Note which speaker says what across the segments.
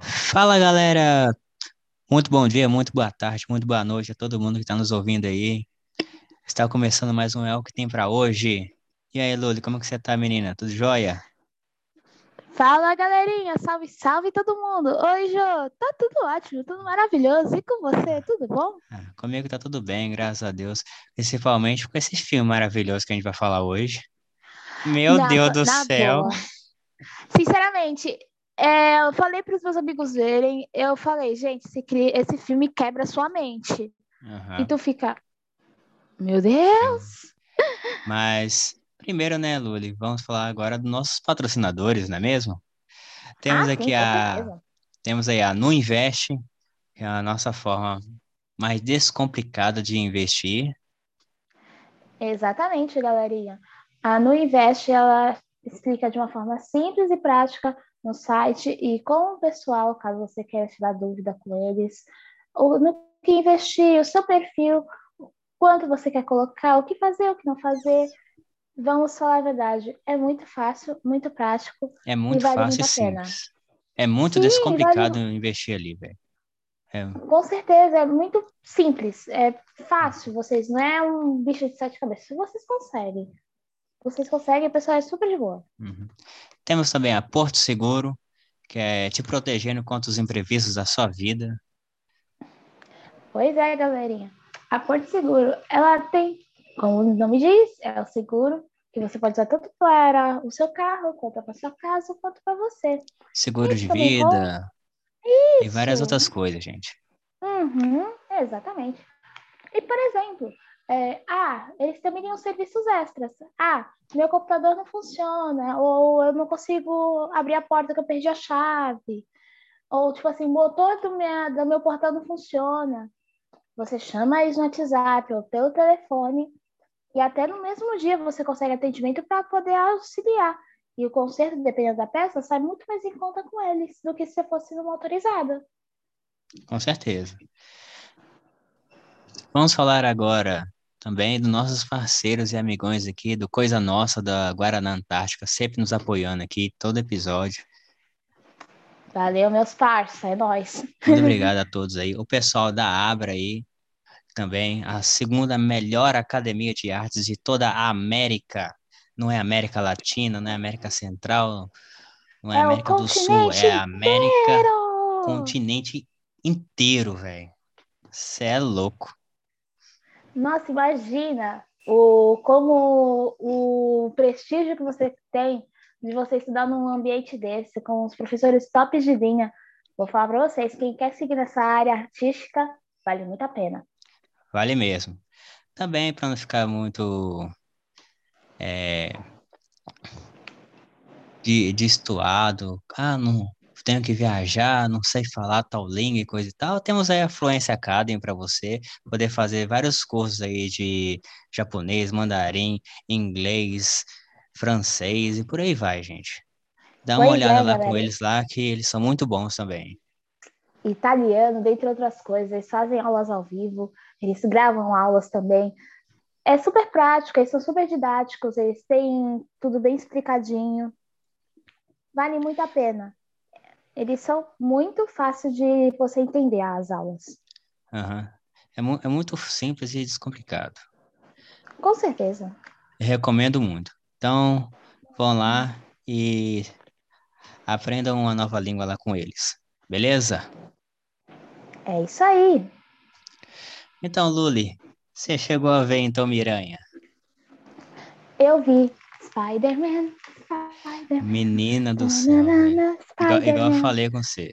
Speaker 1: Fala galera, muito bom dia, muito boa tarde, muito boa noite a todo mundo que está nos ouvindo aí. Está começando mais um É o que tem para hoje. E aí, Luli, como que você tá, menina? Tudo jóia?
Speaker 2: Fala galerinha, salve, salve todo mundo! Oi, Jô, tá tudo ótimo, tudo maravilhoso. E com você, tudo bom?
Speaker 1: Ah, comigo tá tudo bem, graças a Deus. Principalmente com esse filme maravilhoso que a gente vai falar hoje. Meu
Speaker 2: Na-
Speaker 1: Deus do
Speaker 2: na
Speaker 1: céu.
Speaker 2: boa. Sinceramente, é, eu falei para os meus amigos verem, eu falei, gente, esse, cri- esse filme quebra sua mente.
Speaker 1: Aham.
Speaker 2: E tu fica, meu Deus!
Speaker 1: Mas primeiro, né, Luli, vamos falar agora dos nossos patrocinadores, não é mesmo? Temos
Speaker 2: Ah,
Speaker 1: aqui
Speaker 2: sim, com
Speaker 1: a
Speaker 2: certeza.
Speaker 1: Temos aí a Nu Invest, que é a nossa forma mais descomplicada de investir.
Speaker 2: Exatamente, galerinha. A NuInvest, ela explica de uma forma simples e prática no site e com o pessoal, caso você queira tirar dúvida com eles, o, no que investir, o seu perfil, quanto você quer colocar, o que fazer, o que não fazer. Vamos falar a verdade, é muito fácil, muito prático.
Speaker 1: É muito
Speaker 2: vale
Speaker 1: fácil e
Speaker 2: muito a pena.
Speaker 1: simples. É muito
Speaker 2: Sim,
Speaker 1: descomplicado investir ali, velho. É,
Speaker 2: Com certeza, é muito simples, é fácil, vocês não é um bicho de sete cabeças, vocês conseguem. Vocês conseguem, o pessoal é super de boa.
Speaker 1: uhum. Temos também a Porto Seguro, que é te protegendo contra os imprevistos da sua vida.
Speaker 2: Pois é, galerinha. A Porto Seguro, ela tem, como o nome diz, é o seguro que você pode usar tanto para o seu carro, quanto para a sua casa, quanto para você.
Speaker 1: Seguro
Speaker 2: Isso,
Speaker 1: de
Speaker 2: também com-
Speaker 1: vida e várias
Speaker 2: Isso.
Speaker 1: outras coisas, gente.
Speaker 2: Uhum, exatamente. E, por exemplo, é, ah, eles também têm os serviços extras. Ah, meu computador não funciona, ou eu não consigo abrir a porta que eu perdi a chave, ou, tipo assim, o motor do, minha, do meu portão não funciona. Você chama eles no WhatsApp ou pelo telefone, e até no mesmo dia você consegue atendimento para poder auxiliar. E o conserto, dependendo da peça, sai muito mais em conta com eles do que se você fosse numa autorizada.
Speaker 1: Com certeza. Vamos falar agora também dos nossos parceiros e amigões aqui do Coisa Nossa da Guaraná Antártica, sempre nos apoiando aqui todo episódio.
Speaker 2: Valeu, meus parça, é nóis.
Speaker 1: Muito obrigado a todos aí. O pessoal da Abra aí também, a segunda melhor academia de artes de toda a América. Não é América Latina, não é América Central, não é,
Speaker 2: É o
Speaker 1: América do Sul,
Speaker 2: continente
Speaker 1: é a América
Speaker 2: Quero!
Speaker 1: continente inteiro, velho. Você é louco.
Speaker 2: Nossa, imagina o, como o prestígio que você tem de você estudar num ambiente desse, com os professores tops de linha. Vou falar para vocês, quem quer seguir nessa área artística, vale muito a pena.
Speaker 1: Vale mesmo. Também para não ficar muito é, de, destoado. Ah, não tenho que viajar, não sei falar tal língua e coisa e tal. Temos aí a Fluência Academy para você poder fazer vários cursos aí de japonês, mandarim, inglês, francês e por aí vai, gente. Dá uma
Speaker 2: Pois
Speaker 1: olhada
Speaker 2: é,
Speaker 1: lá com
Speaker 2: galera.
Speaker 1: eles lá que eles são muito bons também.
Speaker 2: Italiano, dentre outras coisas, eles fazem aulas ao vivo, eles gravam aulas também. É super prático, eles são super didáticos, eles têm tudo bem explicadinho. Vale muito a pena. Eles são muito fáceis de você entender as aulas.
Speaker 1: Aham. É, mu- é muito simples e descomplicado.
Speaker 2: Com certeza.
Speaker 1: Recomendo muito. Então, vão lá e aprendam uma nova língua lá com eles. Beleza?
Speaker 2: É isso aí.
Speaker 1: Então, Luli, você chegou a ver então Miranha?
Speaker 2: Eu vi Spider-Man, Spider-Man.
Speaker 1: Menina do céu. velho.
Speaker 2: nananana,
Speaker 1: Igual, igual eu
Speaker 2: Spider-Man.
Speaker 1: falei com você.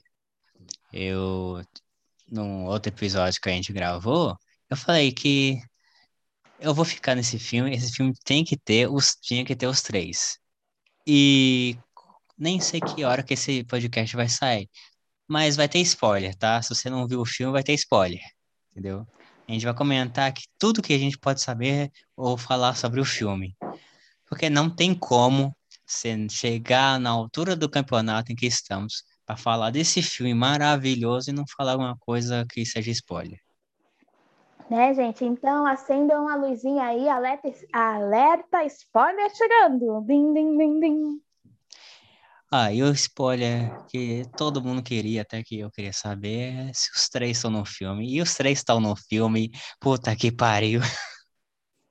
Speaker 1: Eu, num outro episódio que a gente gravou, eu falei que eu vou ficar nesse filme. Esse filme tem que ter os, tinha que ter os três. E nem sei que hora que esse podcast vai sair. Mas vai ter spoiler, tá? Se você não viu o filme, vai ter spoiler. Entendeu? A gente vai comentar aqui tudo que a gente pode saber ou falar sobre o filme. Porque não tem como você chegar na altura do campeonato em que estamos para falar desse filme maravilhoso e não falar alguma coisa que seja spoiler.
Speaker 2: Né, gente? Então acendam a luzinha aí, alerta, alerta spoiler chegando. Dim, dim, dim, dim.
Speaker 1: Ah, e o spoiler que todo mundo queria, até que eu queria saber, é se os três estão no filme. E os três estão no filme, puta que pariu.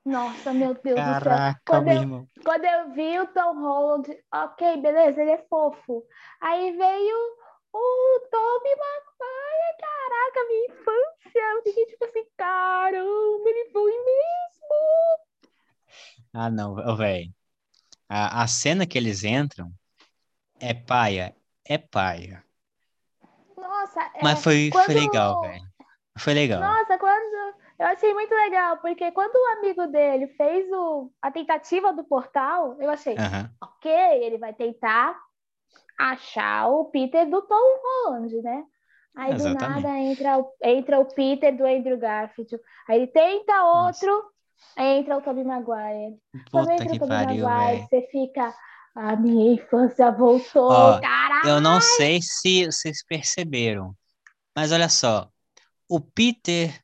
Speaker 2: Nossa, meu Deus do céu.
Speaker 1: Caraca,
Speaker 2: Quando
Speaker 1: meu
Speaker 2: eu,
Speaker 1: irmão.
Speaker 2: quando eu vi o Tom Holland, ok, beleza, ele é fofo. Aí veio o Tommy Maguire, caraca, minha infância. Eu fiquei tipo assim, caramba, ele foi mesmo.
Speaker 1: Ah, não, ô, véi. A, a cena que eles entram é paia, é paia.
Speaker 2: Nossa, é,
Speaker 1: Mas foi, foi
Speaker 2: quando-
Speaker 1: legal, velho. Foi legal.
Speaker 2: Nossa, quando. Eu achei muito legal, porque quando o amigo dele fez o, a tentativa do portal, eu achei,
Speaker 1: Aham.
Speaker 2: ok, ele vai tentar achar o Peter do Tom Holland, né? Aí
Speaker 1: Exatamente.
Speaker 2: do nada entra o, entra o Peter do Andrew Garfield. Aí ele tenta
Speaker 1: Nossa.
Speaker 2: outro, entra o Tobey Maguire. Quando
Speaker 1: Puta
Speaker 2: entra o
Speaker 1: que
Speaker 2: Tobey
Speaker 1: pariu, velho.
Speaker 2: Maguire, você fica, a minha infância voltou,
Speaker 1: Ó,
Speaker 2: caralho!
Speaker 1: Eu não sei se vocês perceberam, mas olha só. O Peter,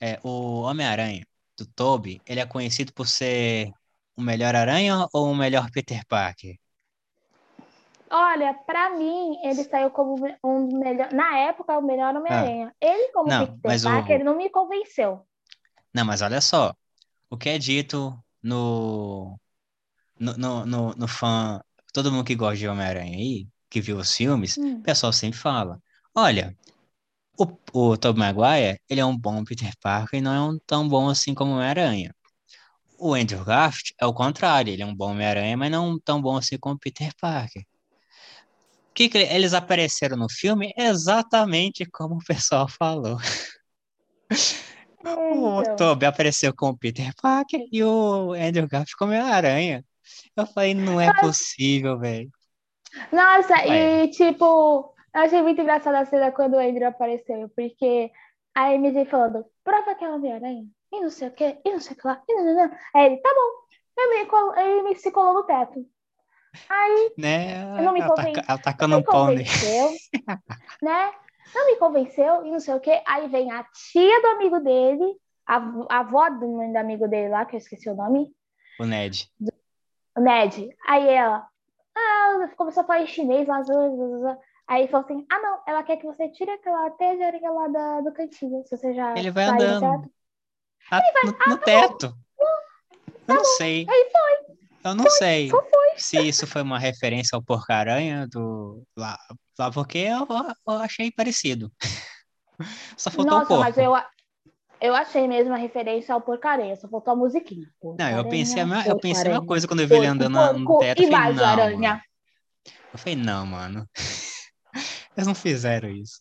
Speaker 1: é, o Homem-Aranha do Tobey, ele é conhecido por ser o melhor aranha ou o melhor Peter Parker?
Speaker 2: Olha, pra mim, ele saiu como um dos melhores. Na época, o melhor Homem-Aranha. Ele, como
Speaker 1: Ah. Não, mas
Speaker 2: Peter
Speaker 1: o-
Speaker 2: Parker, ele não me convenceu.
Speaker 1: Não, mas olha só. O que é dito no, no, no, no, no fã, todo mundo que gosta de Homem-Aranha aí, que viu os filmes, o pessoal sempre fala: olha, o, o Tobey Maguire, ele é um bom Peter Parker e não é um tão bom assim como o Homem-Aranha. O Andrew Garfield é o contrário, ele é um bom Homem-Aranha, mas não tão bom assim como o Peter Parker. O Que que ele- eles apareceram no filme exatamente como o pessoal falou. O
Speaker 2: Então,
Speaker 1: Tobey apareceu como Peter Parker e o Andrew Garfield como Homem-Aranha. Eu falei, não é possível, velho.
Speaker 2: Nossa,
Speaker 1: Ué.
Speaker 2: e tipo, eu achei muito engraçada a cena quando o Andrew apareceu, porque a MJ falando, prova que é Homem-Aranha, e não sei o que, e não sei o que lá, e não, não, não. Aí ele, tá bom. Aí ele, col- ele me se colou no teto. Aí
Speaker 1: Né?
Speaker 2: Eu não me
Speaker 1: Ataca-
Speaker 2: convenci-
Speaker 1: atacando
Speaker 2: não
Speaker 1: um
Speaker 2: me
Speaker 1: pau nele.
Speaker 2: convenceu, né? Não me convenceu e não sei o que. Aí vem a tia do amigo dele, a, a avó do, do amigo dele lá, que eu esqueci o nome,
Speaker 1: O Ned.
Speaker 2: o Ned. Aí ela ah, começou a falar em chinês lá. zá, zá, zá. Aí falou assim: ah, não, ela quer que você tire aquela tejerinha lá da- do cantinho. Se você já
Speaker 1: Ele vai
Speaker 2: saiu,
Speaker 1: andando.
Speaker 2: já-
Speaker 1: Ah, no,
Speaker 2: tá
Speaker 1: no teto. Eu não sei.
Speaker 2: Aí
Speaker 1: Eu não sei se isso foi uma referência ao Porco-Aranha do lá, lá porque eu, eu achei parecido. Só faltou um
Speaker 2: Nossa,
Speaker 1: pouco.
Speaker 2: mas eu, a- eu achei mesmo a referência ao porcaria, só faltou a musiquinha.
Speaker 1: Não, eu pensei, a mesma-
Speaker 2: uma
Speaker 1: eu pensei a mesma coisa quando eu vi ele andando na- no teto. Eu
Speaker 2: E
Speaker 1: falei,
Speaker 2: mais
Speaker 1: não, mano.
Speaker 2: aranha.
Speaker 1: Eu falei, não, mano. Eles não fizeram isso.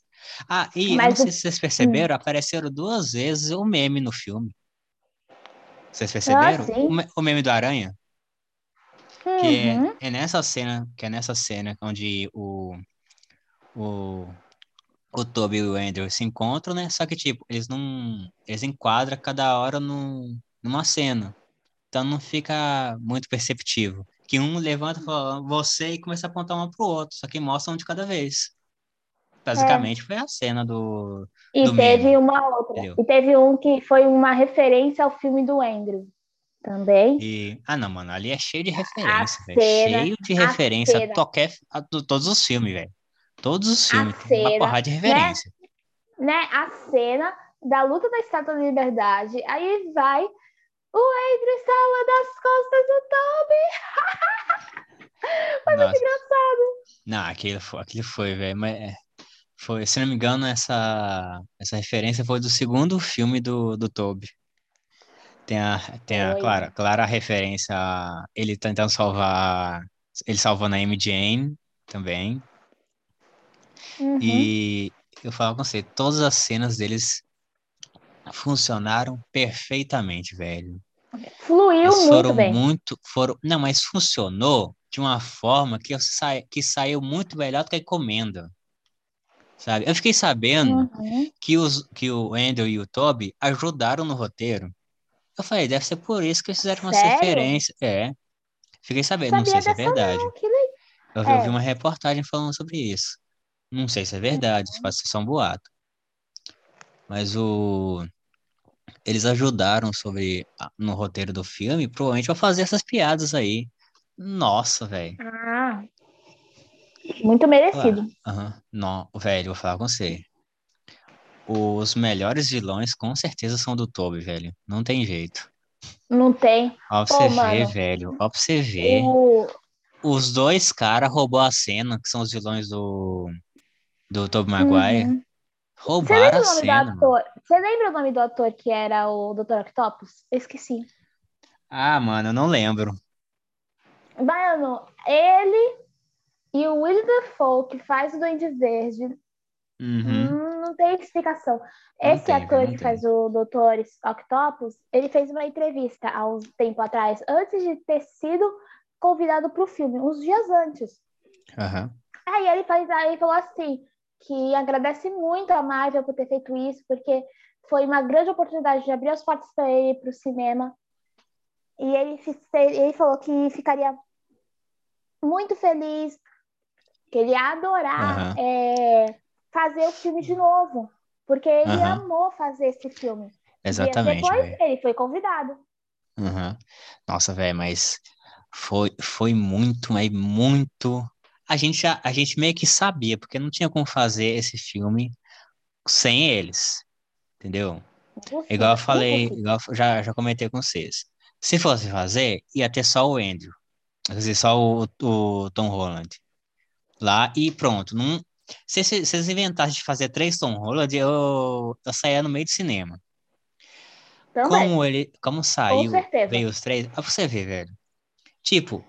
Speaker 1: Ah, e eu
Speaker 2: Mas
Speaker 1: não sei
Speaker 2: o- Hum.
Speaker 1: se vocês perceberam, apareceram duas vezes o meme no filme. Vocês perceberam?
Speaker 2: Ah, sim.
Speaker 1: O me- o meme do Aranha? Que é-
Speaker 2: Uhum.
Speaker 1: é, nessa cena, que é nessa cena onde o, o, o Toby e o Andrew se encontram, né? Só que, tipo, eles não. Eles enquadram cada hora num, numa cena. Então não fica muito perceptivo. Que um levanta e fala você e começa a apontar um pro outro, só que mostra um de cada vez. Basicamente foi a cena do.
Speaker 2: E
Speaker 1: do
Speaker 2: teve
Speaker 1: meme,
Speaker 2: uma outra.
Speaker 1: entendeu?
Speaker 2: E teve um que foi uma referência ao filme do Andrew também.
Speaker 1: E... Ah, não, mano, ali é cheio de referência, velho.
Speaker 2: cena-
Speaker 1: Cheio de
Speaker 2: a
Speaker 1: referência a
Speaker 2: cena.
Speaker 1: qualquer. a to- todos os filmes, velho. Todos os filmes. tem uma
Speaker 2: cena,
Speaker 1: porrada de referência.
Speaker 2: né, a cena da luta da Estátua da Liberdade. Aí vai o Andrew salva das costas do Toby. é
Speaker 1: Foi muito engraçado. Não, aquilo foi, aquilo foi, velho. Mas é, foi, se não me engano, essa, essa referência foi do segundo filme do, do Toby. Tem a, tem a
Speaker 2: Foi.
Speaker 1: clara, clara referência a ele tentando salvar. Ele salvando a M. Jane também.
Speaker 2: Uhum.
Speaker 1: E eu falo com você, todas as cenas deles funcionaram perfeitamente, velho.
Speaker 2: Fluiu
Speaker 1: Eles foram
Speaker 2: muito bem.
Speaker 1: muito, foram, não, mas funcionou de uma forma que, eu sa- que saiu muito melhor do que a encomenda, sabe? Eu fiquei sabendo
Speaker 2: Uhum.
Speaker 1: que, os, que o Andrew e o Toby ajudaram no roteiro. Eu falei, deve ser por isso que eles fizeram uma
Speaker 2: Sério?
Speaker 1: referência. É, fiquei sabendo, não sei
Speaker 2: Sabia
Speaker 1: se é
Speaker 2: dessa não.
Speaker 1: verdade.
Speaker 2: Que legal.
Speaker 1: Eu vi, eu vi
Speaker 2: É.
Speaker 1: uma reportagem falando sobre isso. Não sei se é verdade,
Speaker 2: Uhum.
Speaker 1: se pode ser só um boato. Mas o... eles ajudaram sobre a- no roteiro do filme, provavelmente pra fazer essas piadas aí. Nossa, velho.
Speaker 2: Ah, Muito merecido.
Speaker 1: Aham. Não, velho, vou falar com você. Os melhores vilões com certeza são do Toby, velho. Não tem jeito.
Speaker 2: Não tem.
Speaker 1: Ó pra
Speaker 2: Pô,
Speaker 1: você ver,
Speaker 2: mano.
Speaker 1: velho. Ó pra você ver.
Speaker 2: O...
Speaker 1: Os dois caras roubou a cena, que são os vilões do, do Tobey Maguire.
Speaker 2: Uhum. Você
Speaker 1: Roubaram
Speaker 2: lembra,
Speaker 1: a
Speaker 2: o nome do
Speaker 1: cena. mano.
Speaker 2: ator? Você lembra o nome do ator que era o Dr. Octopus? Eu esqueci.
Speaker 1: Ah, mano, eu não lembro.
Speaker 2: Mano, ele e o Willy Dafoe, que faz o Duende Verde,
Speaker 1: Uhum.
Speaker 2: hum, não tem explicação. Esse
Speaker 1: tem,
Speaker 2: ator
Speaker 1: não
Speaker 2: que
Speaker 1: tem.
Speaker 2: faz o Dr. Octopus, ele fez uma entrevista há um tempo atrás, antes de ter sido convidado para o filme, uns dias antes.
Speaker 1: Aham.
Speaker 2: Aí ele, faz, aí ele falou assim, que agradece muito a Marvel por ter feito isso, porque foi uma grande oportunidade de abrir as portas para ele para o cinema. E ele, fi- ele falou que ficaria muito feliz, que ele ia adorar
Speaker 1: Aham.
Speaker 2: eh, fazer o filme de novo, porque ele
Speaker 1: Aham.
Speaker 2: amou fazer esse filme.
Speaker 1: Exatamente,
Speaker 2: e depois
Speaker 1: velho.
Speaker 2: ele foi convidado.
Speaker 1: Aham. Nossa, velho, mas foi, foi muito, mas muito. A gente, já, a gente meio que sabia, porque não tinha como fazer esse filme sem eles. Entendeu?
Speaker 2: Impossível,
Speaker 1: Igual eu falei,
Speaker 2: impossível.
Speaker 1: igual eu já, já comentei com vocês. Se fosse fazer, ia ter só o Andrew. Quer dizer, só o, o Tom Holland. Lá e pronto. Não, se se- se vocês inventassem de fazer três Tom Holland, eu, eu saía no meio do cinema.
Speaker 2: Também,
Speaker 1: Como ele, como
Speaker 2: com
Speaker 1: saiu,
Speaker 2: certeza.
Speaker 1: veio os três, pra você ver, velho. Tipo,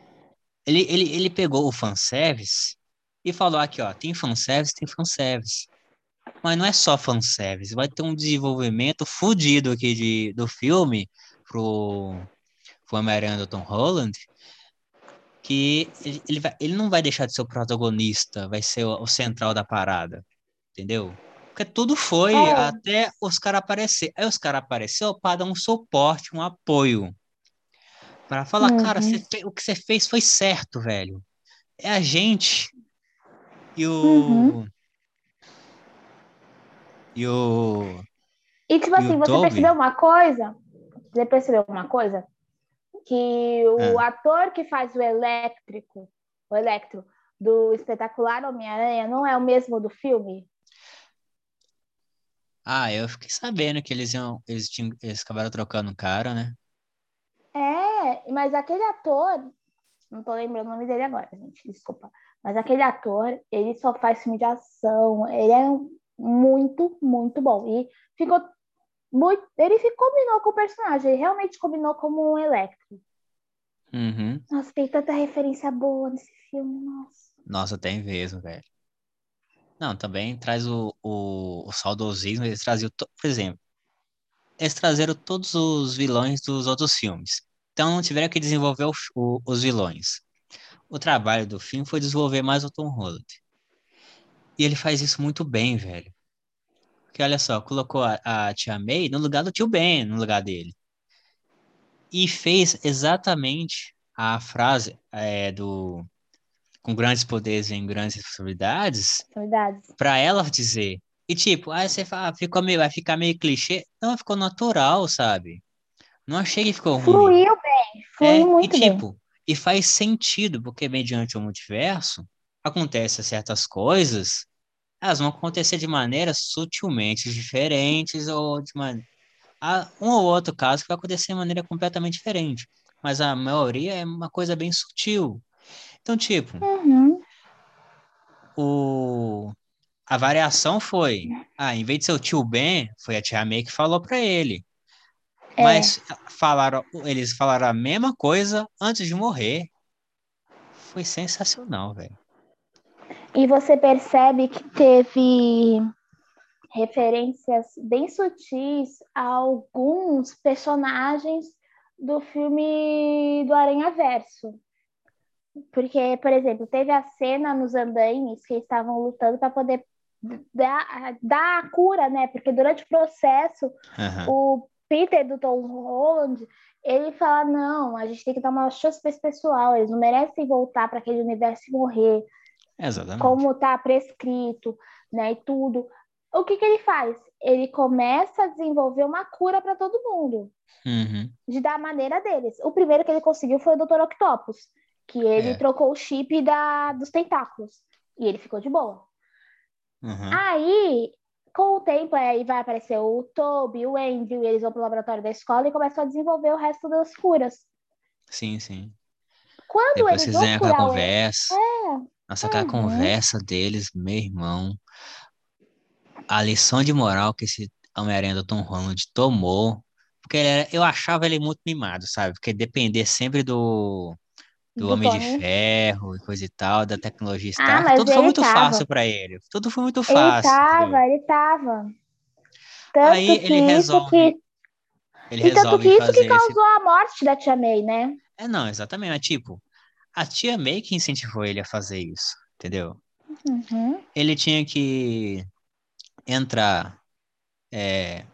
Speaker 1: ele, ele, ele pegou o fanservice e falou aqui, ó, tem fanservice, tem fanservice. Mas não é só fanservice, vai ter um desenvolvimento fudido aqui de, do filme pro, pro Homem-Aranha do Tom Holland, que ele, ele, vai- ele não vai deixar de ser o protagonista, vai ser o, o central da parada, entendeu? Porque tudo foi
Speaker 2: É.
Speaker 1: até os caras aparecer. Aí os caras apareceram para dar um suporte, um apoio. Para falar,
Speaker 2: Uhum.
Speaker 1: cara, você fe- o que você fez foi certo, velho. É a gente. E o.
Speaker 2: Uhum.
Speaker 1: E o.
Speaker 2: E tipo
Speaker 1: E
Speaker 2: assim,
Speaker 1: o
Speaker 2: você
Speaker 1: Toby?
Speaker 2: percebeu uma coisa? Você percebeu uma coisa? Que o
Speaker 1: É.
Speaker 2: ator que faz o elétrico, o electro, do espetacular Homem-Aranha não é o mesmo do filme?
Speaker 1: Ah, eu fiquei sabendo que eles iam. Eles, tinham, eles acabaram trocando o cara, né?
Speaker 2: É, mas aquele ator, não tô lembrando o nome dele agora, gente, desculpa. Mas aquele ator, ele só faz filme de ação, ele é muito, muito bom. E ficou muito. Ele fi- combinou com o personagem, ele realmente combinou como um electro.
Speaker 1: Uhum.
Speaker 2: Nossa, tem tanta referência boa nesse filme, nossa.
Speaker 1: Nossa, tem mesmo, velho. Não, também traz o, o, o saudosismo. Eles traziam. to- Por exemplo, eles trazeram todos os vilões dos outros filmes. Então não tiveram que desenvolver o f- o- os vilões. O trabalho do filme foi desenvolver mais o Tom Holland. E ele faz isso muito bem, velho. Porque olha só, colocou a, a tia May no lugar do tio Ben, no lugar dele. E fez exatamente a frase é, do com grandes poderes vem grandes responsabilidades
Speaker 2: Verdade.
Speaker 1: pra ela dizer. E tipo, aí você fala, "Ah, ficou meio, vai ficar meio clichê. Não, ficou natural, sabe? Não achei que ficou ruim.
Speaker 2: Fluiu bem,
Speaker 1: É,
Speaker 2: fluiu muito
Speaker 1: e
Speaker 2: bem.
Speaker 1: tipo, e faz sentido, porque mediante o multiverso, acontecem certas coisas, elas vão acontecer de maneiras sutilmente diferentes, ou de maneira. Um ou outro caso que vai acontecer de maneira completamente diferente. Mas a maioria é uma coisa bem sutil. Então, tipo,
Speaker 2: Uhum.
Speaker 1: o... a variação foi. Ah, em vez de ser o tio Ben, foi a tia May que falou pra ele.
Speaker 2: É.
Speaker 1: Mas falaram, eles falaram a mesma coisa antes de morrer. Foi sensacional, velho.
Speaker 2: E você percebe que teve referências bem sutis a alguns personagens do filme do Aranha Verso. Porque, por exemplo, teve a cena nos andaimes que eles estavam lutando para poder dar, dar a cura, né? Porque durante o processo
Speaker 1: Aham.
Speaker 2: o Peter do Tom Holland, ele fala: não, a gente tem que dar uma chance para esse pessoal, eles não merecem voltar para aquele universo e morrer,
Speaker 1: Exatamente.
Speaker 2: como tá prescrito, né? E tudo. O que, que ele faz? Ele começa a desenvolver uma cura para todo mundo,
Speaker 1: Uhum.
Speaker 2: de da maneira deles. O primeiro que ele conseguiu foi o Dr. Octopus, que ele
Speaker 1: É.
Speaker 2: trocou o chip da, dos tentáculos. E ele ficou de boa.
Speaker 1: Uhum.
Speaker 2: Aí, com o tempo, é, aí vai aparecer o Toby, o Andrew, e eles vão pro laboratório da escola e começam a desenvolver o resto das curas.
Speaker 1: Sim, sim.
Speaker 2: Quando
Speaker 1: Depois
Speaker 2: eles
Speaker 1: vocês
Speaker 2: vão
Speaker 1: vêm aquela
Speaker 2: curar o
Speaker 1: conversa. Nossa, aquela
Speaker 2: Uhum.
Speaker 1: conversa deles, meu irmão. A lição de moral que esse Homem-Aranha do Tom Holland tomou. Porque ele era- eu achava ele muito mimado, sabe? Porque depender sempre do, do Homem de
Speaker 2: Tony.
Speaker 1: Ferro e coisa e tal, da tecnologia e
Speaker 2: Ah,
Speaker 1: tal.
Speaker 2: mas
Speaker 1: Tudo foi
Speaker 2: ele
Speaker 1: muito
Speaker 2: tava.
Speaker 1: fácil pra ele. Tudo foi muito
Speaker 2: Ele
Speaker 1: fácil. entendeu?
Speaker 2: tava, ele tava. Tanto
Speaker 1: Aí ele
Speaker 2: que
Speaker 1: resolve
Speaker 2: isso que,
Speaker 1: Ele
Speaker 2: e tanto
Speaker 1: resolve
Speaker 2: que isso
Speaker 1: fazer
Speaker 2: que
Speaker 1: esse
Speaker 2: causou a morte da Tia May, né?
Speaker 1: É, não, exatamente. Mas, tipo, a tia May que incentivou ele a fazer isso, entendeu?
Speaker 2: Uhum.
Speaker 1: Ele tinha que entrar. é,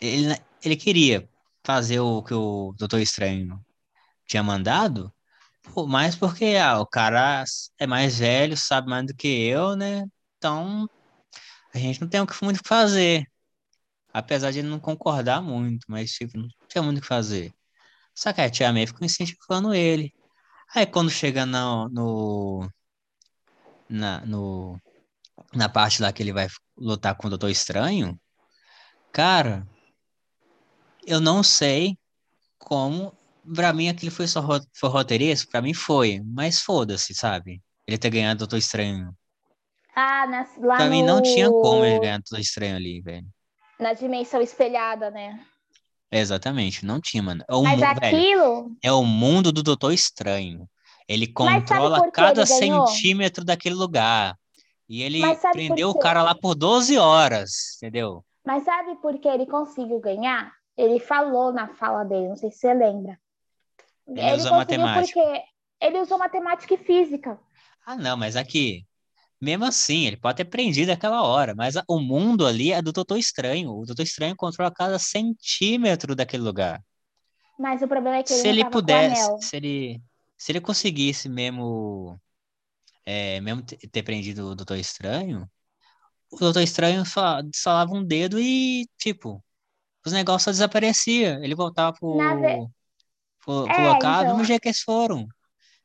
Speaker 1: ele, ele queria fazer o que o Doutor Estranho tinha mandado, pô, mas porque ah, o cara é mais velho, sabe mais do que eu, né? Então, a gente não tem o que- muito o que fazer. Apesar de ele não concordar muito, mas, tipo, não tinha muito o que fazer. Só que a tia May ficou incentivando ele. Aí quando chega na, no, na, no- na parte lá que ele vai lutar com o Doutor Estranho, cara, eu não sei como. Pra mim aquilo foi só ro- foi roteirismo, pra mim foi, mas foda-se, sabe? Ele ter ganhado o Doutor Estranho.
Speaker 2: Ah, nas, lá
Speaker 1: Pra
Speaker 2: no...
Speaker 1: mim não tinha como né, ele ganhar o Doutor Estranho ali, velho.
Speaker 2: Na dimensão espelhada, né?
Speaker 1: Exatamente, não tinha, mano. É o,
Speaker 2: Mas
Speaker 1: mu- velho,
Speaker 2: aquilo...
Speaker 1: é o mundo do Doutor Estranho. Ele
Speaker 2: sabe por
Speaker 1: controla
Speaker 2: que
Speaker 1: cada
Speaker 2: ele ganhou?
Speaker 1: centímetro daquele lugar. E ele
Speaker 2: Mas sabe por
Speaker 1: prendeu o
Speaker 2: quê?
Speaker 1: cara lá por 12 horas, entendeu?
Speaker 2: Mas sabe por que ele conseguiu ganhar? Ele falou na fala dele, não sei se você lembra.
Speaker 1: Ele usou
Speaker 2: conseguiu
Speaker 1: matemática.
Speaker 2: porque ele usou matemática e física.
Speaker 1: Ah, não, mas aqui, mesmo assim, ele pode ter prendido aquela hora, mas a- o mundo ali é do Doutor Estranho. O Doutor Estranho controla cada centímetro daquele lugar.
Speaker 2: Mas o problema é que ele
Speaker 1: Se
Speaker 2: não
Speaker 1: ele
Speaker 2: tava com o
Speaker 1: pudesse,
Speaker 2: anel.
Speaker 1: se ele, se ele conseguisse mesmo, é, mesmo te- ter prendido o Doutor Estranho, o Doutor Estranho só salava um dedo e, tipo, os negócios só desapareciam. Ele voltava pro,
Speaker 2: Na ve-
Speaker 1: pro, pro
Speaker 2: É,
Speaker 1: local do
Speaker 2: então.
Speaker 1: mesmo jeito que eles foram,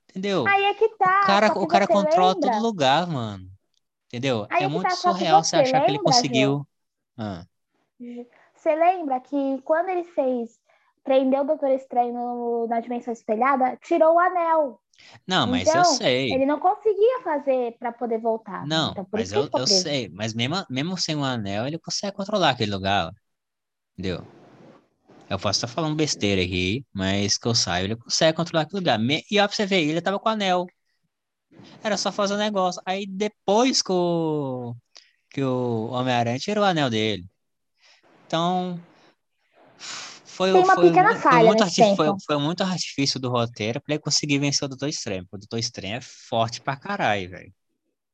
Speaker 1: entendeu?
Speaker 2: Aí é que tá,
Speaker 1: O cara,
Speaker 2: só que
Speaker 1: o cara
Speaker 2: você
Speaker 1: controla
Speaker 2: lembra?
Speaker 1: todo lugar, mano. Entendeu?
Speaker 2: Aí
Speaker 1: é
Speaker 2: que
Speaker 1: muito
Speaker 2: tá, só que
Speaker 1: surreal você
Speaker 2: você
Speaker 1: achar que ele
Speaker 2: lembra, João?
Speaker 1: conseguiu. Ah,
Speaker 2: Você lembra que quando ele fez prendeu o Doutor Estranho no- na dimensão espelhada, tirou o anel.
Speaker 1: Não, mas eu
Speaker 2: Então,
Speaker 1: sei.
Speaker 2: Ele não conseguia fazer para poder voltar.
Speaker 1: Não,
Speaker 2: então, por
Speaker 1: mas
Speaker 2: isso que ele
Speaker 1: eu,
Speaker 2: ficou
Speaker 1: eu
Speaker 2: preso.
Speaker 1: sei. Mas mesmo, mesmo sem o anel, ele consegue controlar aquele lugar. ó. Entendeu? Eu posso estar falando besteira aqui, mas que eu saiba, ele consegue controlar aquele lugar. Me- E ó, pra você ver, ele tava com o anel. Era só fazer o negócio. Aí depois que o, que o Homem-Aranha tirou o anel dele. Então, Foi,
Speaker 2: Tem uma
Speaker 1: foi,
Speaker 2: pequena
Speaker 1: muito- foi
Speaker 2: falha
Speaker 1: muito
Speaker 2: nesse
Speaker 1: arti- foi,
Speaker 2: tempo.
Speaker 1: foi muito artifício do roteiro pra ele conseguir vencer o Doutor Estranho. porque O Doutor Estranho é forte pra caralho, velho.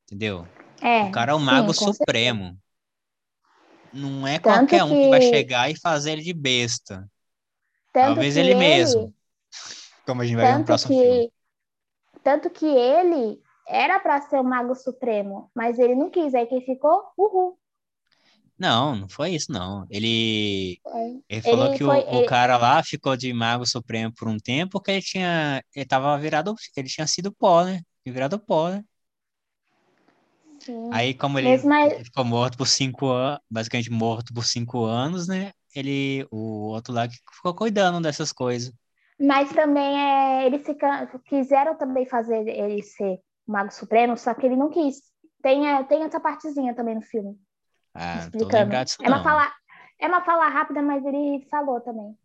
Speaker 1: Entendeu?
Speaker 2: É.
Speaker 1: O cara é o
Speaker 2: sim,
Speaker 1: mago
Speaker 2: com certeza.
Speaker 1: supremo. Não é
Speaker 2: Tanto
Speaker 1: qualquer um que vai
Speaker 2: que-
Speaker 1: chegar e fazer ele de besta.
Speaker 2: Tanto
Speaker 1: Talvez
Speaker 2: que
Speaker 1: ele mesmo. Como a gente vai ver no
Speaker 2: Tanto
Speaker 1: próximo filme.
Speaker 2: que, tanto que ele era para ser o Mago Supremo, mas ele não quis. Aí quem ficou? Uhul.
Speaker 1: Não, não foi isso, não. Ele,
Speaker 2: Foi.
Speaker 1: ele falou
Speaker 2: Ele
Speaker 1: que o,
Speaker 2: foi-
Speaker 1: o
Speaker 2: ele-
Speaker 1: cara lá ficou de mago supremo por um tempo porque ele tinha. Ele tava virado. Ele tinha sido pó, né? Tinha Virado pó, né?
Speaker 2: Sim.
Speaker 1: Aí, como ele
Speaker 2: Mesmo a-
Speaker 1: Ele ficou morto por cinco anos, basicamente morto por cinco anos, né? Ele, o outro lá que ficou cuidando dessas coisas.
Speaker 2: Mas também é, eles se can- quiseram também fazer ele ser o Mago Supremo, só que ele não quis. Tem, é, tem essa partezinha também no filme,
Speaker 1: Ah, não tô
Speaker 2: explicando.
Speaker 1: lembrado disso,
Speaker 2: é, uma
Speaker 1: não.
Speaker 2: fala, é uma fala rápida, mas ele falou também.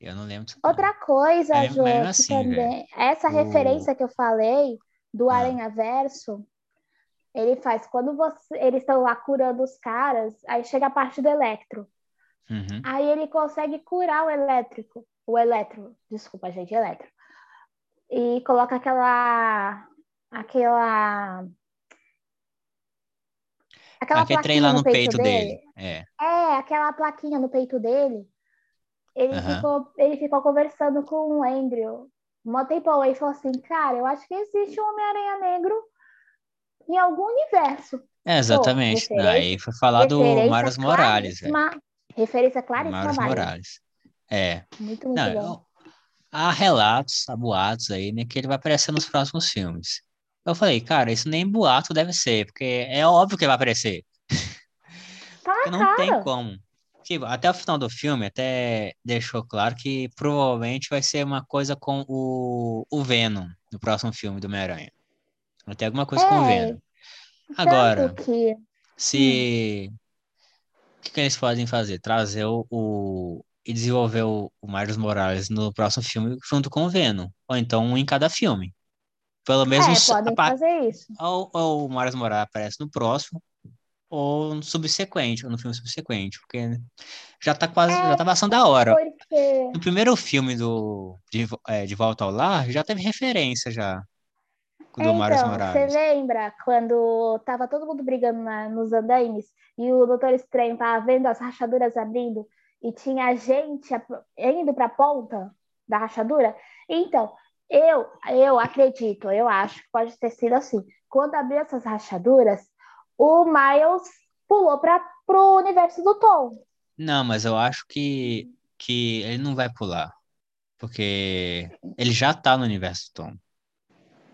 Speaker 1: Eu não lembro disso, não.
Speaker 2: Outra coisa,
Speaker 1: Mas- mas
Speaker 2: João,
Speaker 1: mesmo
Speaker 2: que
Speaker 1: assim,
Speaker 2: também, essa
Speaker 1: o-
Speaker 2: referência que eu falei do
Speaker 1: Ah.
Speaker 2: Aranha Verso, ele faz quando você- eles estão lá curando os caras, aí chega a parte do Electro.
Speaker 1: Uhum.
Speaker 2: Aí ele consegue curar o elétrico, o eletro, desculpa, gente, eletro. E coloca aquela aquela aquela
Speaker 1: Aquele trem
Speaker 2: plaquinha
Speaker 1: lá no peito dele. É.
Speaker 2: É, aquela plaquinha no peito dele. Ele
Speaker 1: Aham.
Speaker 2: ficou ele ficou conversando com o Andrew. Mó tempão aí falou assim: "Cara, eu acho que existe um Homem-Aranha negro em algum universo".
Speaker 1: É, exatamente.
Speaker 2: referência-
Speaker 1: Aí foi falar do
Speaker 2: Referência
Speaker 1: Maras Morales, velho.
Speaker 2: claríssima. Referência claríssima,
Speaker 1: Maras
Speaker 2: Maria.
Speaker 1: Morales. É.
Speaker 2: Muito, muito
Speaker 1: Não,
Speaker 2: bom.
Speaker 1: eu- há relatos, há boatos aí, né, que ele vai aparecer nos próximos filmes. Eu falei, cara, isso nem boato deve ser, porque é óbvio que vai aparecer.
Speaker 2: Tá
Speaker 1: Porque
Speaker 2: na
Speaker 1: não
Speaker 2: cara.
Speaker 1: tem como. Tipo, até o final do filme, até deixou claro que provavelmente vai ser uma coisa com o, o Venom, no próximo filme do Homem-Aranha. Vai ter alguma coisa com o
Speaker 2: É,
Speaker 1: Venom. Agora,
Speaker 2: Tanto que
Speaker 1: se. O que, que eles podem fazer? Trazer o. o- e desenvolver o, o Miles Morales no próximo filme junto com o Venom. Ou então um em cada filme. Pelo menos
Speaker 2: é,
Speaker 1: uns-
Speaker 2: podem
Speaker 1: apa-
Speaker 2: fazer isso.
Speaker 1: ou, ou o Miles Morales aparece no próximo, ou no subsequente, ou no filme subsequente, porque já tá quase,
Speaker 2: É,
Speaker 1: já tá passando a hora.
Speaker 2: Porque
Speaker 1: No primeiro filme do de, Vo- é, de Volta ao Lar, já teve referência já do
Speaker 2: É,
Speaker 1: Miles
Speaker 2: então, você
Speaker 1: Morales.
Speaker 2: lembra quando tava todo mundo brigando na- nos andaimes e o Doutor Estranho tava vendo as rachaduras abrindo e tinha gente ap- indo pra ponta da rachadura? Então, eu, eu acredito, eu acho que pode ter sido assim. Quando abriu essas rachaduras, o Miles pulou para pro universo do Tom.
Speaker 1: Não, mas eu acho que, que ele não vai pular, porque ele já tá no universo do Tom.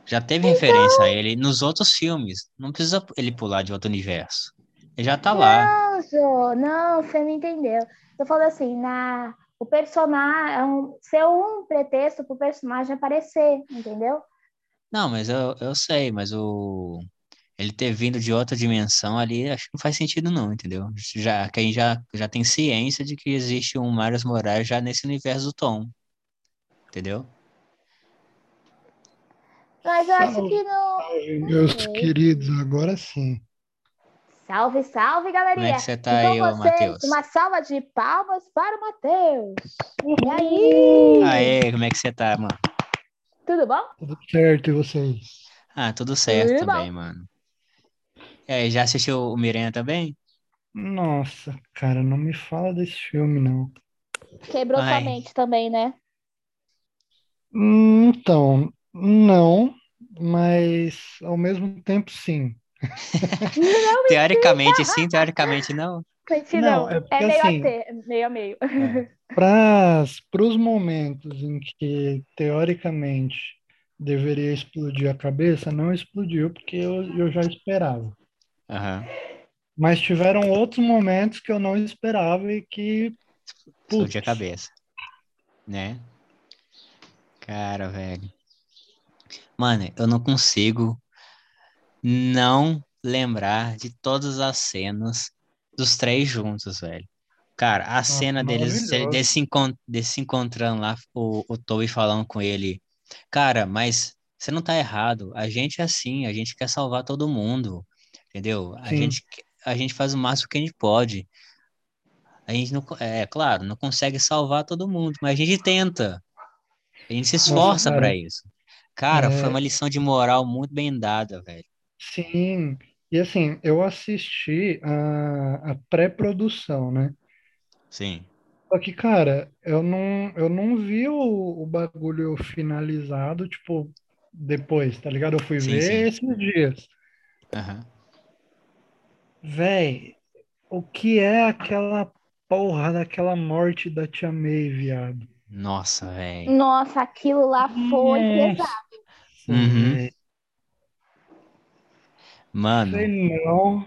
Speaker 1: Já teve referência a ele nos outros filmes. Não precisa ele pular de outro universo. Ele já tá lá.
Speaker 2: Não, Jô, não, você não entendeu. Eu falo assim, na o personagem, é um, ser um pretexto pro personagem aparecer, entendeu?
Speaker 1: Não, mas eu, eu sei, mas o ele ter vindo de outra dimensão ali, acho que não faz sentido não, entendeu? Já quem já já tem ciência de que existe um Miles Morales já nesse universo do Tom. Entendeu?
Speaker 2: Mas eu acho
Speaker 3: Salve.
Speaker 2: que não.
Speaker 3: Ai, meus
Speaker 2: Ok.
Speaker 3: queridos, agora sim.
Speaker 2: Salve, salve,
Speaker 1: Como é
Speaker 2: galerinha! Então,
Speaker 1: que você tá aí, ô Matheus?
Speaker 2: é uma salva de palmas para o Matheus! E aí?
Speaker 1: Aê, como é que você tá, mano?
Speaker 2: Tudo bom?
Speaker 3: Tudo certo, e vocês?
Speaker 1: Ah, tudo certo
Speaker 2: Tudo bom.
Speaker 1: também, mano. E aí, já assistiu o Miranha também?
Speaker 3: Nossa, cara, não me fala desse filme, não.
Speaker 2: Quebrou sua
Speaker 1: Ai.
Speaker 2: mente também, né?
Speaker 3: Hum, Então, não, mas ao mesmo tempo, sim.
Speaker 1: Teoricamente sim, teoricamente não.
Speaker 2: Senti
Speaker 3: Não,
Speaker 2: não.
Speaker 3: é porque
Speaker 2: É meio a
Speaker 3: assim-
Speaker 2: ter, meio a meio.
Speaker 1: É,
Speaker 3: Para os momentos em que, teoricamente, deveria explodir a cabeça, não explodiu, porque eu, eu já esperava.
Speaker 1: Aham.
Speaker 3: Mas tiveram outros momentos que eu não esperava e que,
Speaker 1: Explode a
Speaker 3: Putz.
Speaker 1: cabeça. Né? Cara, velho. Mano, eu não consigo não lembrar de todas as cenas dos três juntos, velho. Cara, a cena deles,
Speaker 3: maravilhoso.
Speaker 1: deles se, encon- deles se encontrando lá, o, o Toby falando com ele. Cara, mas você não tá errado. A gente é assim, a gente quer salvar todo mundo. Entendeu? A
Speaker 3: Sim.
Speaker 1: gente, que- a gente faz o máximo que a gente pode. A gente não, co- é claro, não consegue salvar todo mundo, mas a gente tenta. A gente se esforça
Speaker 3: cara.
Speaker 1: pra isso. Cara,
Speaker 3: É.
Speaker 1: foi uma lição de moral muito bem dada, velho.
Speaker 3: Sim, e assim, eu assisti a, a pré-produção, né?
Speaker 1: Sim.
Speaker 3: Só que, cara, eu não, eu não vi o, o bagulho finalizado, tipo, depois, tá ligado? Eu fui
Speaker 1: Sim,
Speaker 3: ver
Speaker 1: sim.
Speaker 3: esses dias.
Speaker 1: Aham.
Speaker 3: Véi, o que é aquela porra daquela morte da Tia May, viado?
Speaker 1: Nossa, velho.
Speaker 2: Nossa, aquilo lá foi
Speaker 1: É.
Speaker 2: pesado.
Speaker 1: Uhum.
Speaker 3: Véi,
Speaker 1: Mano,
Speaker 3: sei não.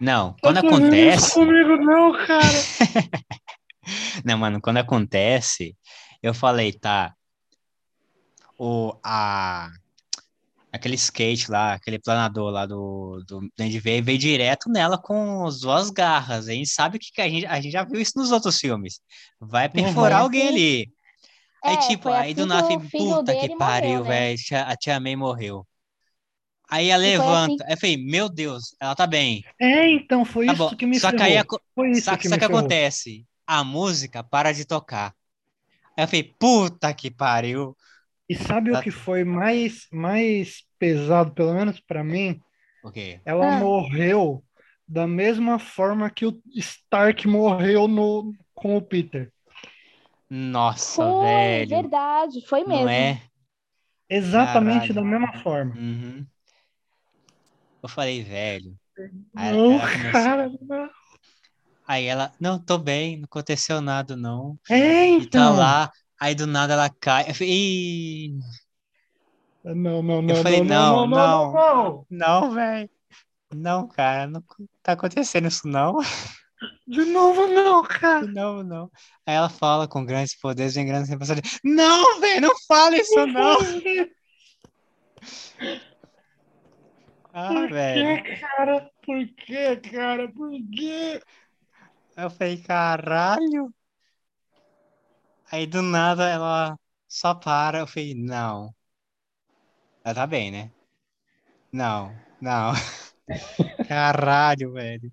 Speaker 1: não, quando
Speaker 3: Tá fazendo isso
Speaker 1: acontece.
Speaker 3: comigo não, cara.
Speaker 1: Não, mano, quando acontece, eu falei, tá. O, a, aquele skate lá, aquele planador lá do, do Andy veio, veio direto nela com as duas garras. A gente sabe que, que a, gente, a gente já viu isso nos outros filmes. Vai perfurar
Speaker 3: Uhum.
Speaker 1: alguém ali. Aí,
Speaker 2: É,
Speaker 1: tipo,
Speaker 2: foi
Speaker 1: aí
Speaker 2: assim
Speaker 1: do
Speaker 2: que
Speaker 1: nada,
Speaker 2: o
Speaker 1: eu falei,
Speaker 2: filho
Speaker 1: puta
Speaker 2: dele
Speaker 1: que pariu,
Speaker 2: morreu, né?
Speaker 1: velho, tia- a tia May morreu. Aí ela
Speaker 2: E foi assim-
Speaker 1: levanta, aí eu falei, meu Deus, ela tá bem,
Speaker 3: É, então, foi
Speaker 1: tá
Speaker 3: isso
Speaker 1: bom.
Speaker 3: que me
Speaker 1: Só que aí,
Speaker 3: ferrou.
Speaker 1: aco-
Speaker 3: Foi isso
Speaker 1: só,
Speaker 3: que
Speaker 1: só
Speaker 3: me
Speaker 1: que
Speaker 3: ferrou.
Speaker 1: acontece, a música para de tocar. Aí eu falei, puta que pariu.
Speaker 3: E sabe
Speaker 1: Tá.
Speaker 3: o que foi mais, mais pesado, pelo menos pra mim?
Speaker 1: O quê?
Speaker 3: Ela
Speaker 2: Ah.
Speaker 3: morreu da mesma forma que o Stark morreu no, com o Peter.
Speaker 1: Nossa,
Speaker 2: Foi,
Speaker 1: velho,
Speaker 2: verdade, foi mesmo.
Speaker 1: não é?
Speaker 3: Exatamente
Speaker 1: Caralho.
Speaker 3: da mesma forma.
Speaker 1: Uhum. Eu falei, velho. Aí ela-
Speaker 3: Não,
Speaker 1: ela começou-
Speaker 3: cara. não.
Speaker 1: Aí ela, não, tô bem, não aconteceu nada, não.
Speaker 3: É,
Speaker 1: E tá
Speaker 3: então.
Speaker 1: lá, aí do nada ela cai. Eu falei, "Ih,
Speaker 3: então. Não, não, não.
Speaker 1: Eu falei, não,
Speaker 3: não, não, não, não.
Speaker 1: Não, velho. Não, cara, não tá acontecendo isso, não.
Speaker 3: De novo, não, cara.
Speaker 1: Não, não. Aí ela fala com grandes poderes vem grandes responsabilidades. Não, velho, não fala isso, não. Ah,
Speaker 3: Por
Speaker 1: velho.
Speaker 3: que, cara? Por que, cara? Por que?
Speaker 1: Aí Eu falei, caralho. Aí do nada ela só para. Eu falei, não. Ela tá bem, né? Não, não. Caralho, velho.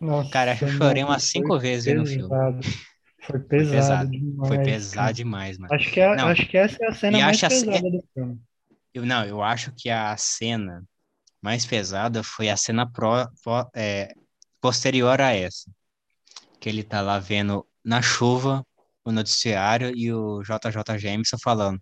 Speaker 3: Nossa,
Speaker 1: Cara, eu
Speaker 3: mano,
Speaker 1: chorei umas
Speaker 3: foi
Speaker 1: cinco vezes vendo o filme.
Speaker 3: pesado. Foi
Speaker 1: pesado.
Speaker 3: pesado. demais,
Speaker 1: Foi
Speaker 3: cara.
Speaker 1: pesado demais, mano.
Speaker 3: Acho que, a-
Speaker 1: Não.
Speaker 3: acho que essa é a cena
Speaker 1: E
Speaker 3: mais
Speaker 1: acho a ce-
Speaker 3: pesada do filme.
Speaker 1: Eu, não, eu acho que a cena mais pesada foi a cena pró- pró- é, posterior a essa. Que ele tá lá vendo na chuva o noticiário e o JJ Jameson falando.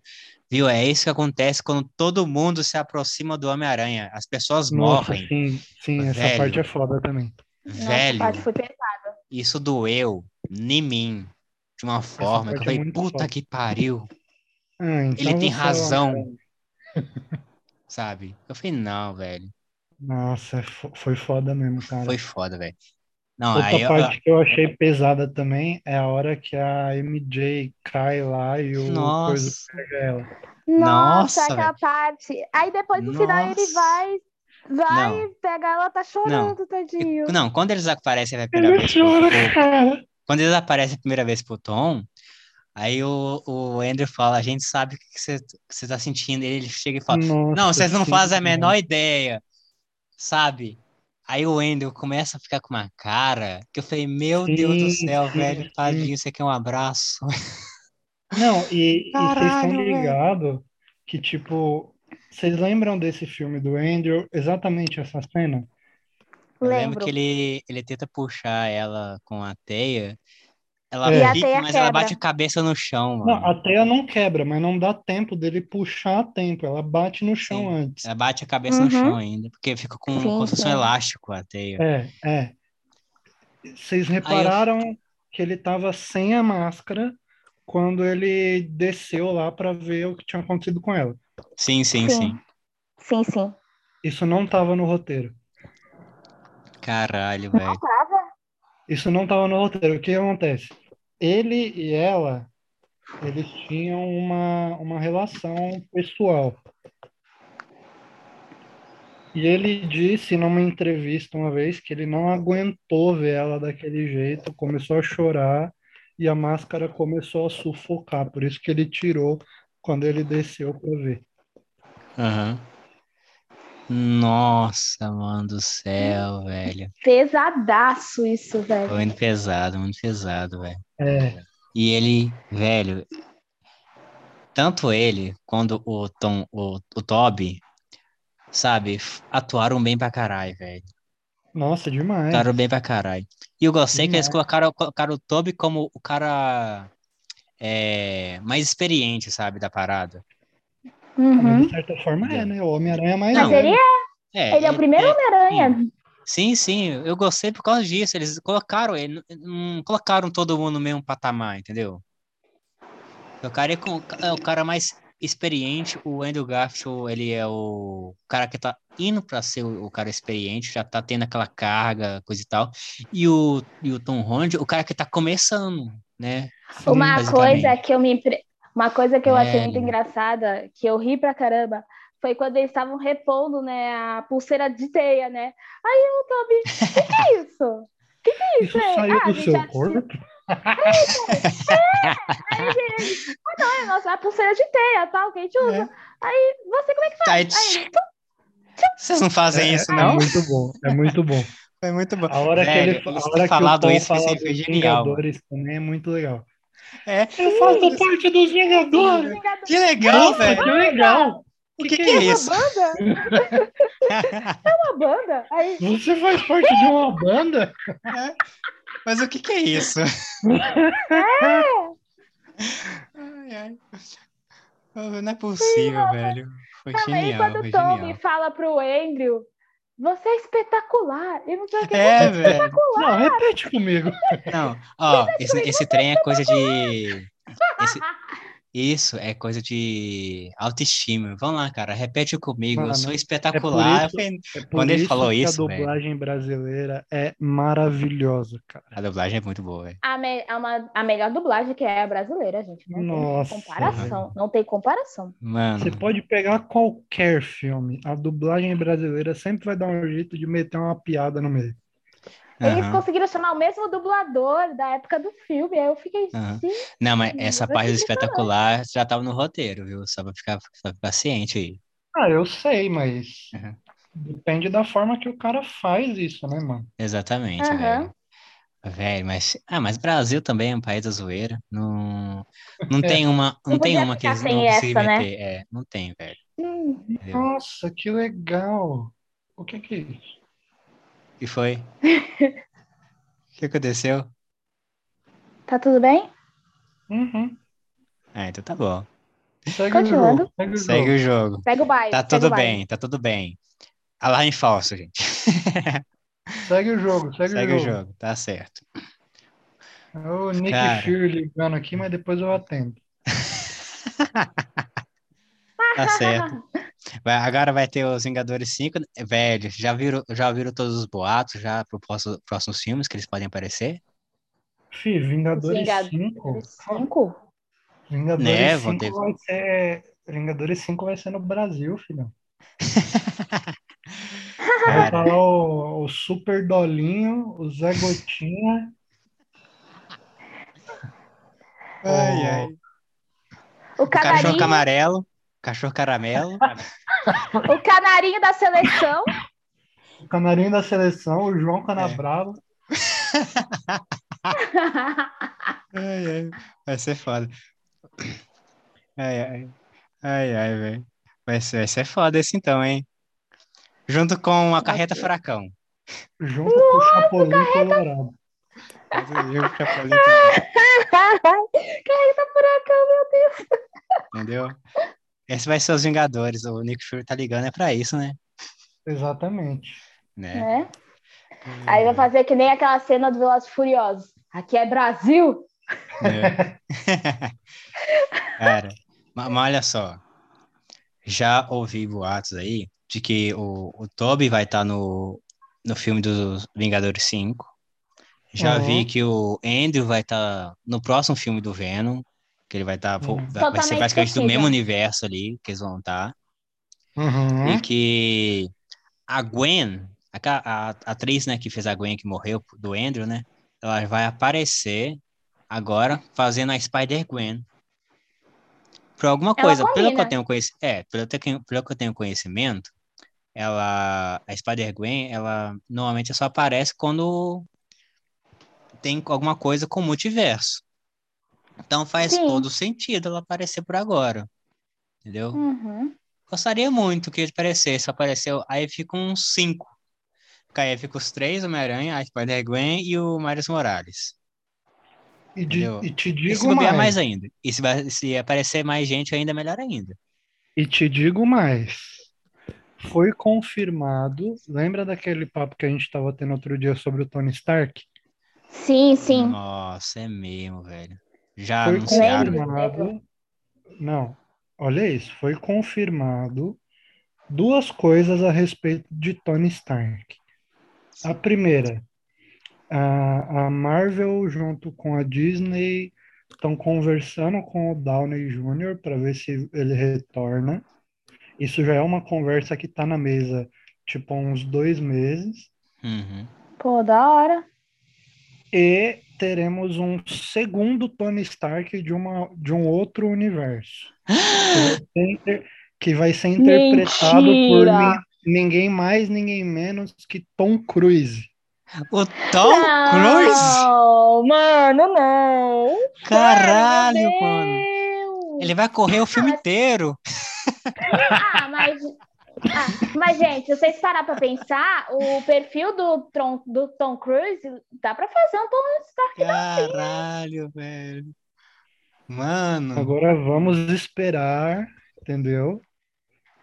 Speaker 1: Viu, é isso que acontece quando todo mundo se aproxima do Homem-Aranha. As pessoas
Speaker 3: Nossa,
Speaker 1: morrem.
Speaker 3: sim, sim, essa
Speaker 1: Velho.
Speaker 3: parte é foda também.
Speaker 1: Velho,
Speaker 2: Nossa, Paty, foi pesado.
Speaker 1: isso doeu em mim de uma forma que eu
Speaker 3: parte é
Speaker 1: falei,
Speaker 3: muito
Speaker 1: puta
Speaker 3: foda."
Speaker 1: que pariu,
Speaker 3: Ah, então
Speaker 1: Ele tem
Speaker 3: você é o
Speaker 1: razão.
Speaker 3: Homem-Aranha.
Speaker 1: sabe? Eu falei, não, velho.
Speaker 3: Nossa, é fo- foi foda mesmo, cara.
Speaker 1: Foi foda, velho. Não,
Speaker 3: Outra
Speaker 1: aí eu-
Speaker 3: parte que eu achei pesada também é a hora que a MJ cai lá e o é coisa
Speaker 1: Nossa.
Speaker 3: pega ela.
Speaker 1: Nossa,
Speaker 2: Nossa, aquela
Speaker 1: velho.
Speaker 2: parte. Aí depois no final ele
Speaker 1: Nossa.
Speaker 2: vai, vai,
Speaker 1: Não.
Speaker 2: pega ela, tá chorando, tadinho.
Speaker 1: E- Não, quando eles aparecem a primeira
Speaker 3: Ele
Speaker 1: vez. pro-
Speaker 3: chora,
Speaker 1: pro-
Speaker 3: cara.
Speaker 1: quando eles aparecem a primeira vez pro Tom, aí o, o Andrew fala: a gente sabe o que você você tá sentindo. Ele chega e fala: Não, vocês não fazem a menor ideia, sabe? Aí o Andrew começa a ficar com uma cara que eu falei: Meu
Speaker 3: Sim,
Speaker 1: Deus do céu,
Speaker 3: sim,
Speaker 1: velho,
Speaker 3: sim.
Speaker 1: tadinho, você quer um abraço?
Speaker 3: Não, e, e vocês
Speaker 1: Caralho,
Speaker 3: estão
Speaker 1: velho.
Speaker 3: ligados que, tipo, vocês lembram desse filme do Andrew? Exatamente essa cena?
Speaker 1: Eu lembro
Speaker 2: Lembro.
Speaker 1: que ele, ele tenta puxar ela com a teia. Ela
Speaker 3: É. E
Speaker 2: a
Speaker 1: fica,
Speaker 2: teia
Speaker 1: mas ela bate a
Speaker 2: quebra.
Speaker 1: cabeça no chão, mano.
Speaker 3: Não, a teia não quebra, mas não dá tempo dele puxar a tempo. Ela bate no chão
Speaker 1: Sim.
Speaker 3: antes.
Speaker 1: Ela É, bate a cabeça no
Speaker 2: Uhum.
Speaker 1: chão ainda, porque fica com
Speaker 2: Sim,
Speaker 1: construção
Speaker 2: sim.
Speaker 1: um elástico a teia.
Speaker 3: É, é. Vocês repararam que ele tava sem a máscara quando ele desceu lá pra ver o que tinha acontecido com ela.
Speaker 1: Sim, sim, sim.
Speaker 2: Sim. Sim, sim.
Speaker 3: Isso não tava no roteiro.
Speaker 1: Caralho, velho.
Speaker 3: Isso não tava no roteiro. O que acontece? Ele e ela, eles tinham uma, uma relação pessoal. E ele disse numa entrevista uma vez que ele não aguentou ver ela daquele jeito, começou a chorar e a máscara começou a sufocar, por isso que ele tirou quando ele desceu para ver.
Speaker 1: Aham. Nossa, mano do céu, velho.
Speaker 2: Pesadaço isso, velho.
Speaker 1: Foi muito pesado, muito pesado, velho.
Speaker 3: É,
Speaker 1: E ele, velho, tanto ele quanto o Tom, o, o Toby, sabe, f- atuaram bem pra caralho, velho.
Speaker 3: nossa, demais.
Speaker 1: Atuaram bem pra caralho. E eu gostei que eles
Speaker 3: Demais.
Speaker 1: colocaram, colocaram o Toby como o cara é, mais experiente, sabe, da parada.
Speaker 3: Mas
Speaker 2: Uhum.
Speaker 3: de certa forma é, né? O Homem-Aranha é mais
Speaker 2: Mas
Speaker 1: Não,
Speaker 2: ele é,
Speaker 1: É,
Speaker 2: ele é o primeiro Homem-Aranha.
Speaker 1: Sim, sim, eu gostei por causa disso. Eles colocaram ele, não colocaram todo mundo no mesmo patamar, entendeu? O cara é, com- é o cara mais experiente, o Andrew Garfield, ele é o cara que tá indo pra ser o, o cara experiente, já tá tendo aquela carga, coisa e tal. E o, e o Tom Holland, o cara que tá começando, né?
Speaker 3: Sim,
Speaker 2: Uma
Speaker 1: basicamente.
Speaker 2: coisa que eu me impre- uma coisa que eu achei muito
Speaker 1: Velho.
Speaker 2: engraçada, que eu ri pra caramba, foi quando eles estavam repondo, né, a pulseira de teia, né? Aí o Toby, o que que é isso? O que que é isso?
Speaker 3: Isso
Speaker 2: aí?
Speaker 3: saiu
Speaker 2: Ah, a
Speaker 3: do
Speaker 2: gente
Speaker 3: seu
Speaker 2: assistiu-
Speaker 3: corpo?
Speaker 2: É, nossa, a pulseira de teia, tal, que a gente usa.
Speaker 1: É.
Speaker 2: Aí você como é que faz?
Speaker 1: Aí,
Speaker 2: Aí ele, então,
Speaker 1: vocês não fazem
Speaker 3: É,
Speaker 1: isso,
Speaker 3: é
Speaker 1: não?
Speaker 3: muito bom, é muito bom.
Speaker 1: Foi muito bom.
Speaker 3: A hora que
Speaker 1: Velho,
Speaker 3: ele a
Speaker 1: eles
Speaker 3: hora
Speaker 1: têm
Speaker 3: que o
Speaker 1: falado
Speaker 3: Paul
Speaker 1: isso,
Speaker 3: fala
Speaker 1: isso aí
Speaker 3: dos
Speaker 1: foi genial, mano.
Speaker 3: Vingadores também é muito legal.
Speaker 1: É.
Speaker 3: Eu faço parte dos Vingadores!
Speaker 2: "Vingador,
Speaker 1: Que legal, velho.
Speaker 3: que legal!
Speaker 1: O que, que é
Speaker 2: é uma
Speaker 1: isso?
Speaker 2: banda? É uma banda? Aí,
Speaker 3: Você faz parte de uma banda?
Speaker 1: Mas o que, que é isso? Ai, ai. Ah, Não é possível, velho. Foi
Speaker 2: Não, aí
Speaker 1: É genial,
Speaker 2: quando
Speaker 1: foi
Speaker 2: o Tommy
Speaker 1: genial.
Speaker 2: fala pro Andrew, você é espetacular. Eu não sei o que.
Speaker 1: É, velho.
Speaker 3: Não, repete comigo.
Speaker 1: Não, ó, esse, esse trem é coisa de. Esse, Isso é coisa de autoestima. Vamos lá, cara, repete comigo.
Speaker 3: Mano,
Speaker 1: eu sou
Speaker 3: é
Speaker 1: espetacular.
Speaker 3: isso-
Speaker 1: Eu falei,
Speaker 3: É por
Speaker 1: Quando ele
Speaker 3: isso
Speaker 1: falou
Speaker 3: que
Speaker 1: isso,
Speaker 3: a
Speaker 1: velho.
Speaker 3: dublagem brasileira é maravilhosa, cara.
Speaker 1: A dublagem é muito boa, velho.
Speaker 2: A, me- a uma- a melhor dublagem que é a brasileira, gente. Não
Speaker 3: Nossa,
Speaker 2: tem comparação. Não tem comparação.
Speaker 1: Mano,
Speaker 3: Você pode pegar qualquer filme, a dublagem brasileira sempre vai dar um jeito de meter uma piada no meio.
Speaker 2: Eles
Speaker 1: aham,
Speaker 2: conseguiram chamar o mesmo dublador da época do filme. Aí eu fiquei.
Speaker 1: Aham.
Speaker 2: "Gente,
Speaker 1: Não, mas
Speaker 2: Sim,
Speaker 1: essa
Speaker 2: eu
Speaker 1: parte do
Speaker 2: achei
Speaker 1: espetacular já tava no roteiro, viu? Só pra ficar, só pra ficar ciente aí.
Speaker 3: Ah, eu sei, mas
Speaker 1: Uhum.
Speaker 3: depende da forma que o cara faz isso, né, mano?
Speaker 1: Exatamente,
Speaker 2: Aham.
Speaker 1: velho. Velho, mas. Ah, mas Brasil também é um país da zoeira. Não, não tem uma, não
Speaker 2: Não
Speaker 1: tem
Speaker 2: podia
Speaker 1: uma que
Speaker 2: ficar
Speaker 1: eles
Speaker 2: sem
Speaker 1: não conseguem
Speaker 2: essa, né?
Speaker 1: meter. É, não tem, velho.
Speaker 2: hum,
Speaker 1: Entendeu?
Speaker 3: Nossa, que legal! O que que é isso?
Speaker 1: E foi? O que aconteceu?
Speaker 2: tá tudo bem?
Speaker 3: Uhum.
Speaker 1: Ah, então tá bom.
Speaker 3: Segue
Speaker 2: Continuando.
Speaker 3: o jogo. Segue o
Speaker 1: Segue
Speaker 3: jogo.
Speaker 1: o jogo.
Speaker 2: Pega o baile.
Speaker 1: Tá
Speaker 2: pega o
Speaker 1: tudo
Speaker 2: baile.
Speaker 1: bem, tá tudo bem. Alarme falso, gente.
Speaker 3: Segue o jogo. Segue,
Speaker 1: Segue
Speaker 3: o
Speaker 1: o
Speaker 3: jogo.
Speaker 1: jogo, tá certo.
Speaker 3: É O Nick
Speaker 1: Cara.
Speaker 3: Fury ligando aqui, mas depois eu atendo.
Speaker 1: Tá certo. Vai- agora vai ter os Vingadores 5. Velho, já viram, já viram todos os boatos já para próximos filmes que eles podem aparecer?
Speaker 3: Fih, Vingadores
Speaker 2: Vingadores.
Speaker 3: 5.
Speaker 2: Cinco?
Speaker 3: Vingadores
Speaker 1: Né, vão
Speaker 3: 5
Speaker 1: Né, ter-
Speaker 3: vai ser. Vingadores 5 vai ser no Brasil, filho. Vai
Speaker 1: Cara,
Speaker 3: tá lá o, o Super Dolinho, o Zé Gotinha.
Speaker 1: ai, ai. O
Speaker 2: O
Speaker 1: cachorro
Speaker 2: canarinho,
Speaker 1: camarelo, cachorro caramelo.
Speaker 2: o canarinho da seleção.
Speaker 3: O Canarinho da Seleção, o João Canabrava.
Speaker 1: Ai, ai, vai ser foda. Ai, ai, ai, ai, velho. Vai ser, vai ser foda esse então, hein? Junto com a Carreta
Speaker 2: ser.
Speaker 1: Furacão.
Speaker 3: Junto com o Chapolin Colorado.
Speaker 1: Junto com a Chapolin Colorado,
Speaker 2: Carreta tá furacão, meu Deus.
Speaker 1: Entendeu? Esse vai ser os Vingadores. O Nick Fury tá ligando é pra isso, né?
Speaker 3: Exatamente.
Speaker 1: Né?
Speaker 2: Né? Aí vai fazer que nem aquela cena do Velozes e Furiosos. Aqui é Brasil.
Speaker 1: Né? Cara, ma- mas olha só. Já ouvi boatos aí de que o, o Toby vai estar no, no filme dos Vingadores 5. Já
Speaker 3: Uhum.
Speaker 1: vi que o Andrew vai estar no próximo filme do Venom, que ele vai estar
Speaker 3: Uhum.
Speaker 1: vai, vai ser
Speaker 2: Totalmente
Speaker 1: praticamente do
Speaker 2: possível.
Speaker 1: mesmo universo ali que eles vão tá. estar.
Speaker 3: Uhum.
Speaker 1: E que a Gwen, a, ca- a- a atriz, né, que fez a Gwen que morreu do Andrew, né? Ela vai aparecer agora fazendo a Spider-Gwen. Por alguma
Speaker 2: Ela tá né?
Speaker 1: coisa, pelo que eu
Speaker 2: combina.
Speaker 1: tenho conhecimento, é, pelo, te- pelo que eu tenho conhecimento, ela a Spider-Gwen, ela normalmente só aparece quando tem alguma coisa com o multiverso. Então faz
Speaker 2: Sim.
Speaker 1: todo sentido ela aparecer por agora. Entendeu?
Speaker 2: Uhum.
Speaker 1: Gostaria muito que ele aparecesse. Apareceu, aí fica uns cinco. Porque Aí fica os três, Homem-Aranha, a Spider-Gwen e o Miles Morales.
Speaker 3: E, de-
Speaker 1: Entendeu?
Speaker 3: e te
Speaker 1: E se
Speaker 3: digo
Speaker 1: bobear
Speaker 3: é mais,
Speaker 1: mais ainda. E se, vai- se aparecer mais gente, ainda melhor ainda.
Speaker 3: E te digo mais. Foi confirmado. Lembra daquele papo que a gente estava tendo outro dia sobre o Tony Stark?
Speaker 2: Sim, sim.
Speaker 1: Nossa, é mesmo, velho. Já
Speaker 3: Foi
Speaker 1: anunciaram.
Speaker 2: lembro.
Speaker 3: confirmado. Não, olha isso. Foi confirmado duas coisas a respeito de Tony Stark. A primeira, a, a Marvel junto com a Disney estão conversando com o Downey Jr. para ver se ele retorna. Isso já é uma conversa que está na mesa, tipo, há uns dois meses.
Speaker 1: Uhum.
Speaker 2: Pô, da hora.
Speaker 3: E teremos um segundo Tony Stark de, uma, de um outro universo. Que vai ser inter- Que vai ser interpretado por
Speaker 2: Mentira!
Speaker 3: nin- ninguém mais, ninguém menos que Tom Cruise.
Speaker 1: O Tom Cruise?
Speaker 2: Não, mano, não.
Speaker 1: Caralho,
Speaker 2: Meu
Speaker 1: mano.
Speaker 2: Deus.
Speaker 1: Ele vai correr o filme inteiro.
Speaker 2: Ah, mas. Ah, mas, gente, se vocês parar pra pensar, o perfil do, Tron, do Tom Cruise dá pra fazer um Tom Stark.
Speaker 1: Caralho, velho. Mano.
Speaker 3: Agora vamos esperar, entendeu?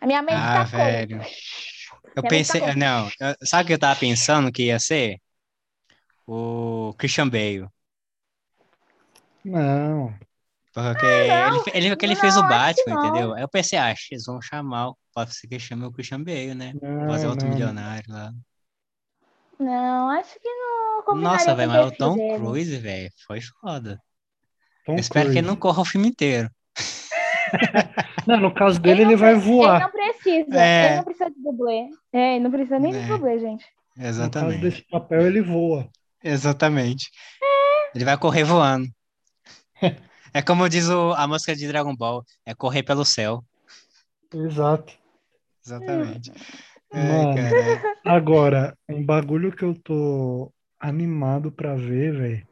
Speaker 2: A minha mente
Speaker 1: Ah,
Speaker 2: tá como?
Speaker 1: velho. Eu
Speaker 2: Minha mente
Speaker 1: pensei,
Speaker 2: tá com-
Speaker 1: não, eu- sabe o que eu tava pensando que ia ser? O Christian Bale.
Speaker 3: Não.
Speaker 1: Porque
Speaker 2: Ah, não.
Speaker 1: ele, fe- ele, que ele fez
Speaker 2: Não,
Speaker 1: o
Speaker 2: acho que
Speaker 1: Batman,
Speaker 2: não.
Speaker 1: entendeu? Aí eu pensei, ah, eles vão chamar, o- pode ser que chame o Christian Bale, né?
Speaker 3: Não,
Speaker 1: Fazer outro
Speaker 3: não.
Speaker 1: milionário lá.
Speaker 2: Não, acho que não combinaria
Speaker 1: Nossa,
Speaker 2: com
Speaker 1: velho, mas o
Speaker 2: perfil
Speaker 1: Tom
Speaker 2: dele.
Speaker 1: Cruise, velho, foi foda.
Speaker 3: Tom
Speaker 1: Eu espero que ele não
Speaker 3: Cruise.
Speaker 1: corra o filme inteiro.
Speaker 3: Não, no caso dele, ele,
Speaker 2: não
Speaker 3: vai
Speaker 2: precisa-
Speaker 3: voar.
Speaker 2: Ele não precisa.
Speaker 1: É.
Speaker 2: Ele não precisa de dublê. É, ele não precisa nem
Speaker 1: É.
Speaker 2: de dublê, gente.
Speaker 3: No caso
Speaker 1: Exatamente.
Speaker 3: desse papel, ele voa.
Speaker 1: Exatamente. Ele vai correr voando. É como diz o- a música de Dragon Ball, é correr pelo céu.
Speaker 3: Exato.
Speaker 2: É.
Speaker 1: Exatamente.
Speaker 3: Mano.
Speaker 1: Ai, cara.
Speaker 3: Agora, um bagulho que eu tô animado pra ver, velho.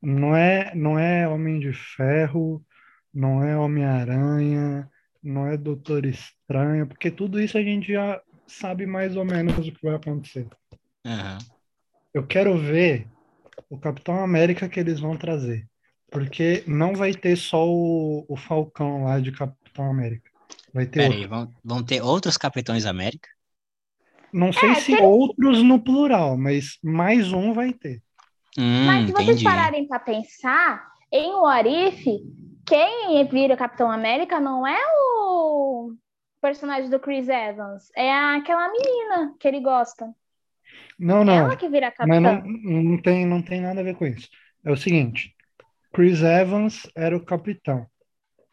Speaker 3: Não é, não é Homem de Ferro, não é Homem-Aranha, não é Doutor Estranho, porque tudo isso a gente já sabe mais ou menos o que vai acontecer.
Speaker 1: Aham.
Speaker 3: Eu quero ver o Capitão América que eles vão trazer. Porque não vai ter só o, o Falcão lá de Capitão América. Vai ter
Speaker 1: Pera
Speaker 3: outro.
Speaker 1: aí, vão, vão ter outros Capitões América?
Speaker 3: Não sei
Speaker 2: É,
Speaker 3: se
Speaker 2: tem-
Speaker 3: outros no plural, mas mais um vai ter.
Speaker 1: Hum,
Speaker 2: Mas se vocês
Speaker 1: entendi.
Speaker 2: pararem pra pensar, em What If, quem vira Capitão América não é o personagem do Chris Evans, é aquela menina que ele gosta.
Speaker 3: Não,
Speaker 2: É
Speaker 3: não,
Speaker 2: Ela que vira
Speaker 3: mas
Speaker 2: Capitão.
Speaker 3: não, não tem, não tem nada a ver com isso. É o seguinte, Chris Evans era o capitão.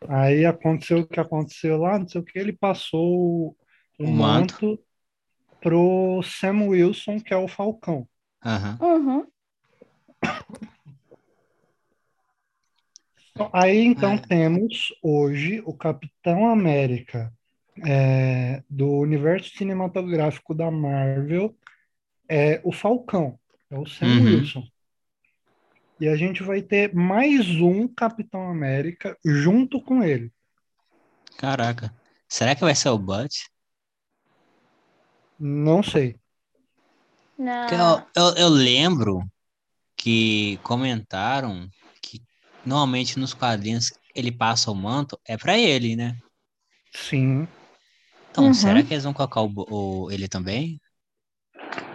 Speaker 3: Aí aconteceu o que aconteceu lá, não sei o que, ele passou o
Speaker 1: O manto.
Speaker 3: manto pro Sam Wilson, que é o Falcão.
Speaker 1: Aham.
Speaker 2: Uhum.
Speaker 3: Então, Aí então
Speaker 1: É.
Speaker 3: temos hoje o Capitão América é, do universo cinematográfico da Marvel é o Falcão, é o Sam
Speaker 1: Uhum.
Speaker 3: Wilson. E a gente vai ter mais um Capitão América junto com ele.
Speaker 1: Caraca. Será que vai ser o Butch?
Speaker 3: Não sei.
Speaker 2: Não.
Speaker 1: Porque
Speaker 2: Ah.
Speaker 1: Eu, eu, eu lembro que comentaram que normalmente nos quadrinhos ele passa o manto, é pra ele, né?
Speaker 3: Sim.
Speaker 1: Então,
Speaker 2: Uhum.
Speaker 1: será que eles vão colocar o, Bo- o- ele também?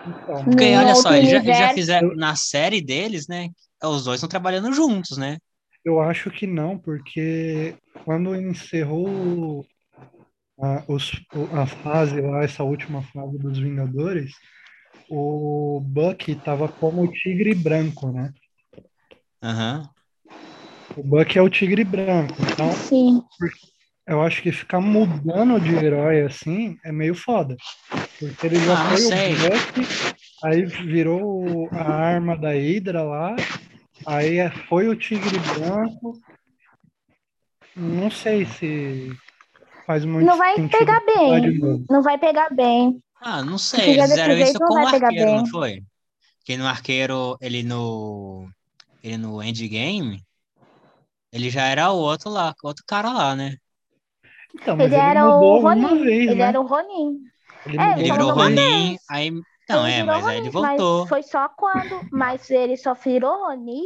Speaker 3: Então,
Speaker 2: Não.
Speaker 1: Porque
Speaker 2: Num
Speaker 1: olha só,
Speaker 2: outro
Speaker 1: eles já, eles já
Speaker 2: universo.
Speaker 1: fizeram na série deles, né? Os dois estão trabalhando juntos, né?
Speaker 3: eu acho que não, porque quando encerrou a, os- o- a fase lá, essa última fase dos Vingadores, o Bucky estava como o tigre branco, né?
Speaker 1: Aham.
Speaker 3: O Bucky é o tigre branco, então
Speaker 2: Sim.
Speaker 3: Eu acho que ficar mudando de herói assim é meio foda. Porque ele já
Speaker 1: Ah, não
Speaker 3: foi
Speaker 1: sei.
Speaker 3: o Buck, aí virou o- a arma da Hydra lá, aí é- foi o Tigre Branco. Não sei se faz muito
Speaker 2: Não vai
Speaker 3: sentido
Speaker 2: pegar
Speaker 3: mudar
Speaker 2: bem.
Speaker 3: de novo.
Speaker 2: Não vai pegar bem.
Speaker 1: Ah, não
Speaker 2: Porque
Speaker 1: sei,
Speaker 2: já
Speaker 1: eles fizeram
Speaker 2: desse
Speaker 1: isso
Speaker 2: jeito não
Speaker 1: com o
Speaker 2: vai pegar
Speaker 1: arqueiro, não
Speaker 2: bem.
Speaker 1: foi? Porque no arqueiro, ele no. Ele no endgame, ele já era o outro lá, o outro cara lá, né?
Speaker 3: Então, mas
Speaker 2: Ele
Speaker 3: ele,
Speaker 2: era o
Speaker 3: mudou uma
Speaker 2: Ronin.
Speaker 3: vez,
Speaker 2: Ele
Speaker 3: né?
Speaker 2: era o Ronin.
Speaker 3: Ele
Speaker 2: é,
Speaker 3: mudou
Speaker 1: Ele
Speaker 2: Ele
Speaker 1: virou
Speaker 2: voltou
Speaker 3: uma vez.
Speaker 1: Ronin, aí. Não,
Speaker 2: Ele
Speaker 1: é,
Speaker 2: virou
Speaker 1: mas aí ele
Speaker 2: Ronin, mas
Speaker 1: voltou.
Speaker 2: foi só quando. Mas ele só virou Ronin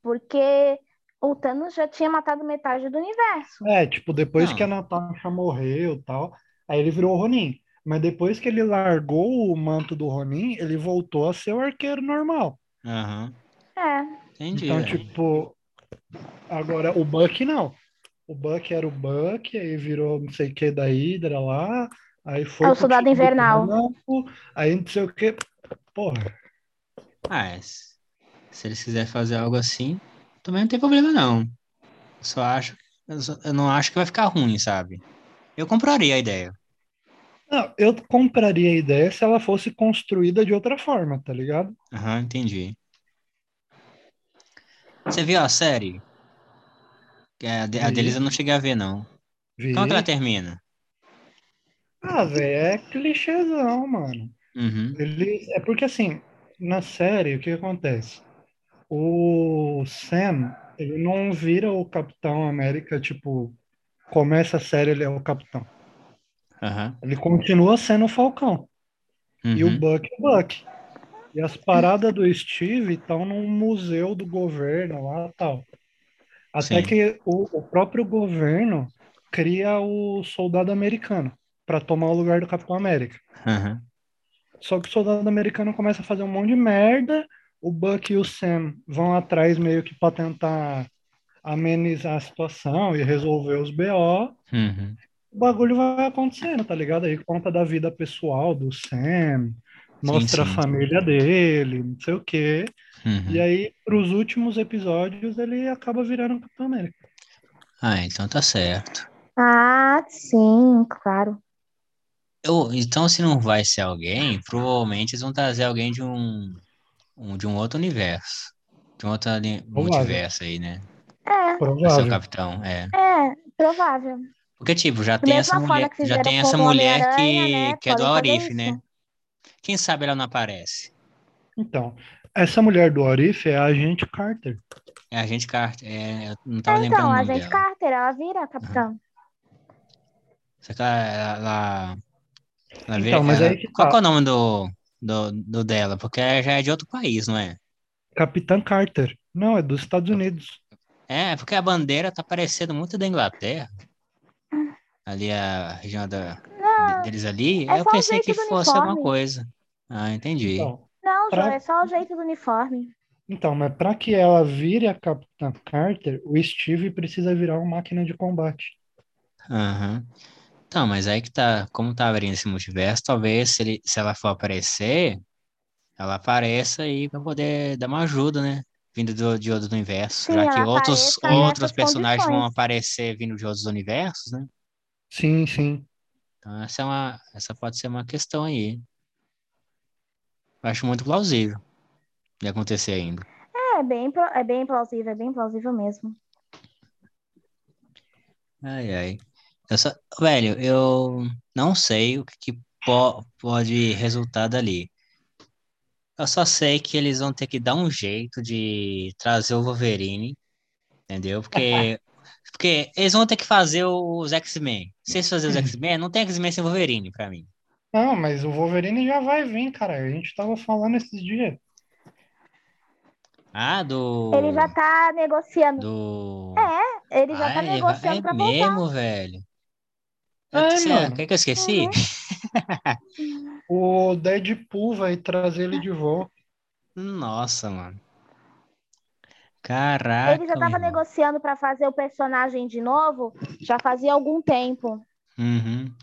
Speaker 2: porque o Thanos já tinha matado metade do universo.
Speaker 3: É, tipo, depois
Speaker 1: Não.
Speaker 3: que a Natasha morreu e tal, aí ele virou o Ronin. Mas depois que ele largou o manto do Ronin, ele voltou a ser o arqueiro normal.
Speaker 1: Aham.
Speaker 2: É.
Speaker 1: Entendi.
Speaker 3: Então,
Speaker 1: velho.
Speaker 3: tipo, agora o Buck não. O Buck era o Buck, aí virou não sei o que da Hydra lá, aí foi
Speaker 2: É o
Speaker 3: pro
Speaker 2: Soldado
Speaker 3: Tigre
Speaker 2: Invernal.
Speaker 3: Branco, aí não sei o que. Porra,
Speaker 1: Ah, é, se se eles quiserem fazer algo assim, também não tem problema, não. Só acho. Eu, só- eu não acho que vai ficar ruim, sabe? Eu compraria a ideia.
Speaker 3: não, eu compraria a ideia se ela fosse construída de outra forma, tá ligado?
Speaker 1: Aham, entendi. Você viu a série? Que A, de- a
Speaker 3: Vi.
Speaker 1: deles eu não cheguei a ver, não.
Speaker 3: Vi.
Speaker 1: Como é que ela termina?
Speaker 3: Ah, velho, é clichêzão, mano.
Speaker 1: Uhum.
Speaker 3: Ele, é porque assim, na série, o que acontece? O Sam, ele não vira o Capitão América, tipo, começa a série, ele é o Capitão.
Speaker 1: Aham.
Speaker 3: Ele continua sendo o Falcão. E o
Speaker 1: uhum.
Speaker 3: Buck é o Buck. E as paradas do Steve estão num museu do governo lá tal. Até
Speaker 1: Sim.
Speaker 3: que o, o próprio governo cria o soldado americano para tomar o lugar do Capitão América.
Speaker 1: Aham.
Speaker 3: Só que o soldado americano começa a fazer um monte de merda. O Buck e o Sam vão atrás meio que para tentar amenizar a situação e resolver os BO,
Speaker 1: Uhum.
Speaker 3: o bagulho vai acontecendo, tá ligado? Aí conta da vida pessoal do Sam, mostra
Speaker 1: sim.
Speaker 3: a família dele, não sei o quê.
Speaker 1: Uhum.
Speaker 3: E aí, pros últimos episódios, ele acaba virando Capitão América.
Speaker 1: Ah, então tá certo.
Speaker 2: Ah, sim, claro.
Speaker 1: Eu, então, se não vai ser alguém, provavelmente eles vão trazer alguém de um, um- de um outro universo. De um outro ali- multiverso aí, né?
Speaker 2: É,
Speaker 1: Vai ser o
Speaker 3: Provável.
Speaker 1: capitão, é.
Speaker 2: é, provável.
Speaker 1: Porque, tipo, já
Speaker 2: Da
Speaker 1: tem
Speaker 2: mesma
Speaker 1: essa
Speaker 2: forma
Speaker 1: mulher,
Speaker 2: que
Speaker 1: já
Speaker 2: fizeram
Speaker 1: tem
Speaker 2: com
Speaker 1: essa
Speaker 2: o
Speaker 1: mulher que,
Speaker 2: Homem-Aranha, né?
Speaker 1: que é do
Speaker 2: Podem fazer
Speaker 1: Arif, né?
Speaker 2: isso.
Speaker 1: Quem sabe ela não aparece?
Speaker 3: Então, essa mulher do Orif é a agente Carter.
Speaker 1: É a gente Carter. É, eu não
Speaker 2: É,
Speaker 1: tava lembrando
Speaker 2: então,
Speaker 1: o
Speaker 2: a
Speaker 1: nome
Speaker 2: gente
Speaker 1: dela. Ah.
Speaker 2: Carter, ela vira capitão.
Speaker 1: Só que ela. ela, ela vê-
Speaker 3: Então, mas
Speaker 1: ela-
Speaker 3: aí que
Speaker 1: Qual
Speaker 3: tá.
Speaker 1: que é o nome do, do, do dela? Porque ela já é de outro país, não é?
Speaker 3: Capitã Carter. Não, é dos Estados Unidos.
Speaker 1: É, porque a bandeira tá parecendo muito da Inglaterra. Ali a região da, de- deles ali.
Speaker 2: é
Speaker 1: eu
Speaker 2: só o
Speaker 1: pensei
Speaker 2: jeito
Speaker 1: que
Speaker 2: do
Speaker 1: fosse alguma
Speaker 2: uniforme.
Speaker 1: coisa. Ah, entendi.
Speaker 3: Então,
Speaker 2: Não, João,
Speaker 3: Pra-
Speaker 2: é só o jeito do uniforme.
Speaker 3: então mas para que ela vire a Capitã Carter, o Steve precisa virar uma máquina de combate.
Speaker 1: Aham. Então, mas aí que tá, como tá abrindo esse multiverso, talvez se, ele, se ela for aparecer, ela apareça aí pra poder dar uma ajuda, né? Vindo do, de outro universo.
Speaker 2: Sim,
Speaker 1: já que
Speaker 2: ela
Speaker 1: outros,
Speaker 2: apareça
Speaker 1: outros
Speaker 2: nessas
Speaker 1: personagens vão
Speaker 2: condições.
Speaker 1: aparecer vindo de outros universos, né?
Speaker 3: Sim, sim.
Speaker 1: Então essa é uma, essa pode ser uma questão aí. Eu acho muito plausível de acontecer ainda.
Speaker 2: É, é bem, pro- é bem plausível, é bem plausível mesmo.
Speaker 1: Ai, ai. Eu só, velho, eu não sei o que, que po- pode resultar dali. Eu só sei que eles vão ter que dar um jeito de trazer o Wolverine, entendeu? Porque, porque eles vão ter que fazer os X-Men. Se eles fazerem os X-Men, não tem X-Men sem Wolverine pra mim.
Speaker 3: Não, mas o Wolverine já vai vir, cara. A gente tava falando esses dias.
Speaker 1: Ah, do.
Speaker 2: Ele já tá negociando.
Speaker 1: Do.
Speaker 2: Ele já
Speaker 1: Ah,
Speaker 2: tá
Speaker 1: ele vai-
Speaker 2: negociando
Speaker 1: é
Speaker 2: pra voltar.
Speaker 1: mesmo, velho.
Speaker 3: É,
Speaker 1: Será?
Speaker 3: mano.
Speaker 1: Quer que eu esqueci?
Speaker 2: Uhum.
Speaker 3: O Deadpool vai trazer ele de volta.
Speaker 1: Nossa, mano. Caraca.
Speaker 2: Ele já tava
Speaker 1: meu irmão.
Speaker 2: negociando pra fazer o personagem de novo já fazia algum tempo.
Speaker 1: Uhum.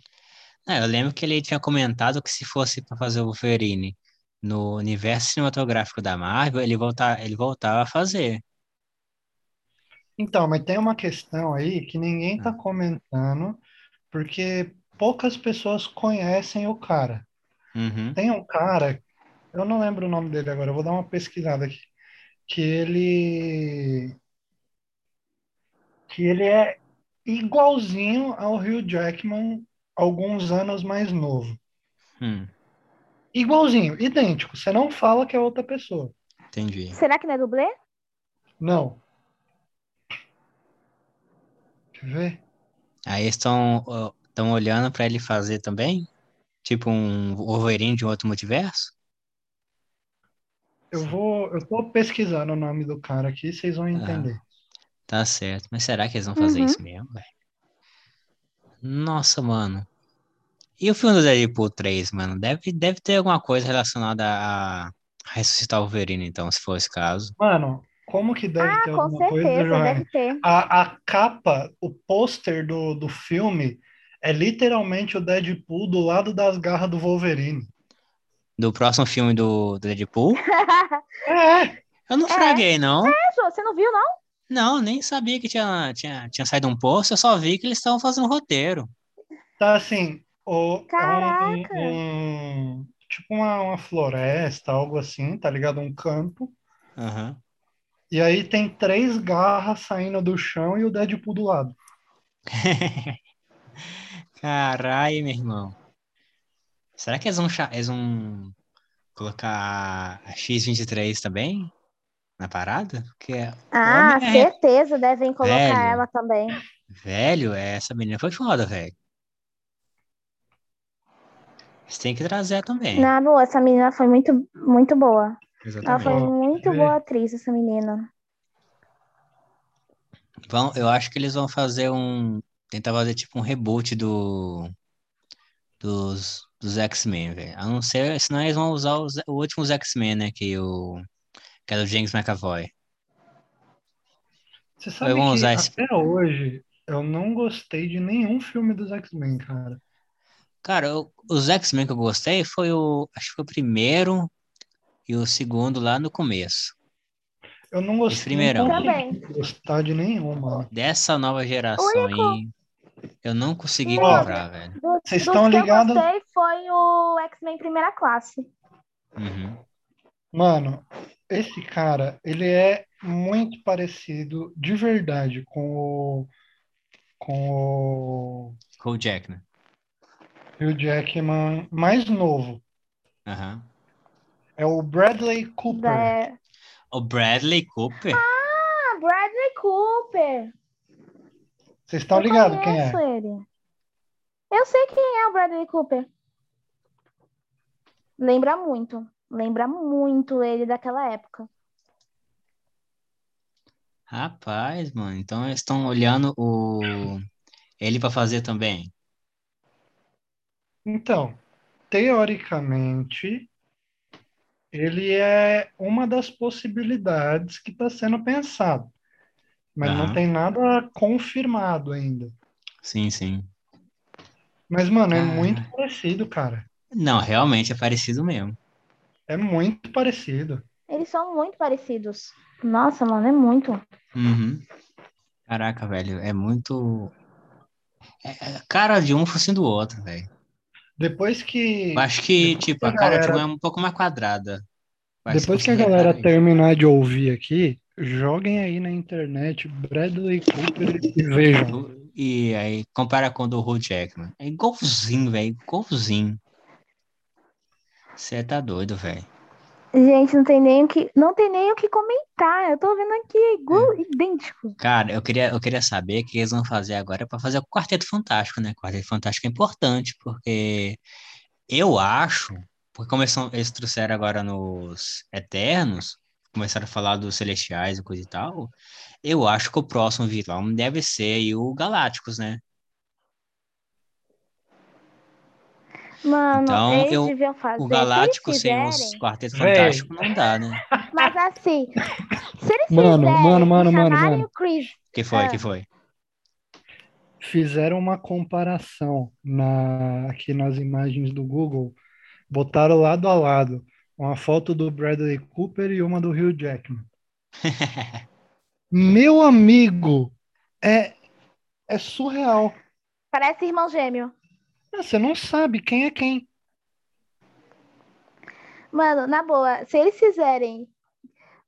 Speaker 1: Ah, eu lembro que ele tinha comentado que se fosse para fazer o Wolverine no universo cinematográfico da Marvel, ele voltar, ele voltava a fazer.
Speaker 3: Então, mas tem uma questão aí que ninguém tá comentando, porque poucas pessoas conhecem o cara.
Speaker 1: Uhum.
Speaker 3: Tem um cara, eu não lembro o nome dele agora, eu vou dar uma pesquisada aqui, que ele que ele é igualzinho ao Hugh Jackman alguns anos mais novo.
Speaker 1: Hum,
Speaker 3: Igualzinho, idêntico. Você não fala que é outra pessoa.
Speaker 1: entendi.
Speaker 2: Será que não é dublê?
Speaker 3: Não. Quer ver?
Speaker 1: Aí estão estão olhando para ele fazer também? Tipo um Wolverine de outro multiverso?
Speaker 3: Eu vou, eu tô pesquisando o nome do cara aqui, vocês vão entender.
Speaker 1: Tá certo. Mas será que eles vão fazer
Speaker 2: Uhum.
Speaker 1: isso mesmo, velho? Nossa, mano. E o filme do Deadpool 3, mano? Deve, deve ter alguma coisa relacionada a, a ressuscitar o Wolverine, então, se for esse caso.
Speaker 3: Mano, como que deve
Speaker 2: Ah,
Speaker 3: ter
Speaker 2: com
Speaker 3: alguma coisa,
Speaker 2: certeza,
Speaker 3: Joana?
Speaker 2: deve ter.
Speaker 3: A, a capa, o pôster do, do filme é literalmente o Deadpool do lado das garras do Wolverine.
Speaker 1: Do próximo filme do, do Deadpool?
Speaker 3: É,
Speaker 1: Eu não fraguei, não.
Speaker 2: É, João, você não viu, não?
Speaker 1: Não, nem sabia que tinha, tinha, tinha saído um post, eu só vi que eles estavam fazendo roteiro.
Speaker 3: tá assim, o,
Speaker 2: Caraca.
Speaker 3: é um, um- tipo uma, uma floresta, algo assim, tá ligado? Um campo.
Speaker 1: Aham.
Speaker 3: E aí tem três garras saindo do chão e o Deadpool do lado.
Speaker 1: Caralho, meu irmão. Será que eles vão, cha- eles vão colocar a X-23 também na parada? Porque,
Speaker 2: Ah,
Speaker 1: Homem-
Speaker 2: certeza, devem colocar
Speaker 1: Velho.
Speaker 2: ela também.
Speaker 1: velho, essa menina foi foda, velho. Eles têm que trazer também.
Speaker 2: Na boa, essa menina foi muito, muito boa. Ela
Speaker 1: Exatamente.
Speaker 2: foi
Speaker 3: Ó,
Speaker 2: muito
Speaker 3: vê.
Speaker 2: boa atriz, essa menina.
Speaker 1: Vão, eu acho que eles vão fazer um. Tentar fazer tipo um reboot do. Dos, dos X-Men, velho. A não ser, senão eles vão usar os, o último X-Men, né? Que, o, que é do James McAvoy.
Speaker 3: Você sabe
Speaker 1: vamos
Speaker 3: que
Speaker 1: usar esse-
Speaker 3: até hoje eu não gostei de nenhum filme dos X-Men, cara.
Speaker 1: Cara, eu- os X-Men que eu gostei foi o. Acho que foi o primeiro e o segundo lá no começo.
Speaker 3: Eu não gostei.
Speaker 1: Esse primeirão.
Speaker 3: não consegui
Speaker 2: Também.
Speaker 3: gostar de nenhum, mano.
Speaker 1: Dessa nova geração aí, eu não consegui
Speaker 2: Ó.
Speaker 1: comprar, velho.
Speaker 2: Do-
Speaker 3: Vocês
Speaker 2: dos
Speaker 3: estão
Speaker 2: que
Speaker 3: ligados?
Speaker 2: Eu gostei foi o X-Men Primeira Classe.
Speaker 1: Uhum.
Speaker 3: Mano, esse cara, ele é muito parecido de verdade com o. Com o
Speaker 1: Cool Jackman.
Speaker 3: Hugh Jackman mais novo.
Speaker 1: Aham.
Speaker 3: É o Bradley Cooper.
Speaker 2: É...
Speaker 1: O Bradley Cooper.
Speaker 2: Ah, Bradley Cooper.
Speaker 3: Vocês estão
Speaker 2: Eu
Speaker 3: ligados quem é?
Speaker 2: conheço ele. Eu sei quem é o Bradley Cooper. Lembra muito. Lembra muito ele daquela época.
Speaker 1: Rapaz, mano. Então eles estão olhando o. Ele pra fazer também.
Speaker 3: Então, teoricamente, ele é uma das possibilidades que está sendo pensado, mas não
Speaker 1: Aham.
Speaker 3: tem nada confirmado ainda.
Speaker 1: Sim, sim.
Speaker 3: Mas, mano, é
Speaker 1: Ah.
Speaker 3: muito parecido, cara.
Speaker 1: Não, realmente é parecido mesmo.
Speaker 3: É muito parecido.
Speaker 2: Eles são muito parecidos. Nossa, mano, é muito.
Speaker 1: Uhum. Caraca, velho. É muito. É é cara de um fosse do outro, velho.
Speaker 3: Depois que
Speaker 1: Eu acho que, tipo, a
Speaker 3: que a
Speaker 1: cara de
Speaker 3: galera-
Speaker 1: um é um pouco mais quadrada. Vai ser
Speaker 3: depois que a
Speaker 1: considerado
Speaker 3: galera
Speaker 1: isso.
Speaker 3: terminar de ouvir aqui, joguem aí na internet Bradley Cooper e vejam.
Speaker 1: Uhum. E aí, compara com o do Hugh Jackman. É igualzinho, velho. Igualzinho. Você tá doido, velho.
Speaker 2: Gente, não tem nem o que, não tem nem o que comentar. Eu tô vendo aqui é igual, idêntico.
Speaker 1: Cara, eu queria, eu queria saber o que eles vão fazer agora pra fazer o Quarteto Fantástico, né? Quarteto Fantástico é importante, porque eu acho, porque começam, eles trouxeram agora nos Eternos, começaram a falar dos Celestiais e coisa e tal, eu acho que o próximo vilão deve ser aí o Galácticos, né?
Speaker 2: Mano,
Speaker 1: Então,
Speaker 2: eles
Speaker 1: eu-
Speaker 2: deviam fazer.
Speaker 1: O
Speaker 2: se eles
Speaker 1: Galáctico sem os
Speaker 2: fizerem-
Speaker 1: Quarteto
Speaker 3: Véi.
Speaker 1: Fantástico não dá, né?
Speaker 2: Mas assim, se eles fizerem
Speaker 3: Mano, mano, mano,
Speaker 2: e
Speaker 3: mano,
Speaker 2: chamarem
Speaker 3: mano.
Speaker 2: o Chris,
Speaker 1: Que foi,
Speaker 2: Ah.
Speaker 1: que foi?
Speaker 3: fizeram uma comparação na- aqui nas imagens do Google, botaram lado a lado uma foto do Bradley Cooper e uma do Hugh Jackman. Meu amigo, é, é surreal.
Speaker 2: parece irmão gêmeo.
Speaker 3: Você não sabe quem é quem.
Speaker 2: Mano, na boa, se eles fizerem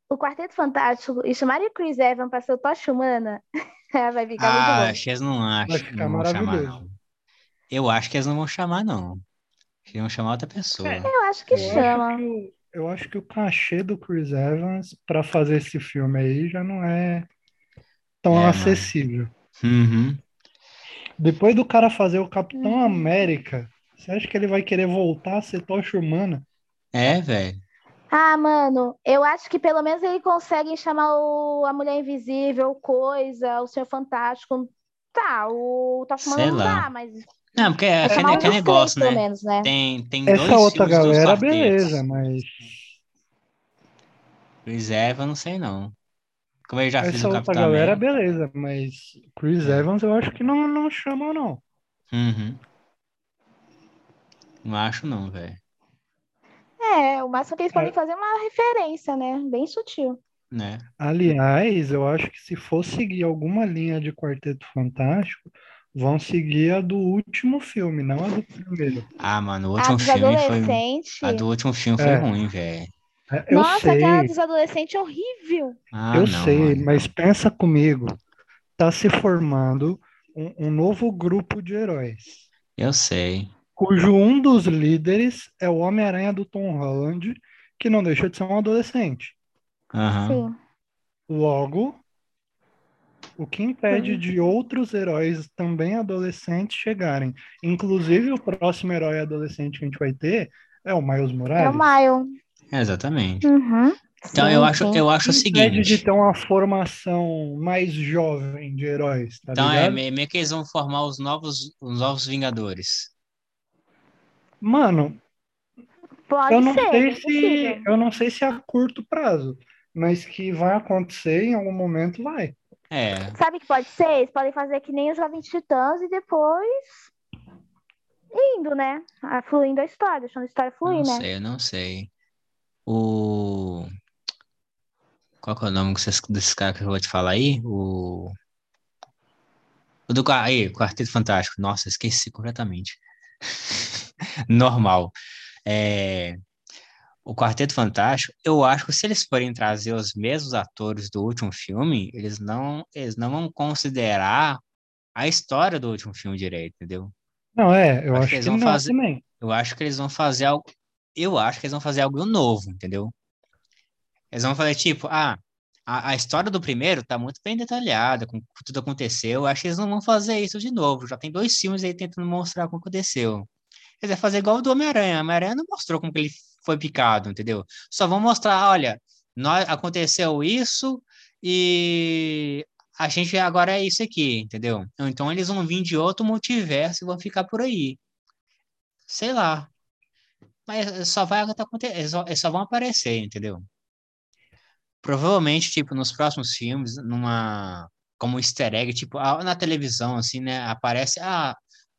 Speaker 2: o Quarteto Fantástico e chamarem o Chris Evans pra ser o Tocha Humana, vai ficar
Speaker 1: Ah,
Speaker 2: muito
Speaker 1: acho que eles não acham,
Speaker 3: Vai
Speaker 1: que
Speaker 3: ficar
Speaker 1: não vão chamar,
Speaker 3: maravilhoso.
Speaker 1: não. Eu acho que eles não vão chamar, não. Acho que vão chamar outra pessoa.
Speaker 2: bom. Eu acho que
Speaker 1: Eu acho
Speaker 2: chama.
Speaker 3: o- eu acho que o cachê do Chris Evans para fazer esse filme aí já não é tão
Speaker 1: É, mano.
Speaker 3: acessível.
Speaker 1: Uhum.
Speaker 3: Depois do cara fazer o Capitão
Speaker 2: Uhum.
Speaker 3: América, você acha que ele vai querer voltar a ser tocha humana?
Speaker 1: É, velho.
Speaker 2: Ah, mano, eu acho que pelo menos eles conseguem chamar o, a Mulher Invisível, o Coisa, o Senhor Fantástico. Tá, o Tocha Humana
Speaker 1: Sei
Speaker 2: não
Speaker 1: lá.
Speaker 2: dá, mas
Speaker 1: Não, porque é aquele,
Speaker 2: chamar um dos
Speaker 1: aquele
Speaker 2: três,
Speaker 1: negócio,
Speaker 2: pelo
Speaker 1: né?
Speaker 2: menos, né?
Speaker 1: Tem, tem dois
Speaker 3: Essa outra
Speaker 1: filmes dos
Speaker 3: galera, é
Speaker 1: quartetos.
Speaker 3: beleza, né? mas
Speaker 1: Chris Evans, é, não sei não. Como eu já fiz
Speaker 3: essa
Speaker 1: o
Speaker 3: outra
Speaker 1: Capitão
Speaker 3: galera, é
Speaker 1: América. É.
Speaker 3: beleza, mas Chris Evans eu acho que não, não chama, não.
Speaker 1: Uhum. Não acho não, velho.
Speaker 2: É, o máximo que eles
Speaker 3: É.
Speaker 2: podem fazer é uma referência, né? Bem sutil.
Speaker 1: Né?
Speaker 3: Aliás, eu acho que se for seguir alguma linha de Quarteto Fantástico, vão seguir a do último fillme, não a do primeiro.
Speaker 1: Ah, mano, o
Speaker 2: A
Speaker 1: último
Speaker 2: dos
Speaker 1: filme foi...
Speaker 2: adolescentes.
Speaker 1: A do último filme foi
Speaker 3: É.
Speaker 1: ruim, velho.
Speaker 3: É, Eu
Speaker 2: Nossa,
Speaker 3: sei,
Speaker 2: aquela dos adolescentes é horrível.
Speaker 1: Ah,
Speaker 3: eu
Speaker 1: não,
Speaker 3: sei,
Speaker 1: mano.
Speaker 3: mas pensa comigo, tá se formando um, um novo grupo de heróis.
Speaker 1: Eu sei.
Speaker 3: cujo um dos líderes é o Homem-Aranha do Tom Holland, que não deixa de ser um adolescente.
Speaker 1: Aham.
Speaker 2: Sim.
Speaker 3: Logo, o que impede de outros heróis também adolescentes chegarem? Inclusive, o próximo herói adolescente que a gente vai ter é o Miles
Speaker 2: É o
Speaker 3: Morales.
Speaker 2: Maio.
Speaker 1: Exatamente.
Speaker 2: Uhum.
Speaker 1: Então
Speaker 2: Sim,
Speaker 1: eu acho,
Speaker 2: sim.
Speaker 1: eu acho o
Speaker 3: O que impede
Speaker 1: seguinte.
Speaker 3: de ter uma formação mais jovem de heróis, tá
Speaker 1: Então é
Speaker 3: ligado?
Speaker 1: me- meio que eles vão formar os novos, os novos Vingadores.
Speaker 3: Mano,
Speaker 2: Pode
Speaker 3: Eu não
Speaker 2: ser.
Speaker 3: sei
Speaker 2: é
Speaker 3: se,
Speaker 2: possível.
Speaker 3: eu não sei se é a curto prazo, mas que vai acontecer em algum momento vai.
Speaker 1: É,
Speaker 2: Sabe o que pode ser? Eles podem fazer que nem os Jovens Titãs e depois indo, né? Ah, Fluindo a história, deixando a história
Speaker 1: eu
Speaker 2: fluir,
Speaker 1: não
Speaker 2: né?
Speaker 1: sei, eu não sei. O... Qual que é o nome desses, desses caras que eu vou te falar aí? O... O do... Qua- Aí, Quarteto Fantástico. Nossa, esqueci completamente. Normal. É... O Quarteto Fantástico, eu acho que se eles forem trazer os mesmos atores do último filme, eles não, eles não vão considerar a história do último filme direito, entendeu?
Speaker 3: Não, é, eu
Speaker 1: Acho
Speaker 3: acho,
Speaker 1: que eles
Speaker 3: que
Speaker 1: vão
Speaker 3: não
Speaker 1: fazer-
Speaker 3: também.
Speaker 1: Eu acho que eles vão fazer algo. Eu acho que eles vão fazer algo novo, entendeu? Eles vão fazer tipo, ah, a, a história do primeiro tá muito bem detalhada, com com tudo que aconteceu. Eu acho que eles não vão fazer isso de novo. Já tem dois filmes aí tentando mostrar como aconteceu. Eles vão fazer igual o do Homem-Aranha. O Homem-Aranha não mostrou como que ele foi picado, entendeu? Só vão mostrar, olha, nós, aconteceu isso e a gente agora é isso aqui, entendeu? Então eles vão vir de outro multiverso e vão ficar por aí sei lá. Mas só vai acontecer, eles só, eles só vão aparecer, entendeu? Provavelmente, tipo, nos próximos filmes, numa. Como easter egg, tipo, ah, na televisão, assim, né? Aparece, ah,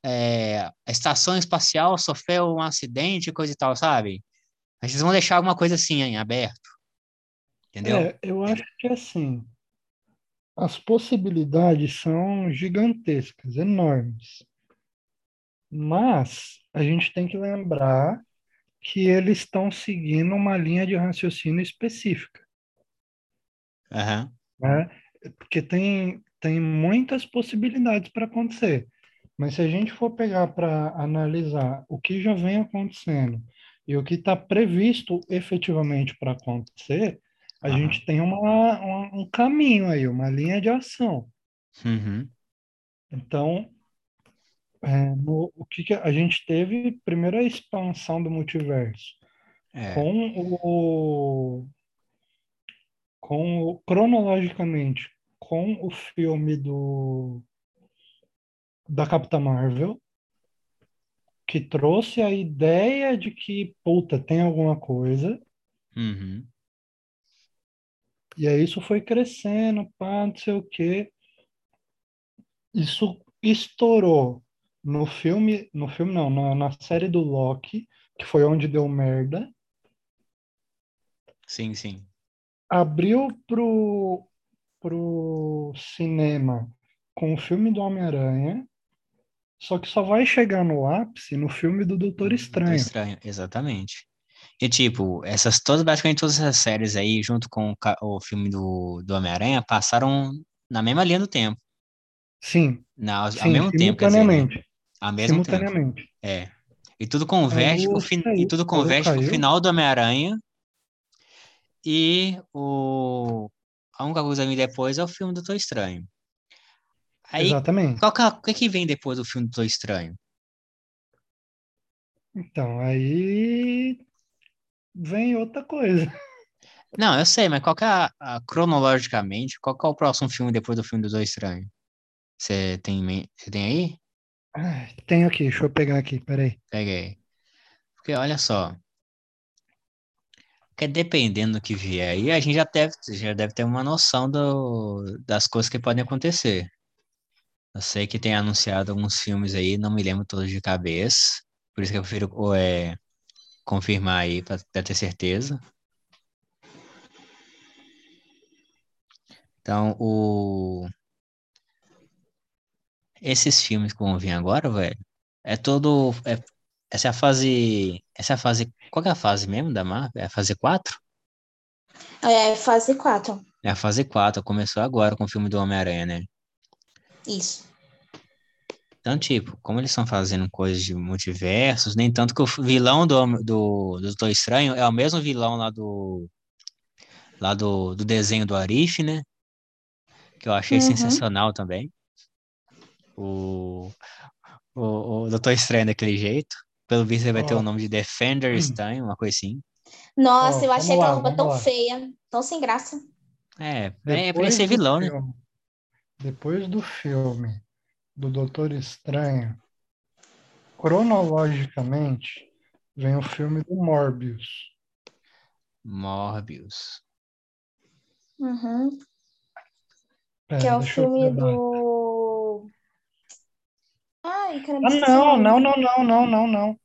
Speaker 1: é, a estação espacial sofreu um acidente, coisa e tal, sabe? Mas eles vão deixar alguma coisa assim, em aberto. Entendeu?
Speaker 3: É, eu acho que assim, as possibilidades são gigantescas, enormes. Mas a gente tem que lembrar que eles estão seguindo uma linha de raciocínio específica.
Speaker 1: Aham.
Speaker 3: né? Porque tem, tem muitas possibilidades para acontecer. Mas se a gente for pegar para analisar o que já vem acontecendo e o que está previsto efetivamente para acontecer, a
Speaker 1: Aham.
Speaker 3: gente tem uma, uma- um caminho aí, uma linha de ação.
Speaker 1: Uhum.
Speaker 3: Então, é, no- o que, que a gente teve? Primeiro, a expansão do multiverso
Speaker 1: É.
Speaker 3: com o com o, cronologicamente com o filme do da Capitã Marvel que trouxe a ideia de que puta tem alguma coisa
Speaker 1: Uhum.
Speaker 3: e aí isso foi crescendo pá, não sei o quê. isso estourou no filme no filme não na, na série do Loki que foi onde deu merda
Speaker 1: Sim, sim.
Speaker 3: abriu pro, pro cinema com o filme do Homem-Aranha, só que só vai chegar no ápice no filme do Doutor
Speaker 1: Uhum. Doutor
Speaker 3: Estranho.
Speaker 1: Estranho, exatamente. E, tipo, essas todas, praticamente todas essas séries aí, junto com o, ca- o filme do, do Homem-Aranha, passaram na mesma linha do tempo.
Speaker 3: Sim,
Speaker 1: Na,
Speaker 3: sim,
Speaker 1: ao mesmo tempo, quer dizer, né?
Speaker 3: simultaneamente.
Speaker 1: Ao mesmo tempo.
Speaker 3: simultaneamente.
Speaker 1: É. E tudo converge pro
Speaker 3: Caiu,
Speaker 1: fin- e
Speaker 3: caiu,
Speaker 1: tudo
Speaker 3: caiu,
Speaker 1: converge pro
Speaker 3: caiu.
Speaker 1: final do Homem-Aranha. E o a única coisa que vem depois é o filme do Doutor Estranho. Aí,
Speaker 3: Exatamente.
Speaker 1: qual que, é- o que que vem depois do filme do Doutor Estranho?
Speaker 3: Então, aí vem outra coisa.
Speaker 1: Não, eu sei, mas qual que é a, a- cronologicamente, qual que é o próximo filme depois do filme do Doutor Estranho? Você tem, em men- você tem aí?
Speaker 3: Ai, Tem aqui, deixa eu pegar aqui, peraí.
Speaker 1: Pega aí. Porque olha só. Porque dependendo do que vier aí, a gente já deve, já deve ter uma noção do, das coisas que podem acontecer. Eu sei que tem anunciado alguns filmes aí, não me lembro todos de cabeça. Por isso que eu prefiro ou é, confirmar aí pra pra ter certeza. Então, o... Esses filmes que vão vir agora, velho, é todo... é- essa é a fase... Essa é a fase... Qual que é a fase mesmo da Marvel? É a fase 4?
Speaker 4: É, fase 4.
Speaker 1: É a fase 4. Começou agora com o filme do Homem-Aranha, né?
Speaker 4: Isso.
Speaker 1: Então, tipo, como eles estão fazendo coisas de multiversos, nem tanto que o vilão do, Hom- do, do Doutor Estranho é o mesmo vilão lá do lá do, do desenho do Arif, né? Que eu achei
Speaker 4: Uhum.
Speaker 1: sensacional também. O, o, o Doutor Estranho daquele jeito. Pelo visto, ele vai ter
Speaker 3: Ó.
Speaker 1: o nome de Defender Estranho, uma coisa assim.
Speaker 4: Nossa,
Speaker 3: Ó,
Speaker 4: eu achei
Speaker 3: vamos lá,
Speaker 4: aquela roupa
Speaker 3: vamos
Speaker 4: tão
Speaker 3: lá.
Speaker 4: feia, tão sem graça.
Speaker 1: É, é, é pra ele
Speaker 3: Depois
Speaker 1: ser
Speaker 3: do
Speaker 1: vilão, né?
Speaker 3: filme- Depois do filme do Doutor Estranho, cronologicamente, vem o filme do Morbius.
Speaker 1: Morbius.
Speaker 4: Uhum.
Speaker 3: Pera,
Speaker 2: que é o
Speaker 3: deixa eu
Speaker 2: filme
Speaker 3: pegar.
Speaker 2: do. Ai, caramba.
Speaker 3: Ah,
Speaker 2: esqueci o
Speaker 3: não,
Speaker 2: nome.
Speaker 3: não, não, não, não, não, não.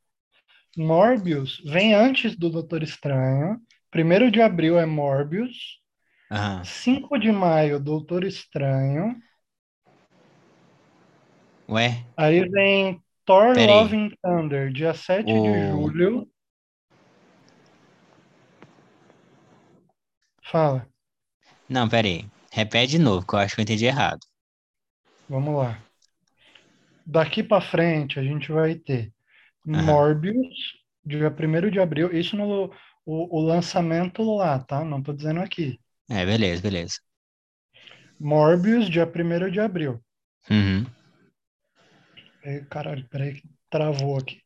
Speaker 3: Morbius vem antes do Doutor Estranho. 1 de abril é Morbius.
Speaker 1: Aham.
Speaker 3: 5 de maio, Doutor Estranho.
Speaker 1: Ué?
Speaker 3: Aí vem Thor
Speaker 1: Pera aí.
Speaker 3: Love and Thunder, dia 7 de
Speaker 1: O-
Speaker 3: julho. Fala,
Speaker 1: Não, pera aí. Repete de novo, que eu acho que eu entendi errado.
Speaker 3: vamos lá. Daqui pra frente a gente vai ter
Speaker 1: Aham.
Speaker 3: Morbius, dia 1 de abril. Isso no o, o lançamento lá, tá? Não tô dizendo aqui.
Speaker 1: É, beleza, beleza.
Speaker 3: Morbius, dia 1 de abril.
Speaker 1: Uhum.
Speaker 3: Ei, Caralho, peraí, que travou aqui.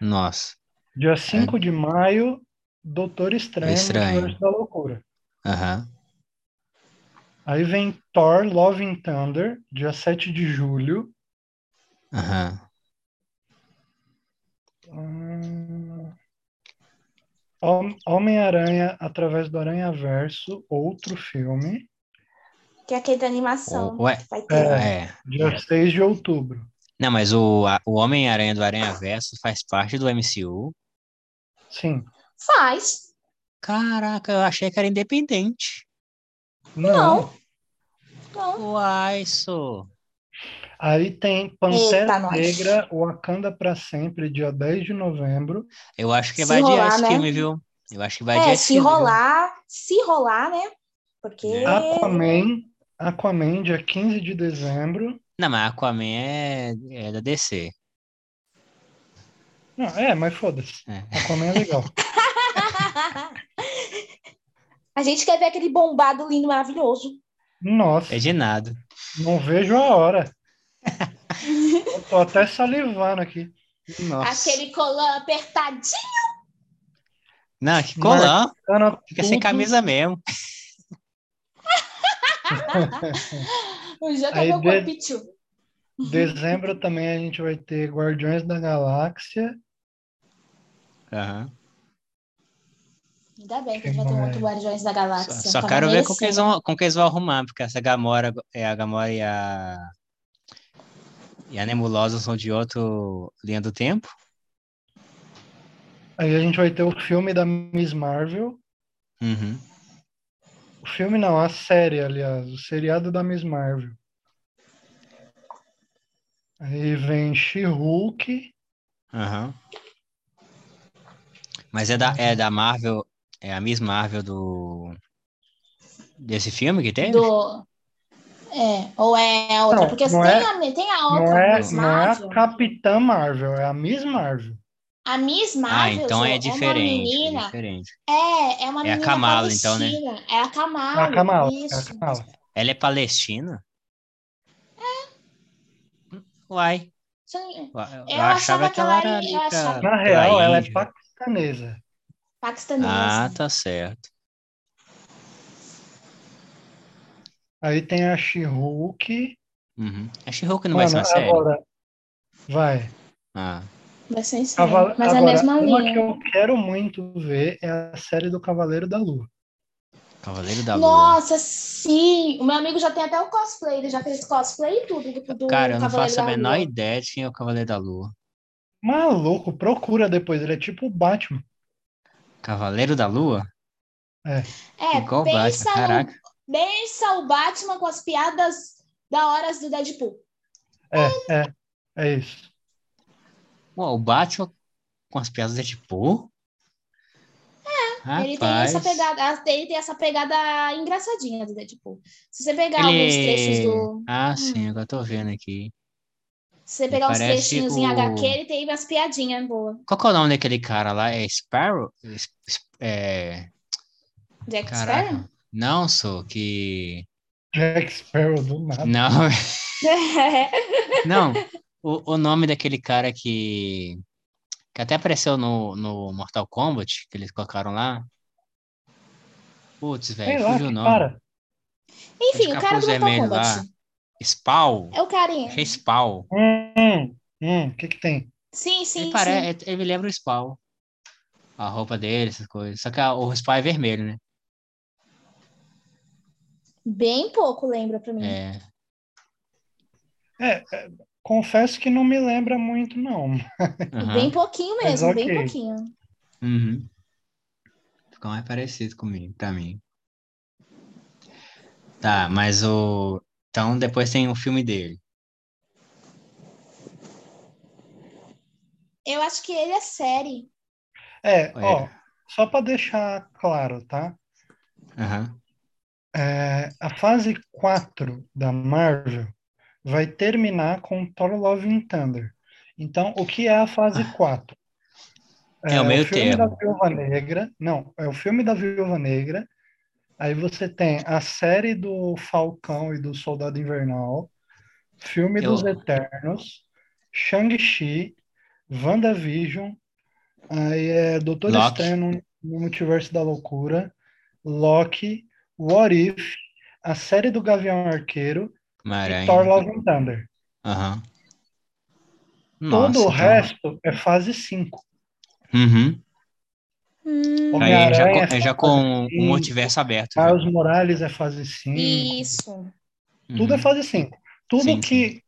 Speaker 1: Nossa. É.
Speaker 3: Dia 5 de maio, Doutor Estranho,
Speaker 1: Estranho.
Speaker 3: Multiverso da Loucura.
Speaker 1: Aham.
Speaker 3: Aí vem Thor Love and Thunder, dia 7 de julho.
Speaker 1: Aham.
Speaker 3: Hum, Hom- Homem-Aranha através do Aranha-Verso, outro filme,
Speaker 2: Que é aquele da animação.
Speaker 1: Ué?
Speaker 2: Vai ter.
Speaker 1: É.
Speaker 3: dia 6 de outubro.
Speaker 1: Não, mas o, a- o Homem-Aranha do Aranha Verso faz parte do MCU.
Speaker 3: Sim.
Speaker 2: Faz.
Speaker 1: Caraca, eu achei que era independente.
Speaker 3: Não.
Speaker 2: Não.
Speaker 1: Uai, isso.
Speaker 3: Aí tem Pantera
Speaker 2: Eita, nós.
Speaker 3: Negra, Wakanda pra Sempre, dia 10 de novembro.
Speaker 1: Eu acho que
Speaker 2: Se
Speaker 1: vai adiar
Speaker 2: rolar,
Speaker 1: esse
Speaker 2: né?
Speaker 1: filme, viu? Eu acho que vai né? adiar
Speaker 2: É,
Speaker 1: esse
Speaker 2: se
Speaker 1: filme, viu?
Speaker 2: rolar, se rolar, né? Porque.
Speaker 1: É. Ah,
Speaker 3: Aquaman, Aquaman, dia 15 de dezembro.
Speaker 1: Não, mas Aquaman é, é da DC.
Speaker 3: Não, é, mas foda-se.
Speaker 1: É.
Speaker 3: Aquaman é legal.
Speaker 2: A gente quer ver aquele bombado lindo, maravilhoso.
Speaker 3: Nossa.
Speaker 1: É de nada.
Speaker 3: Não vejo a hora. Eu tô até salivando aqui.
Speaker 1: Nossa.
Speaker 2: Aquele colã apertadinho.
Speaker 1: Não, que colão.
Speaker 3: Cara,
Speaker 1: Fica sem
Speaker 3: tudo-
Speaker 1: camisa mesmo.
Speaker 2: O jogo
Speaker 3: Aí
Speaker 2: é meu
Speaker 3: de-
Speaker 2: corpitinho.
Speaker 3: Dezembro também a gente vai ter Guardiões da Galáxia.
Speaker 1: Aham.
Speaker 2: Ainda bem que a
Speaker 3: Que é.
Speaker 2: gente vai ter um
Speaker 3: mais?
Speaker 2: outro Guardiões da
Speaker 1: Só,
Speaker 2: Galáxia.
Speaker 1: só
Speaker 2: Tava
Speaker 1: quero ver com que, eles
Speaker 2: merecendo.
Speaker 1: vão, com que eles vão arrumar, porque essa Gamora, é, a Gamora e a. E a Nebulosa são de outro linha do tempo.
Speaker 3: Aí a gente vai ter o filme da Miss Marvel.
Speaker 1: Uhum.
Speaker 3: O filme não, a série, aliás. O seriado da Miss Marvel. Aí vem She-Hulk.
Speaker 1: Aham. Mas é da, é da Marvel, é a Miss Marvel do. Desse filme que teve?
Speaker 2: Do... É, ou é a outra,
Speaker 3: Não,
Speaker 2: porque
Speaker 3: não
Speaker 2: tem,
Speaker 3: é-
Speaker 2: a, tem a outra
Speaker 3: Não é,
Speaker 2: Miss
Speaker 3: não é
Speaker 2: Marvel.
Speaker 3: a Capitã Marvel, é a Miss Marvel.
Speaker 2: A Miss
Speaker 1: Ah,
Speaker 2: Marvel
Speaker 1: então é
Speaker 2: Jô, uma
Speaker 1: diferente. É
Speaker 2: menina.
Speaker 1: diferente.
Speaker 2: É, é uma
Speaker 1: É a
Speaker 2: menina
Speaker 1: Kamala, então, né?
Speaker 2: palestina. É a
Speaker 3: É
Speaker 2: Kamala.
Speaker 3: a Kamala. É a
Speaker 2: Isso.
Speaker 3: Kamala.
Speaker 1: Ela é palestina? Uai.
Speaker 2: Isso aí.
Speaker 1: Eu,
Speaker 2: Eu achava que É. ela era- eu achava-
Speaker 3: Na real, ela é
Speaker 1: paquistanesa.
Speaker 3: paquistanesa.
Speaker 2: Paquistanesa.
Speaker 1: Ah, tá certo.
Speaker 3: Aí tem a She-Hulk.
Speaker 1: Uhum. A She-Hulk não vai ser
Speaker 3: Mano,
Speaker 1: uma
Speaker 2: é
Speaker 1: série?
Speaker 3: agora. Vai.
Speaker 1: Ah,
Speaker 2: Vai ser isso.
Speaker 3: Cavale-
Speaker 2: É, Mas é a
Speaker 3: agora,
Speaker 2: mesma
Speaker 3: uma que
Speaker 2: linha.
Speaker 3: eu quero muito ver é a série do Cavaleiro da Lua.
Speaker 1: Cavaleiro da Lua.
Speaker 2: Nossa, sim! O meu amigo já tem até o cosplay, ele já fez cosplay e tudo do, do
Speaker 1: Cara, eu não
Speaker 2: Cavaleiro
Speaker 1: faço
Speaker 2: da
Speaker 1: a menor
Speaker 2: Lua.
Speaker 1: ideia de quem é o Cavaleiro da Lua.
Speaker 3: Maluco, procura depois. Ele é tipo o Batman.
Speaker 1: Cavaleiro da Lua?
Speaker 2: É,
Speaker 1: Igual
Speaker 2: pensa,
Speaker 1: Batman,
Speaker 2: no-
Speaker 1: caraca.
Speaker 2: pensa o Batman com as piadas da horas do Deadpool.
Speaker 3: É, é, é isso.
Speaker 1: Uau, o Batman com as piadas é tipo... Rapaz,
Speaker 2: É, Ele tem essa pegada, ele tem essa pegada engraçadinha do Deadpool. Se você pegar alguns trechos
Speaker 1: Ele-
Speaker 2: do.
Speaker 1: Ah,
Speaker 2: Hum.
Speaker 1: sim, agora eu tô vendo aqui.
Speaker 2: Se você pegar uns
Speaker 1: parece
Speaker 2: trechinhos em
Speaker 1: o-
Speaker 2: HQ, ele tem umas piadinhas boas.
Speaker 1: Qual que é o nome daquele cara lá? É Sparrow? Es- es- É...
Speaker 2: Jack É Sparrow?
Speaker 1: Caraca. Não, sou que...
Speaker 3: Jack Sparrow do
Speaker 2: Ah.
Speaker 3: nada.
Speaker 1: Não, Não, o, o nome daquele cara que. que até apareceu no, no Mortal Kombat, que eles colocaram lá. Putz,
Speaker 3: Sei
Speaker 1: velho,
Speaker 3: lá,
Speaker 1: fugiu o
Speaker 3: que
Speaker 1: nome.
Speaker 3: cara.
Speaker 2: Enfim,
Speaker 1: de
Speaker 2: o cara do
Speaker 1: capuz
Speaker 2: Mortal
Speaker 1: vermelho
Speaker 2: Kombat.
Speaker 1: lá. Spawn?
Speaker 2: É o carinha.
Speaker 1: Achei Spawn.
Speaker 3: Hum, hum, o que que tem?
Speaker 2: Sim, sim,
Speaker 1: ele,
Speaker 2: sim.
Speaker 1: pare... é- ele me lembra o Spawn. A roupa dele, essas coisas. Só que a- o Spawn é vermelho, né?
Speaker 4: Bem pouco lembra pra mim.
Speaker 1: É.
Speaker 3: É, é, confesso que não me lembra muito, não.
Speaker 1: aham.
Speaker 4: Bem pouquinho
Speaker 3: Mas
Speaker 4: mesmo,
Speaker 3: ok.
Speaker 4: bem pouquinho.
Speaker 1: Uhum. Ficou mais parecido comigo, pra mim. Tá, mas o. Então depois tem o filme dele.
Speaker 4: Eu acho que ele é série.
Speaker 3: É, ó, só para deixar claro, tá?
Speaker 1: Aham.
Speaker 3: É, a fase 4 da Marvel vai terminar com Thor Love and Thunder. Então, o que é a fase 4?
Speaker 1: Ah. É o meio
Speaker 3: filme
Speaker 1: termo.
Speaker 3: da Viúva Negra. Não, é o filme da Viúva Negra. Aí você tem a série do Falcão e do Soldado Invernal, filme
Speaker 1: Eu-
Speaker 3: dos Eternos, Shang-Chi, WandaVision, aí é Doutor
Speaker 1: Loki.
Speaker 3: Estranho no Multiverso da Loucura, Loki, What If, a série do Gavião Arqueiro e
Speaker 1: Maranhão.
Speaker 3: Thor Love and Thunder.
Speaker 1: Aham.
Speaker 3: Todo
Speaker 1: Nossa,
Speaker 3: o
Speaker 1: então-
Speaker 3: resto é fase 5.
Speaker 1: Uhum.
Speaker 4: Hum,
Speaker 1: Aí é já,
Speaker 3: Homem-Aranha
Speaker 1: com, é
Speaker 3: é
Speaker 1: já
Speaker 3: fase
Speaker 1: com o
Speaker 3: cinco.
Speaker 1: multiverso aberto. já.
Speaker 3: Miles Morales é fase 5.
Speaker 4: Isso.
Speaker 3: Tudo é
Speaker 1: Uhum.
Speaker 3: fase 5. Tudo
Speaker 1: Sim,
Speaker 3: que,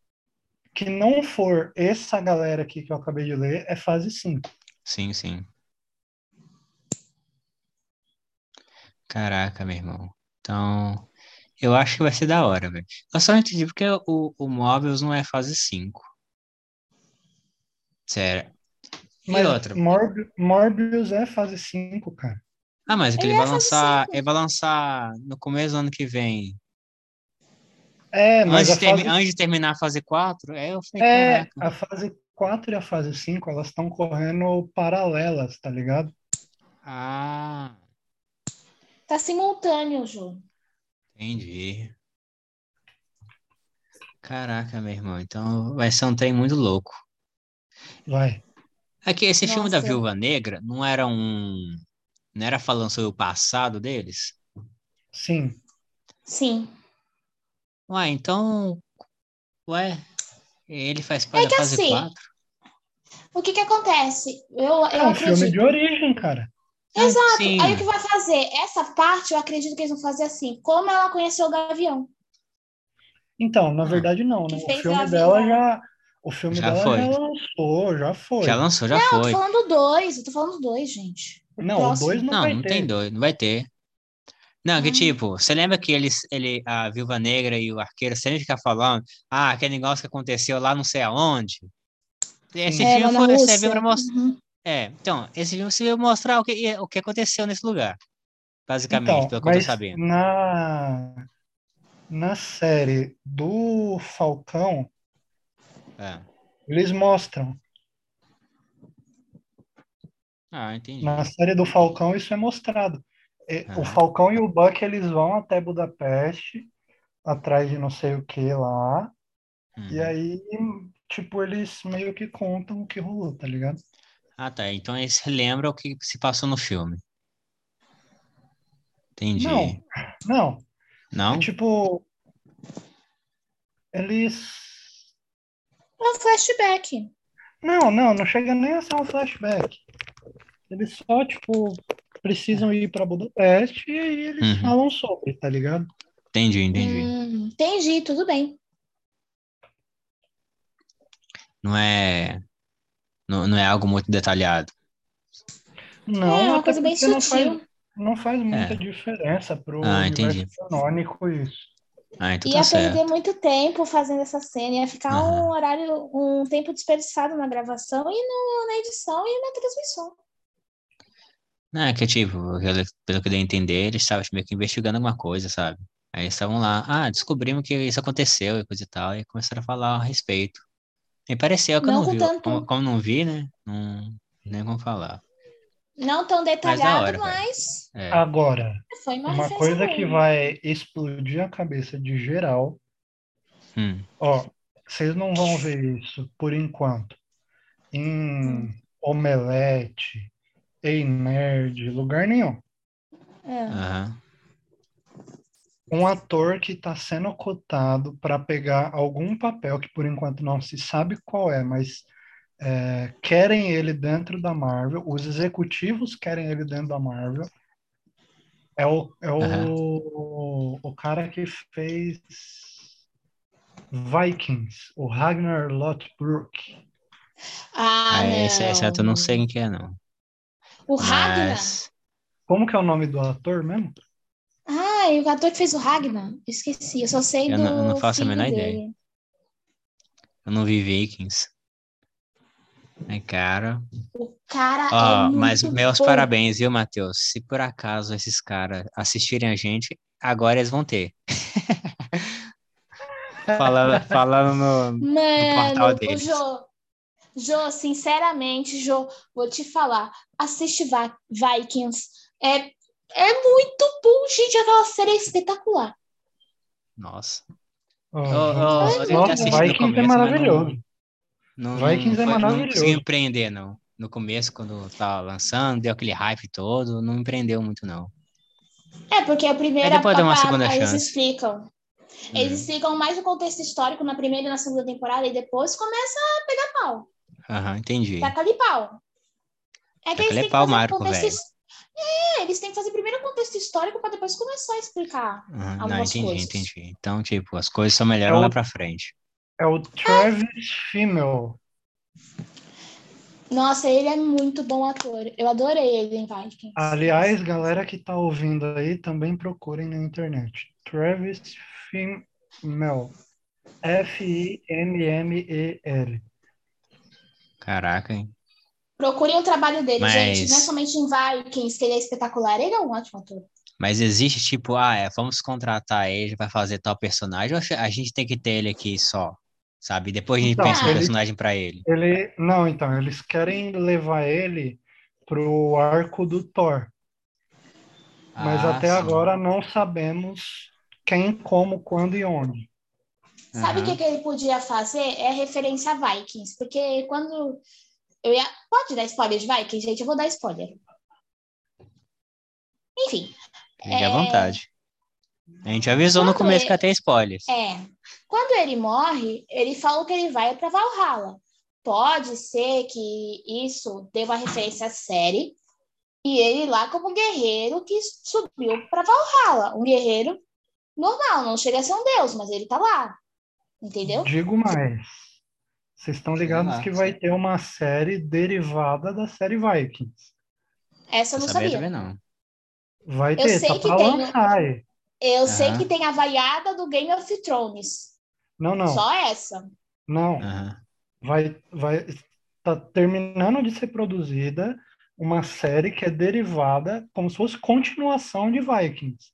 Speaker 3: que não for essa galera aqui que eu acabei de ler é fase 5.
Speaker 1: Sim, sim. Caraca, meu irmão. Então, eu acho que vai ser da hora, velho. Eu só não entendi porque o, o Morbius não é fase 5. Sério. E
Speaker 3: Mas hum,
Speaker 1: outra?
Speaker 3: Morb- Morbius é fase 5, cara.
Speaker 1: Ah, mas é que
Speaker 4: Ele
Speaker 1: ele vai
Speaker 4: é fase
Speaker 1: lançar,
Speaker 4: cinco.
Speaker 1: ele vai lançar no começo do ano que vem.
Speaker 3: É, mas
Speaker 1: Antes
Speaker 3: a
Speaker 1: de, termi-
Speaker 3: fase,
Speaker 1: antes de terminar a fase 4, aí eu falei,
Speaker 3: é,
Speaker 1: caraca.
Speaker 3: a fase 4 e a fase 5, elas estão correndo paralelas, tá ligado?
Speaker 1: Ah,
Speaker 4: Tá simultâneo, Ju.
Speaker 1: entendi. Caraca, meu irmão. Então vai ser um trem muito louco.
Speaker 3: Vai.
Speaker 1: Aqui, esse filme da
Speaker 4: Nossa.
Speaker 1: Viúva Negra não era um. Não era falando sobre o passado deles?
Speaker 3: Sim.
Speaker 4: Sim.
Speaker 1: Ué, então. Ué, ele faz parte
Speaker 4: É
Speaker 1: da
Speaker 4: que
Speaker 1: fase
Speaker 4: assim,
Speaker 1: 4?
Speaker 4: O que que acontece? Eu, eu
Speaker 3: É um filme
Speaker 4: acredito.
Speaker 3: de origem, cara.
Speaker 1: Exato,
Speaker 4: Aí o que vai fazer? Essa parte eu acredito que eles vão fazer assim. Como ela conheceu o Gavião.
Speaker 3: Então, na
Speaker 1: Ah.
Speaker 3: verdade, não, né?
Speaker 4: Que
Speaker 3: O
Speaker 4: fez
Speaker 3: filme
Speaker 4: ela
Speaker 3: dela
Speaker 4: virar.
Speaker 3: já. O filme
Speaker 1: Já
Speaker 3: dela
Speaker 1: foi.
Speaker 3: já lançou, já foi.
Speaker 1: Já lançou, já
Speaker 4: Eu tô
Speaker 1: foi.
Speaker 4: falando dois, eu tô falando dois, gente.
Speaker 3: Não, o
Speaker 4: Próximo.
Speaker 3: 2 não,
Speaker 1: Não,
Speaker 3: vai
Speaker 1: não
Speaker 3: ter.
Speaker 1: tem dois, não vai ter. Não, que
Speaker 4: Ah.
Speaker 1: tipo, você lembra que eles, ele, a Viúva Negra e o Arqueiro sempre ficam falando, ah, aquele negócio que aconteceu lá não sei aonde. Esse
Speaker 4: É, lá
Speaker 1: filme
Speaker 4: na
Speaker 1: foi,
Speaker 4: Rússia.
Speaker 1: serviu um pra mostrar.
Speaker 4: Uhum.
Speaker 1: É, então, esse filme serviu pra mostrar o que, o que aconteceu nesse lugar. Basicamente,
Speaker 3: Então,
Speaker 1: pelo que eu
Speaker 3: mas
Speaker 1: tô sabendo.
Speaker 3: na na série do Falcão,
Speaker 1: É.
Speaker 3: eles mostram.
Speaker 1: Ah, entendi.
Speaker 3: Na série do Falcão isso é mostrado. E-
Speaker 1: Ah.
Speaker 3: O Falcão e o Buck eles vão até Budapeste atrás de não sei o que lá,
Speaker 1: Uhum.
Speaker 3: e é aí tipo eles meio que contam o que rolou, tá ligado?
Speaker 1: Ah, tá. Então esse relembra o que se passou no filme. Entendi.
Speaker 3: Não. Não,
Speaker 1: Não?
Speaker 3: é tipo eles
Speaker 4: É um flashback.
Speaker 3: Não, não, não chega nem a ser um flashback. Eles só, tipo, precisam ir pra Budapeste e aí eles
Speaker 1: Uhum.
Speaker 3: falam sobre, tá ligado?
Speaker 1: Entendi, entendi.
Speaker 4: Hum, entendi, tudo bem.
Speaker 1: Não é. Não, não é algo muito detalhado.
Speaker 3: Não,
Speaker 4: é uma
Speaker 3: até
Speaker 4: coisa bem
Speaker 3: porque não
Speaker 4: sutil.
Speaker 3: faz, não faz muita diferença pro
Speaker 1: É. Ah,
Speaker 3: universo
Speaker 1: entendi.
Speaker 3: canônico isso.
Speaker 1: Ah, então
Speaker 4: Ia
Speaker 1: tá certo.
Speaker 4: perder muito tempo fazendo essa cena, ia ficar
Speaker 1: Aham.
Speaker 4: um horário, um tempo desperdiçado na gravação e no- na edição e na transmissão.
Speaker 1: Não, é que tipo, pelo- pelo que eu dei a entender, eles estavam meio que investigando alguma coisa, sabe? Aí eles estavam lá, ah, descobrimos que isso aconteceu e coisa e tal, e começaram a falar a respeito. Me pareceu que eu
Speaker 4: Não
Speaker 1: não
Speaker 4: com
Speaker 1: vi.
Speaker 4: tanto-
Speaker 1: Como, como não vi, né? Não, nem como falar.
Speaker 4: Não tão detalhado,
Speaker 1: hora,
Speaker 4: mas
Speaker 1: É.
Speaker 3: Ah. Agora,
Speaker 4: foi uma,
Speaker 3: uma
Speaker 4: referência
Speaker 3: coisa
Speaker 4: boa.
Speaker 3: que vai explodir a cabeça de geral,
Speaker 1: Hum,
Speaker 3: ó, vocês não vão ver isso por enquanto. Em Omelete, em Nerd, lugar nenhum.
Speaker 2: Ah.
Speaker 4: É.
Speaker 1: aham.
Speaker 3: um ator que está sendo cotado para pegar algum papel que por enquanto não se sabe qual é, mas é, querem ele dentro da Marvel, os executivos querem ele dentro da Marvel, É o, é o, o cara que fez Vikings, o Ragnar Lothbrok.
Speaker 2: Ah,
Speaker 1: Ah,
Speaker 2: não.
Speaker 1: esse, esse ator eu não sei quem que é, não.
Speaker 2: O Ragnar?
Speaker 1: Mas
Speaker 3: Como que é o nome do ator mesmo?
Speaker 2: Ah, e o ator que fez o Ragnar? Eu Esqueci, eu só sei
Speaker 1: Eu
Speaker 2: do
Speaker 1: não- eu não faço a
Speaker 2: filho
Speaker 1: menor
Speaker 2: dele.
Speaker 1: ideia. eu não vi Vikings. É caro.
Speaker 2: O cara
Speaker 1: Ó,
Speaker 2: é muito
Speaker 1: mas meus
Speaker 2: bom.
Speaker 1: parabéns, viu, Matheus? Se por acaso esses caras assistirem a gente, agora eles vão ter. Fala- falando no. portal
Speaker 2: Mano, o
Speaker 1: deles.
Speaker 2: Jô, Jô, sinceramente, Jô, vou te falar, assiste Va- Vikings, é, é muito bom, gente, aquela série é espetacular.
Speaker 1: Nossa.
Speaker 3: Ó,
Speaker 1: Ó, ó, eu tentei
Speaker 3: Nossa,
Speaker 1: assistir no
Speaker 3: Vikings
Speaker 1: começo,
Speaker 3: é
Speaker 1: mas não-
Speaker 3: maravilhoso.
Speaker 1: Não,
Speaker 3: Vikings é
Speaker 1: não, foi- Não
Speaker 3: maravilhoso.
Speaker 1: conseguiu empreender, não. No começo, quando tava lançando, deu aquele hype todo, não empreendeu muito, não.
Speaker 2: É, porque a
Speaker 1: É,
Speaker 2: primeira
Speaker 1: depois dá uma
Speaker 2: a-
Speaker 1: segunda
Speaker 2: eles
Speaker 1: chance. É.
Speaker 2: explicam. Eles explicam mais o contexto histórico na primeira e na segunda temporada, e depois começa a pegar pau.
Speaker 1: Aham, entendi.
Speaker 2: Taca ali pau. É que
Speaker 1: Taca-lhe
Speaker 2: eles têm que
Speaker 1: pau,
Speaker 2: fazer
Speaker 1: Marco,
Speaker 2: contexto...
Speaker 1: velho.
Speaker 2: his- É, eles têm que fazer primeiro o contexto histórico para depois começar a explicar.
Speaker 1: Aham, não,
Speaker 2: algumas
Speaker 1: entendi,
Speaker 2: coisas.
Speaker 1: entendi. Então, tipo, as coisas só melhoram
Speaker 3: É
Speaker 1: lá
Speaker 3: o-
Speaker 1: pra frente.
Speaker 3: É o Travis Fimmel.
Speaker 2: Nossa, ele é muito bom ator. Eu adorei ele em Vikings.
Speaker 3: Aliás, galera que tá ouvindo aí, também procurem na internet. Travis Fimmel. F-I-M-M-E-L.
Speaker 1: Caraca, hein?
Speaker 2: Procurem o trabalho dele,
Speaker 1: Mas-
Speaker 2: gente. Não é somente em Vikings, que ele é espetacular. Ele é um ótimo ator.
Speaker 1: Mas existe, tipo, ah, é, vamos contratar ele pra fazer tal personagem, ou a gente tem que ter ele aqui só, sabe? Depois a gente
Speaker 3: Então,
Speaker 1: pensa um
Speaker 3: ele-
Speaker 1: personagem pra ele.
Speaker 3: Ele, não, então, eles querem levar ele pro arco do Thor, mas
Speaker 1: Ah,
Speaker 3: até
Speaker 1: sim.
Speaker 3: agora não sabemos quem, como, quando e onde.
Speaker 2: Sabe o
Speaker 1: Aham.
Speaker 2: que, que ele podia fazer? É referência a Vikings. Porque quando. Eu ia... Pode dar spoiler de Vikings, gente? Eu vou dar spoiler. Enfim,
Speaker 1: Fique à
Speaker 2: É.
Speaker 1: vontade. A gente avisou no
Speaker 2: Quando
Speaker 1: começo
Speaker 2: é-
Speaker 1: que até spoilers.
Speaker 2: é. Quando ele morre, ele fala que ele vai para Valhalla. Pode ser que isso dê uma referência à série. E ele lá como guerreiro que subiu para Valhalla. Um guerreiro normal, não chega a ser um deus, mas ele tá lá. Entendeu?
Speaker 3: Digo mais, vocês estão ligados
Speaker 1: lá.
Speaker 3: que vai ter uma série derivada da série Vikings.
Speaker 2: Essa eu não
Speaker 1: Saber também
Speaker 2: sabia.
Speaker 1: não.
Speaker 3: Vai
Speaker 2: Eu
Speaker 3: ter,
Speaker 2: sei
Speaker 3: tá
Speaker 2: que
Speaker 3: pra
Speaker 2: tem, né?
Speaker 3: lançar aí.
Speaker 2: Eu sei
Speaker 1: Aham.
Speaker 2: que tem a vaiada do Game of Thrones.
Speaker 3: Não, não,
Speaker 2: Só essa.
Speaker 3: não.
Speaker 1: Aham.
Speaker 3: Vai, vai, tá terminando de ser produzida uma série que é derivada, como se fosse continuação de Vikings.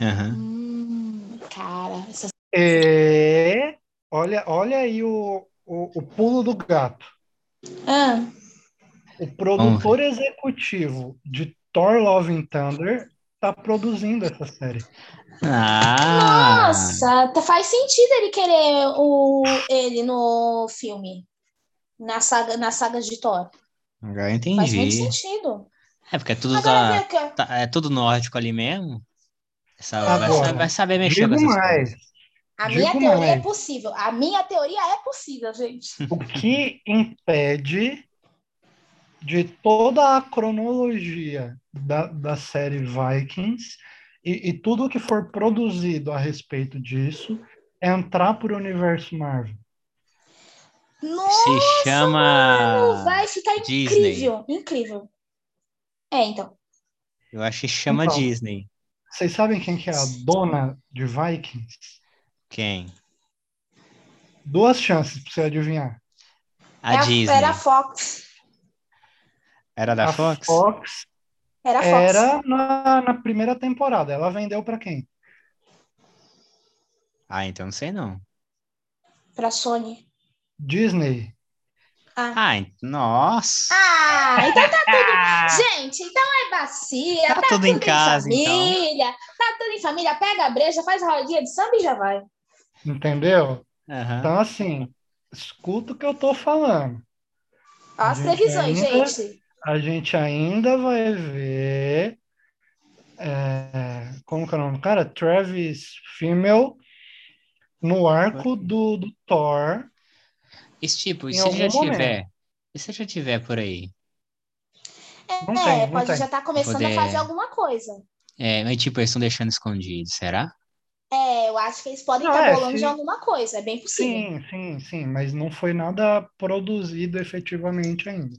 Speaker 1: Aham.
Speaker 2: Hum, cara, essa-
Speaker 3: É, olha, olha aí o, o, o pulo do gato.
Speaker 2: Ah,
Speaker 3: O produtor executivo de Thor Love and Thunder está produzindo essa série.
Speaker 1: Ah!
Speaker 2: nossa, tá- faz sentido ele querer o, ele no filme. Na saga, na saga de
Speaker 1: Ah,
Speaker 2: Thor.
Speaker 1: Agora eu
Speaker 2: Faz muito
Speaker 1: entendi.
Speaker 2: sentido.
Speaker 1: É porque é tudo,
Speaker 2: Agora
Speaker 1: da,
Speaker 2: vê que.
Speaker 1: tá- é tudo nórdico ali mesmo. Essa, vai,
Speaker 3: Agora,
Speaker 1: sa- vai saber mexer com
Speaker 3: Digo
Speaker 1: essas
Speaker 3: mais,
Speaker 1: coisas.
Speaker 2: A minha
Speaker 3: digo
Speaker 2: teoria é
Speaker 3: mais.
Speaker 2: possível. A minha teoria é possível, gente.
Speaker 3: o que impede de toda a cronologia da, da série Vikings e, e tudo que for produzido a respeito disso entrar para o universo Marvel?
Speaker 2: Nossa,
Speaker 1: Se chama.
Speaker 2: vai ficar
Speaker 1: Ah, Disney.
Speaker 2: incrível. Incrível. É, então.
Speaker 1: Eu acho que chama
Speaker 3: Então.
Speaker 1: Disney.
Speaker 3: Vocês sabem quem que é a dona de Vikings?
Speaker 1: Quem?
Speaker 3: Duas chances para você adivinhar.
Speaker 1: A
Speaker 2: É
Speaker 1: Disney.
Speaker 2: Era Fox.
Speaker 1: Era da
Speaker 3: a
Speaker 1: Fox?
Speaker 3: Fox
Speaker 2: Era Fox.
Speaker 3: era na, na primeira temporada. Ela vendeu para quem?
Speaker 1: Ah, então não sei não.
Speaker 2: Pra Sony.
Speaker 3: Disney.
Speaker 1: Ah, ent- nossa!
Speaker 2: Ah, então tá tudo. Gente, então é bacia,
Speaker 1: Ah. Tá
Speaker 2: tá,
Speaker 1: tudo em casa, então.
Speaker 2: família, tá tudo em família, pega a breja, faz a rodinha de samba e já vai.
Speaker 3: Entendeu?
Speaker 1: Aham.
Speaker 3: Então, assim, escuta o que eu tô falando.
Speaker 2: Ó as
Speaker 3: Gente,
Speaker 2: previsões,
Speaker 3: ainda-
Speaker 2: gente.
Speaker 3: A gente ainda vai ver. é, como que é o nome do cara? Travis Fimmel no arco do, do Thor.
Speaker 1: Esse tipo, e
Speaker 3: Em
Speaker 1: se já
Speaker 3: algum
Speaker 1: tiver? E se já tiver por aí?
Speaker 3: Não
Speaker 2: é,
Speaker 3: tem, não
Speaker 2: pode
Speaker 3: tem.
Speaker 2: já tá começando
Speaker 1: Poder-
Speaker 2: a fazer alguma coisa.
Speaker 1: É, mas tipo, eles estão deixando escondido, será?
Speaker 2: É, eu acho que eles podem
Speaker 3: Não,
Speaker 2: estar
Speaker 3: é,
Speaker 2: bolando de
Speaker 3: sim.
Speaker 2: alguma coisa, é bem possível.
Speaker 3: Sim, sim, sim, mas não foi nada produzido efetivamente ainda.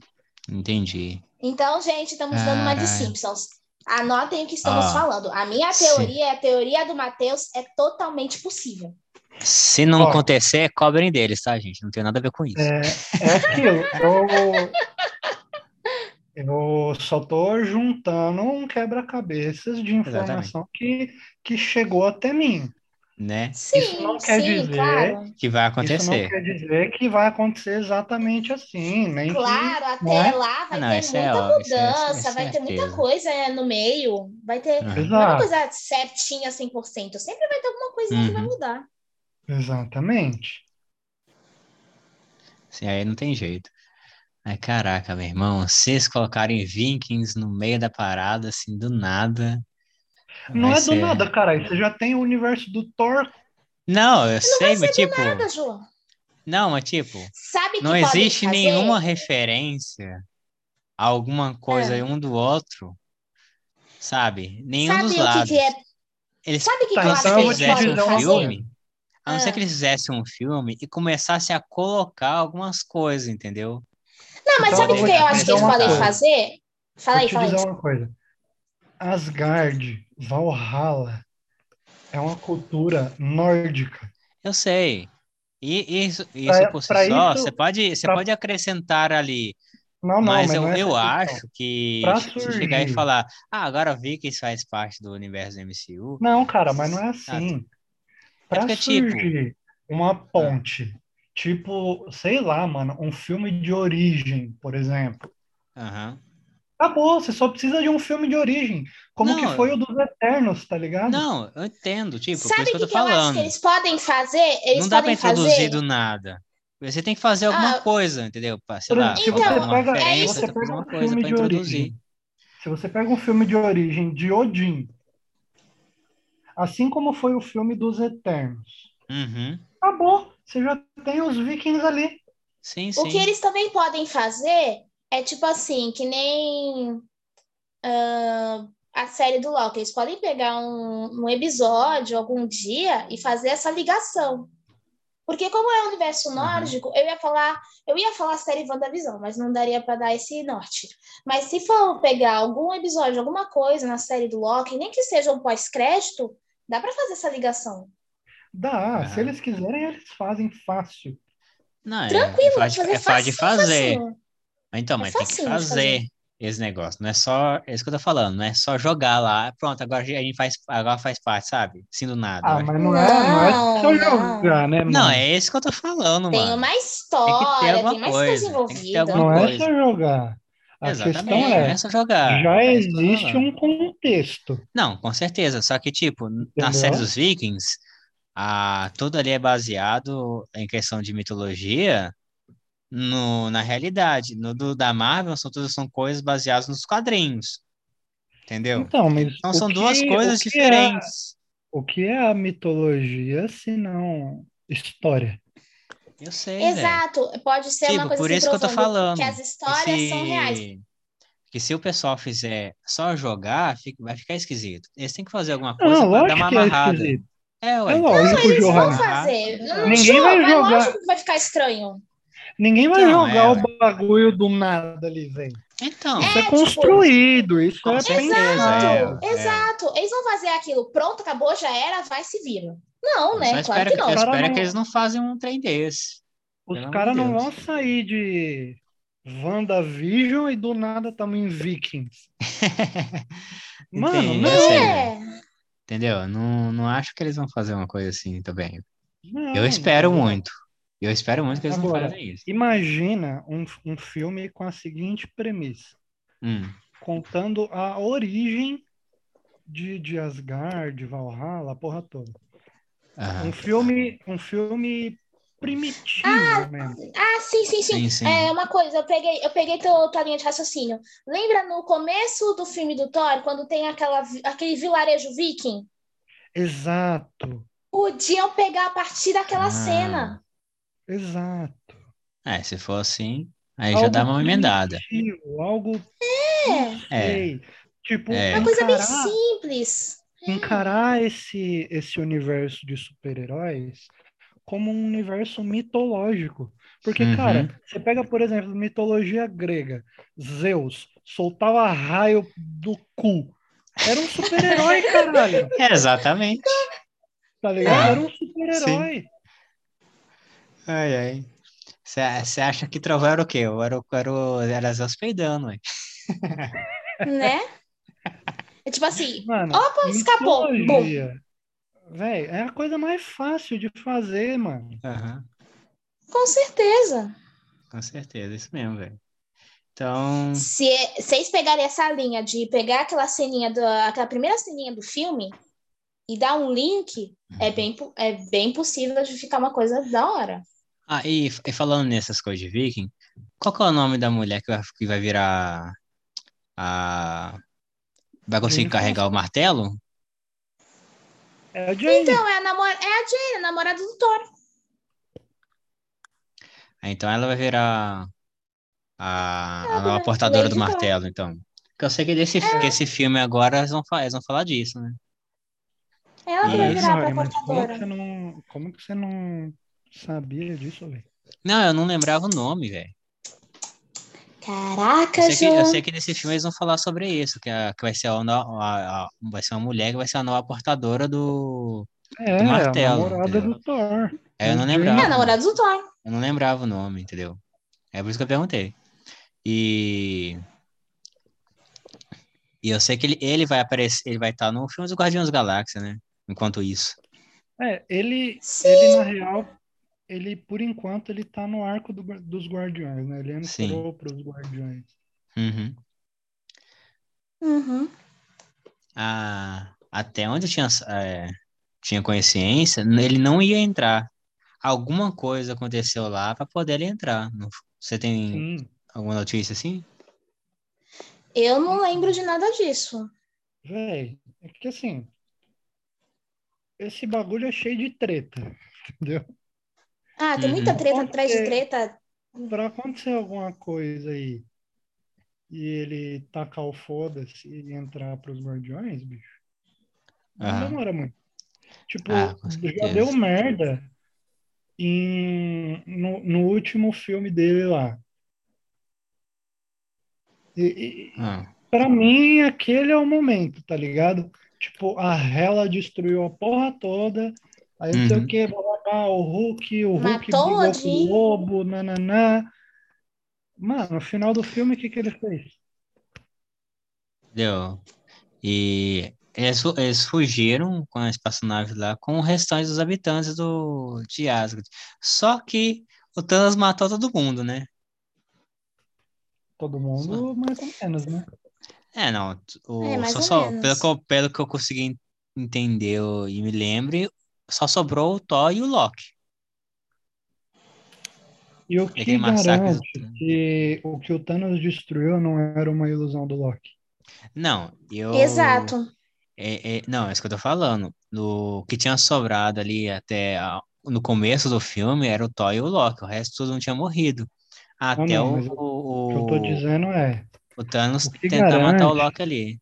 Speaker 1: Entendi.
Speaker 2: Então, gente, estamos dando uma de
Speaker 1: Caralho.
Speaker 2: Simpsons. Anotem o que estamos
Speaker 1: Ah,
Speaker 2: falando. A minha
Speaker 1: sim.
Speaker 2: teoria, a teoria do Matheus, é totalmente possível.
Speaker 1: Se não
Speaker 3: Ó.
Speaker 1: acontecer, cobrem deles, tá, gente? Não tem nada a ver com isso.
Speaker 3: É, é aquilo, eu, eu só tô juntando um quebra-cabeças de informação que, que chegou até mim.
Speaker 1: Né?
Speaker 2: Sim,
Speaker 3: não quer
Speaker 2: sim,
Speaker 3: dizer-
Speaker 2: claro.
Speaker 1: Que vai
Speaker 3: Isso não
Speaker 1: acontecer.
Speaker 3: quer dizer que vai acontecer exatamente assim, nem que
Speaker 2: Claro, até
Speaker 3: né?
Speaker 2: lá
Speaker 1: Ah,
Speaker 2: vai
Speaker 1: não,
Speaker 2: ter
Speaker 1: isso
Speaker 2: muita
Speaker 1: é óbvio, isso é- isso é
Speaker 2: mudança, vai ter muita
Speaker 1: certeza. Hum.
Speaker 2: coisa é, no meio, vai ter
Speaker 1: Aham.
Speaker 2: não é uma
Speaker 3: Exato,
Speaker 2: coisa certinha 100%, sempre vai ter alguma coisinha que vai
Speaker 1: Uhum.
Speaker 2: mudar.
Speaker 3: exatamente.
Speaker 1: Assim, aí não tem jeito. Ai, caraca, meu irmão, se eles colocarem Vikings no meio da parada, assim, do nada.
Speaker 3: Não
Speaker 1: vai
Speaker 3: é do
Speaker 1: ser-
Speaker 3: nada, cara, você já tem o universo do Thor.
Speaker 1: Não, eu sei, mas tipo.
Speaker 2: Nada, João.
Speaker 1: Não, mas tipo,
Speaker 2: Sabe que
Speaker 1: não
Speaker 2: podem
Speaker 1: existe
Speaker 2: fazer?
Speaker 1: nenhuma referência a alguma coisa
Speaker 2: É.
Speaker 1: um do outro, sabe? Nenhum
Speaker 2: Sabe
Speaker 1: dos
Speaker 2: o
Speaker 1: lados.
Speaker 2: que, que é?
Speaker 1: Eles
Speaker 2: Sabe o que,
Speaker 3: Tá,
Speaker 2: que eu
Speaker 1: Então,
Speaker 2: acho
Speaker 1: se
Speaker 3: então eu
Speaker 2: que
Speaker 3: vou
Speaker 2: eles
Speaker 3: te
Speaker 1: fizessem
Speaker 2: podem
Speaker 3: dizer uma
Speaker 1: um
Speaker 2: fazer?
Speaker 1: filme, a não
Speaker 2: Ah.
Speaker 1: ser que eles fizessem um filme e começassem a colocar algumas coisas, entendeu?
Speaker 2: Não, mas
Speaker 3: Então,
Speaker 2: sabe
Speaker 1: eu
Speaker 2: o que,
Speaker 1: vou
Speaker 2: que
Speaker 1: te
Speaker 2: eu acho que
Speaker 1: dizer
Speaker 2: eles
Speaker 1: uma
Speaker 2: podem
Speaker 1: coisa.
Speaker 2: fazer? Fala
Speaker 3: Vou
Speaker 2: aí,
Speaker 3: te
Speaker 2: fala aí.
Speaker 1: um
Speaker 3: dizer uma coisa. Asgard, Valhalla, é uma cultura nórdica.
Speaker 1: Eu sei. E isso, isso
Speaker 3: Pra-
Speaker 1: por si
Speaker 3: pra
Speaker 1: só,
Speaker 3: isso-
Speaker 1: você pode, você
Speaker 3: pra-
Speaker 1: pode acrescentar ali,
Speaker 3: Não, não,
Speaker 1: mas
Speaker 3: mas
Speaker 1: eu,
Speaker 3: não é essa
Speaker 1: eu
Speaker 3: a questão.
Speaker 1: acho que
Speaker 3: Pra
Speaker 1: se chegar e
Speaker 3: surgir.
Speaker 1: falar, ah, agora vi que isso faz parte do universo do MCU,
Speaker 3: Não, cara, mas não é assim. Pra
Speaker 1: porque, tipo-
Speaker 3: surgir uma ponte, tipo, sei lá, mano, um filme de origem, por exemplo.
Speaker 1: aham.
Speaker 3: Acabou, você só precisa de um filme de origem. Como
Speaker 1: Não,
Speaker 3: que foi o dos Eternos, tá ligado?
Speaker 1: Não, eu entendo, tipo, por
Speaker 2: Sabe
Speaker 1: isso
Speaker 2: o
Speaker 1: que eu
Speaker 2: que,
Speaker 1: tô
Speaker 2: que eu acho
Speaker 1: falando.
Speaker 2: que eles podem fazer? Eles
Speaker 1: Não dá pra
Speaker 2: podem
Speaker 1: introduzir
Speaker 2: fazer.
Speaker 1: do nada. Você tem que fazer alguma
Speaker 2: Ah,
Speaker 1: coisa, entendeu? Pra, sei
Speaker 3: Por
Speaker 1: lá,
Speaker 3: exemplo, se
Speaker 1: colocar
Speaker 3: você
Speaker 1: uma
Speaker 3: pega,
Speaker 2: Então, é
Speaker 1: referência,
Speaker 2: isso.
Speaker 3: você
Speaker 1: outra coisa,
Speaker 3: pega um
Speaker 1: uma coisa
Speaker 3: filme
Speaker 1: pra
Speaker 3: de
Speaker 1: introduzir.
Speaker 3: origem. Se você pega um filme de origem de Odin, assim como foi o filme dos Eternos,
Speaker 1: Uhum.
Speaker 3: acabou. Você já tem os vikings ali.
Speaker 1: Sim,
Speaker 2: O que
Speaker 1: sim.
Speaker 2: eles também podem fazer é tipo assim, que nem ah, a série do Loki. Eles podem pegar um, um episódio algum dia e fazer essa ligação. Porque como é o
Speaker 1: Uhum.
Speaker 2: universo nórdico, eu ia falar, eu ia falar a série WandaVision, mas não daria para dar esse norte. Mas se for pegar algum episódio, alguma coisa na série do Loki, nem que seja um pós-crédito, dá para fazer essa ligação.
Speaker 3: Dá,
Speaker 1: Ah.
Speaker 3: se eles quiserem, eles fazem fácil.
Speaker 1: Não, é-
Speaker 2: Tranquilo,
Speaker 1: é fácil,
Speaker 2: fazer
Speaker 1: é fácil de fazer.
Speaker 2: facinho.
Speaker 1: Mas Então,
Speaker 2: É
Speaker 1: mas tem que
Speaker 2: facinho de
Speaker 1: fazer esse negócio. Não é só. É isso que eu tô falando, não é só jogar lá. Pronto, agora a gente faz, agora faz parte, sabe? Sim, do nada.
Speaker 3: Ah,
Speaker 1: Eu acho-
Speaker 3: mas não, é, não é só
Speaker 2: Não,
Speaker 3: jogar, né, mano?
Speaker 1: Não, é isso que eu tô falando,
Speaker 2: Tem
Speaker 1: mano.
Speaker 2: uma história, tem,
Speaker 1: alguma
Speaker 2: mais
Speaker 1: coisa,
Speaker 2: coisa
Speaker 1: tem que ter
Speaker 2: envolvida.
Speaker 1: alguma
Speaker 3: Não é
Speaker 1: coisa.
Speaker 3: só jogar. A
Speaker 1: Exatamente,
Speaker 3: questão
Speaker 1: não
Speaker 3: é,
Speaker 1: é só jogar.
Speaker 3: já
Speaker 1: É isso que eu tô
Speaker 3: existe
Speaker 1: falando.
Speaker 3: um contexto.
Speaker 1: Não, com certeza. Só que, tipo, na
Speaker 3: Entendeu?
Speaker 1: série dos Vikings, a, tudo ali é baseado em questão de mitologia no, na realidade. No do, da Marvel, são, tudo, são coisas baseadas nos quadrinhos. Entendeu?
Speaker 3: Então, mas
Speaker 1: Então,
Speaker 3: o
Speaker 1: são
Speaker 3: que-
Speaker 1: duas coisas
Speaker 3: o que é-
Speaker 1: diferentes.
Speaker 3: o que é a mitologia, se não história?
Speaker 1: Eu sei, velho.
Speaker 2: Exato, pode ser
Speaker 1: é. Tipo,
Speaker 2: uma coisa
Speaker 1: por
Speaker 2: assim,
Speaker 1: isso que eu tô
Speaker 2: provando
Speaker 1: falando.
Speaker 2: que as histórias são reais.
Speaker 1: Se- Que se o pessoal fizer só jogar, fica- vai ficar esquisito. Eles têm que fazer alguma
Speaker 3: Não,
Speaker 1: coisa pra dar uma
Speaker 3: lógico que é
Speaker 1: amarrada.
Speaker 3: esquisito.
Speaker 1: É, ué.
Speaker 3: É
Speaker 1: então,
Speaker 3: lógico,
Speaker 1: eles vão
Speaker 3: Johanna.
Speaker 2: Vamos
Speaker 1: amarrar.
Speaker 2: fazer. Não,
Speaker 3: Ninguém
Speaker 2: show,
Speaker 3: vai
Speaker 2: mas
Speaker 3: jogar.
Speaker 2: lógico que vai ficar estranho.
Speaker 3: Ninguém vai
Speaker 1: Então,
Speaker 3: jogar
Speaker 1: é,
Speaker 3: o
Speaker 1: ué.
Speaker 3: bagulho do nada ali, velho.
Speaker 1: Então,
Speaker 3: Isso é,
Speaker 2: tipo,
Speaker 3: construído, isso
Speaker 1: com
Speaker 3: é
Speaker 1: certeza, é,
Speaker 3: pensado.
Speaker 1: ué.
Speaker 2: Exato. Eles vão fazer aquilo. Pronto, acabou, já era, vai se vira. Não,
Speaker 1: Eu só
Speaker 2: né? Claro
Speaker 1: espero
Speaker 2: que não.
Speaker 1: Eu
Speaker 3: Cara,
Speaker 1: espero
Speaker 3: não-
Speaker 1: que eles não façam um trem desse. Pelo
Speaker 3: Os
Speaker 1: amor
Speaker 3: caras
Speaker 1: de
Speaker 3: não
Speaker 1: Deus.
Speaker 3: vão sair de WandaVision e do nada estamos em Vikings. Mano,
Speaker 1: Entendi.
Speaker 3: não,
Speaker 1: Sim.
Speaker 2: É.
Speaker 1: Entendeu? Não, não acho que eles vão fazer uma coisa assim também.
Speaker 3: não.
Speaker 1: Eu espero muito. Eu espero muito que eles não
Speaker 3: Hum, Agora.
Speaker 1: façam isso.
Speaker 3: Imagina um, um filme com a seguinte premissa,
Speaker 1: Hum,
Speaker 3: contando a origem de, de Asgard, de Valhalla, a porra toda.
Speaker 2: Ah,
Speaker 1: aham.
Speaker 2: tá.
Speaker 3: Um filme, um filme primitivo mesmo.
Speaker 2: Ah, sim, sim, sim.
Speaker 1: Sim, sim.
Speaker 2: É uma coisa, eu peguei, eu peguei teu, tua linha de raciocínio. Lembra no começo do filme do Thor, quando tem aquela, vi- aquele vilarejo viking?
Speaker 3: Exato,
Speaker 2: Podiam pegar a partir daquela
Speaker 1: Ah.
Speaker 2: cena.
Speaker 3: exato.
Speaker 1: É, se for assim, aí já dá
Speaker 3: Algo
Speaker 1: uma emendada.
Speaker 3: primitivo, algo,
Speaker 2: É.
Speaker 3: sei, Tipo,
Speaker 1: É.
Speaker 2: Uma coisa bem
Speaker 3: encarar-
Speaker 2: simples.
Speaker 3: encarar esse, esse universo de super-heróis como um universo mitológico. Porque,
Speaker 1: Uhum.
Speaker 3: cara, você pega, por exemplo, mitologia grega, Zeus soltava raio do cu. Era um super-herói, caralho.
Speaker 1: é, Exatamente.
Speaker 3: Tá
Speaker 1: É,
Speaker 3: ligado? Era um super-herói.
Speaker 1: Ai, ai. Você acha que trovão era o quê? Eu era, o- era, o- era Zeus peidando, ué.
Speaker 2: Né? É tipo assim,
Speaker 3: Mano,
Speaker 2: Opa, escapou. Bom.
Speaker 3: mitologia. Véi, é a coisa mais fácil de fazer, mano.
Speaker 1: Aham,
Speaker 2: com certeza.
Speaker 1: com certeza, isso mesmo, velho. Então,
Speaker 2: Se é, vocês pegarem essa linha de pegar aquela ceninha, do, aquela primeira ceninha do filme e dar um link,
Speaker 1: Uhum.
Speaker 2: é bem, po- é bem possível de ficar uma coisa da hora.
Speaker 1: ah, e, f- e falando nessas coisas de viking, qual que é o nome da mulher que vai, que vai virar a... Vai conseguir
Speaker 3: Jane
Speaker 1: carregar o martelo?
Speaker 3: É a Jane.
Speaker 2: Então, é a, namora, é a Jane, a namorada do Thor.
Speaker 1: Ah, Então ela vai virar a, a
Speaker 2: Ela
Speaker 1: nova
Speaker 2: vai-
Speaker 1: portadora
Speaker 2: Lady
Speaker 1: do
Speaker 2: Thor.
Speaker 1: martelo, então. Porque eu sei que desse que esse filme agora eles vão, fa- eles vão falar disso, né?
Speaker 2: Ela que vai
Speaker 1: Isso, é
Speaker 2: virar
Speaker 3: Ari,
Speaker 2: a
Speaker 3: mas como que
Speaker 2: portadora.
Speaker 3: você não, como que você não sabia disso, velho?
Speaker 1: Não, eu não lembrava o nome, velho. Eu
Speaker 2: Caraca,
Speaker 1: sei, que, eu
Speaker 2: João.
Speaker 1: sei que nesse filme eles vão falar sobre isso, que, a- que vai, ser a, no- a- a- vai ser uma mulher que vai ser a nova portadora do.
Speaker 3: É,
Speaker 1: Do
Speaker 3: a
Speaker 1: martelo,
Speaker 3: namorada
Speaker 1: entendeu?
Speaker 3: do Thor.
Speaker 1: É, eu não
Speaker 3: Entendi.
Speaker 1: lembrava.
Speaker 2: É a namorada do Thor.
Speaker 1: Eu não lembrava o nome, entendeu? É por isso que eu perguntei. E. E eu sei que ele, ele vai aparecer, ele vai estar no filme dos Guardiões da Galáxia, né? Enquanto isso.
Speaker 3: É, ele,
Speaker 2: Sim.
Speaker 3: ele na real, ele por enquanto ele tá no arco do- dos Guardiões, né? Ele
Speaker 1: Sim.
Speaker 3: entrou pros Guardiões.
Speaker 1: Uhum. É.
Speaker 2: Uhum.
Speaker 1: A- até onde eu tinha, é, tinha consciência, ele não ia entrar. Alguma coisa aconteceu lá para poder ele entrar. Não- Você tem.
Speaker 3: Sim.
Speaker 1: Alguma notícia assim?
Speaker 2: Eu não lembro de nada disso.
Speaker 3: Véi, é que assim, esse bagulho é cheio de treta, entendeu?
Speaker 2: Ah, tem
Speaker 1: Uhum.
Speaker 2: muita treta
Speaker 3: Pode
Speaker 2: atrás de
Speaker 3: ser.
Speaker 2: treta.
Speaker 3: Pra acontecer alguma coisa aí e ele tacar o foda-se e entrar pros Guardiões, bicho. Não
Speaker 1: Aham.
Speaker 3: demora muito. Tipo,
Speaker 1: Ah, com
Speaker 3: já
Speaker 1: certeza.
Speaker 3: deu merda em, no, no último filme dele lá. E, e,
Speaker 1: Ah,
Speaker 3: pra mim, aquele é o momento, tá ligado? Tipo, a Hela destruiu a porra toda. Aí não sei
Speaker 1: Uhum.
Speaker 3: o que, blá, blá, blá, o Hulk, o Hulk
Speaker 2: Matou o
Speaker 3: brigou com
Speaker 2: Odin.
Speaker 3: o lobo, nananã. Mano, no final do filme, o que, que ele fez?
Speaker 1: deu. E eles, fu- eles fugiram com a espaçonave lá com o restante dos habitantes do, de Asgard. Só que o Thanos matou todo mundo, né?
Speaker 3: Todo mundo, mais ou menos, né?
Speaker 1: É, não. t- O,
Speaker 2: É, mais
Speaker 1: só,
Speaker 2: ou
Speaker 1: só-
Speaker 2: menos.
Speaker 1: pelo, que eu, pelo que eu consegui en- entender eu- e me lembre, só sobrou o Thor e o Loki.
Speaker 3: E o que
Speaker 1: Aquele massacre.
Speaker 3: garante que o que o Thanos destruiu não era uma ilusão do Loki?
Speaker 1: Não, eu.
Speaker 2: Exato.
Speaker 1: É, é- não, é isso que eu tô falando. No, o que tinha sobrado ali até a- no começo do filme era o Thor e o Loki, o resto tudo não tinha morrido. Até
Speaker 3: Ah, não,
Speaker 1: o,
Speaker 3: mas eu- O que eu
Speaker 1: o,
Speaker 3: tô dizendo é,
Speaker 1: o Thanos
Speaker 3: o que
Speaker 1: tentar matar o
Speaker 3: garante-
Speaker 1: Loki ali.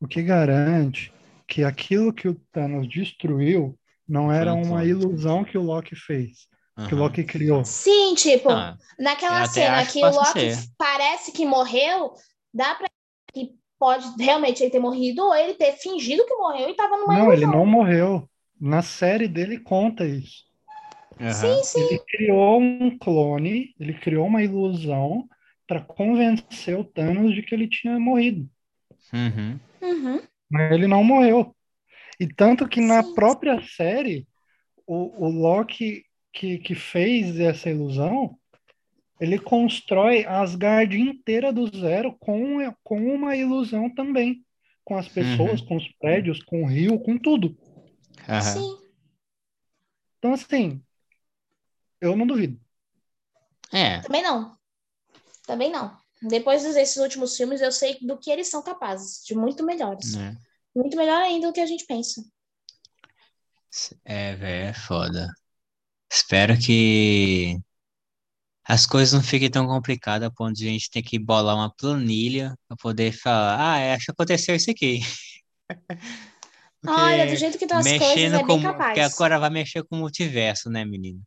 Speaker 3: o que garante que aquilo que o Thanos destruiu não era
Speaker 1: Foi um
Speaker 3: uma
Speaker 1: clone.
Speaker 3: ilusão que o Loki fez, que o
Speaker 1: Aham.
Speaker 3: Loki criou?
Speaker 2: Sim, tipo,
Speaker 1: Ah, eu
Speaker 2: naquela
Speaker 1: até
Speaker 2: cena
Speaker 1: acho que
Speaker 2: que o
Speaker 1: possa
Speaker 2: Loki
Speaker 1: ser.
Speaker 2: parece que morreu, dá pra que pode realmente ele ter morrido ou ele ter fingido que morreu e tava numa
Speaker 3: Não, ele
Speaker 2: ilusão.
Speaker 3: não morreu. Na série dele conta isso.
Speaker 1: aham.
Speaker 2: Sim, sim.
Speaker 3: Ele criou um clone, ele criou uma ilusão para convencer o Thanos de que ele tinha morrido.
Speaker 1: Uhum.
Speaker 2: Uhum.
Speaker 3: Mas ele não morreu. E tanto que na
Speaker 2: Sim.
Speaker 3: própria série, o, o Loki que, que fez essa ilusão, ele constrói Asgard inteira do zero com, com uma ilusão também. Com as pessoas, com os prédios, com o rio, com tudo.
Speaker 1: aham.
Speaker 2: Sim.
Speaker 3: Então, assim, eu não duvido.
Speaker 1: É,
Speaker 2: Também não. Também não. Depois desses últimos filmes, eu sei do que eles são capazes, de muito melhores.
Speaker 1: né?
Speaker 2: Muito melhor ainda do que a gente pensa.
Speaker 1: É, velho, é foda. Espero que as coisas não fiquem tão complicadas a ponto de a gente ter que bolar uma planilha para poder falar, ah, é, acho que aconteceu isso aqui. Porque
Speaker 4: Olha, do jeito que
Speaker 2: tá
Speaker 4: estão as coisas,
Speaker 1: mexendo
Speaker 4: é
Speaker 1: com,
Speaker 4: bem capaz.
Speaker 1: porque agora vai mexer com o multiverso, né, menino?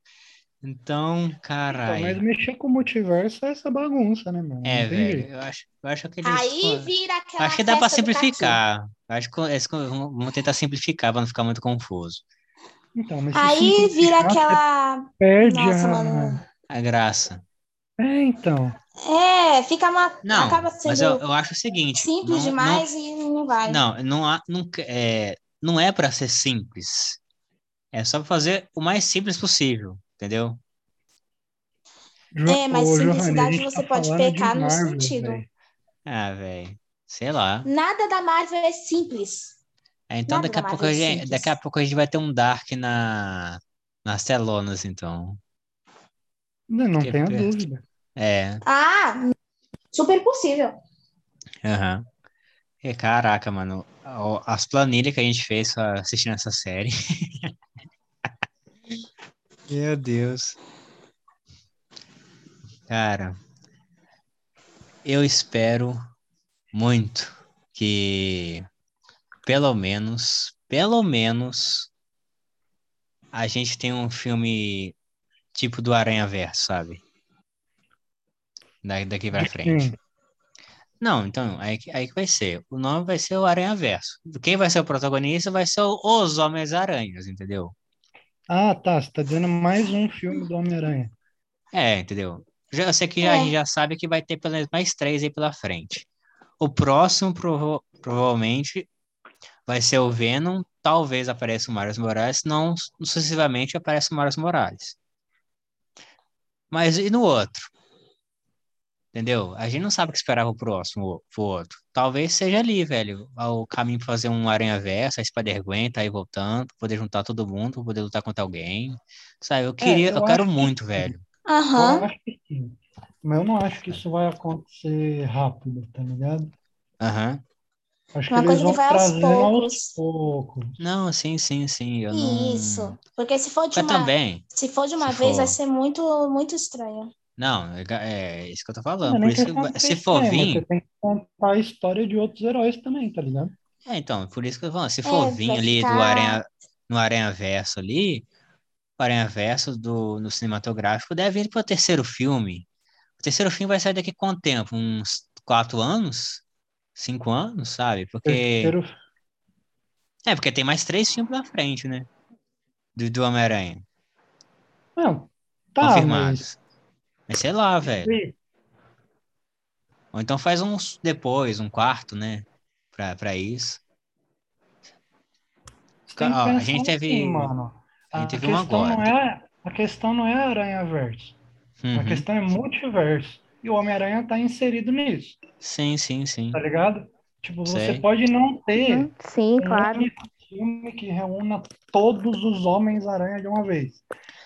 Speaker 1: Então,
Speaker 3: Então, mas
Speaker 1: caralho.
Speaker 3: mexer com o multiverso é essa bagunça, né, mano?
Speaker 1: É,
Speaker 3: Não tem jeito.
Speaker 1: velho, eu acho, eu acho que eles.
Speaker 4: Aí vira aquela
Speaker 1: Acho que dá para
Speaker 4: festa do caqui.
Speaker 1: simplificar. Acho que eles vão vão tentar simplificar para não ficar muito confuso.
Speaker 3: Então, mas se
Speaker 4: Aí vira
Speaker 3: simplificar,
Speaker 4: aquela.
Speaker 3: você Perde
Speaker 4: Nossa,
Speaker 3: a-
Speaker 4: mano.
Speaker 1: A graça.
Speaker 3: É, então.
Speaker 4: É, fica uma.
Speaker 1: Não,
Speaker 4: acaba sendo
Speaker 1: mas eu, eu acho o seguinte.
Speaker 4: simples
Speaker 1: não- não-
Speaker 4: demais e não vai.
Speaker 1: Não, não, há, não, é, não é para ser simples. É só pra fazer o mais simples possível, entendeu?
Speaker 3: Jo-
Speaker 4: É, mas
Speaker 3: Ô, Johanna, a
Speaker 4: simplicidade
Speaker 3: gente
Speaker 4: você
Speaker 3: tá
Speaker 4: pode
Speaker 3: falando
Speaker 4: pecar
Speaker 3: de
Speaker 4: no
Speaker 3: Marvel,
Speaker 4: sentido.
Speaker 3: velho.
Speaker 1: Ah, velho. Sei lá.
Speaker 4: Nada da Marvel é simples.
Speaker 1: É, Então
Speaker 4: Nada
Speaker 1: daqui a
Speaker 4: da
Speaker 1: pouco a
Speaker 4: Marvel é
Speaker 1: gente,
Speaker 4: simples.
Speaker 1: daqui a pouco a gente vai ter um Dark na nas telonas, então.
Speaker 3: Não, não
Speaker 1: Que
Speaker 3: tenha
Speaker 1: perto.
Speaker 3: dúvida.
Speaker 1: É,
Speaker 4: Ah, super possível.
Speaker 1: aham. E, É, caraca, mano, o- as planilhas que a gente fez só assistindo essa série. Meu Deus. Cara, eu espero muito que pelo menos, pelo menos a gente tenha um filme tipo do Aranha Verso, sabe? Da- Daqui
Speaker 3: Assim,
Speaker 1: pra frente.
Speaker 3: Sim.
Speaker 1: Não, então, aí, que- aí que vai ser. O nome vai ser o Aranha Verso. Quem vai ser o protagonista vai ser o- os Homens-Aranhas, entendeu?
Speaker 3: Ah, tá. Você tá dizendo mais um filme do Homem-Aranha.
Speaker 1: É, entendeu? Já, eu sei que já, a
Speaker 4: É.
Speaker 1: gente já sabe que vai ter pelo menos mais três aí pela frente. O próximo, provo- provavelmente, vai ser o Venom. Talvez apareça o Miles Morales, não sucessivamente aparece o Miles Morales. Mas e no outro? Entendeu? A gente não sabe o que esperar pro próximo, pro outro. Talvez seja ali, velho, o caminho pra fazer um Aranha Versa, a Spider-Gwen tá aí voltando, poder juntar todo mundo, poder lutar contra alguém. Sabe, eu queria,
Speaker 3: É, eu
Speaker 1: eu quero
Speaker 3: acho que
Speaker 1: muito,
Speaker 3: sim.
Speaker 1: velho.
Speaker 4: Aham.
Speaker 3: Eu acho que sim. Mas eu não acho que isso vai acontecer rápido, tá ligado?
Speaker 1: Aham.
Speaker 3: Acho
Speaker 4: Uma
Speaker 3: que eles
Speaker 4: coisa que
Speaker 3: vão
Speaker 4: vai aos
Speaker 3: trazendo aos
Speaker 4: poucos.
Speaker 3: poucos.
Speaker 1: Não, sim, sim, sim. Eu não...
Speaker 4: Isso. Porque se for de
Speaker 1: Mas
Speaker 4: uma,
Speaker 1: também.
Speaker 4: se for de uma
Speaker 1: se
Speaker 4: vez,
Speaker 1: for.
Speaker 4: vai ser muito, muito estranho.
Speaker 1: Não, é ga- é isso que eu tô falando.
Speaker 3: Não
Speaker 1: Por
Speaker 3: é nem
Speaker 1: isso que,
Speaker 3: questão
Speaker 1: vai-
Speaker 3: de
Speaker 1: se
Speaker 3: ser
Speaker 1: for
Speaker 3: extremo,
Speaker 1: vir.
Speaker 3: Você tem que contar a história de outros heróis também, tá ligado?
Speaker 1: É, então, por isso que eu tô falando. Se for
Speaker 4: É,
Speaker 1: vir
Speaker 4: vai
Speaker 1: ali do
Speaker 4: ficar-
Speaker 1: Aranha, no Aranha Verso ali, o Aranha Verso do, no cinematográfico deve ir pro terceiro filme. O terceiro filme vai sair daqui quanto tempo? Uns quatro anos? Cinco anos, sabe? Porque.
Speaker 3: Terceiro
Speaker 1: É, porque tem mais três filmes na frente, né? Do, do Homem-Aranha.
Speaker 3: Não, tá, mas
Speaker 1: confirmados. Mas sei lá, velho.
Speaker 3: Sim,
Speaker 1: Ou então faz um depois, um quarto, né? Pra, pra isso.
Speaker 3: você tem que
Speaker 1: Ó, Ah, a
Speaker 3: pensar
Speaker 1: gente teve-
Speaker 3: assim, mano.
Speaker 1: a gente
Speaker 3: A
Speaker 1: teve um
Speaker 3: questão
Speaker 1: agora.
Speaker 3: não é a questão não é Aranha Verso. A
Speaker 1: Uhum.
Speaker 3: questão é multiverso. E o Homem-Aranha tá inserido nisso,
Speaker 1: Sim, sim, sim.
Speaker 3: tá ligado? Tipo, você
Speaker 1: Sei.
Speaker 3: pode não ter
Speaker 2: Hum, Sim,
Speaker 3: um
Speaker 2: claro.
Speaker 3: único filme que reúna todos os Homens-Aranha de uma vez.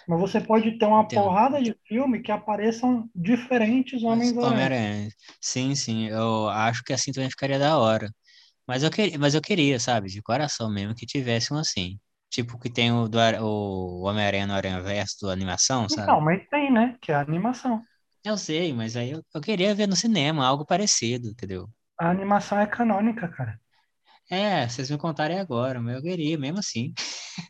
Speaker 3: Mas você pode ter uma
Speaker 1: Entendo.
Speaker 3: porrada de filme que apareçam diferentes
Speaker 1: Mas
Speaker 3: Homens-Aranha.
Speaker 1: Homem-Aranha. Sim, sim. Eu acho que assim também ficaria da hora. Mas eu, queria, mas eu queria, sabe? De coração mesmo que tivesse um assim. Tipo que tem o, do Ara- o Homem-Aranha no Aranha Verso, da animação, sabe?
Speaker 3: Então, mas tem, né? Que é a animação.
Speaker 1: Eu sei, mas aí eu, eu queria ver no cinema algo parecido, entendeu?
Speaker 3: A animação é canônica, cara.
Speaker 1: É, vocês me contarem agora, mas eu queria mesmo assim.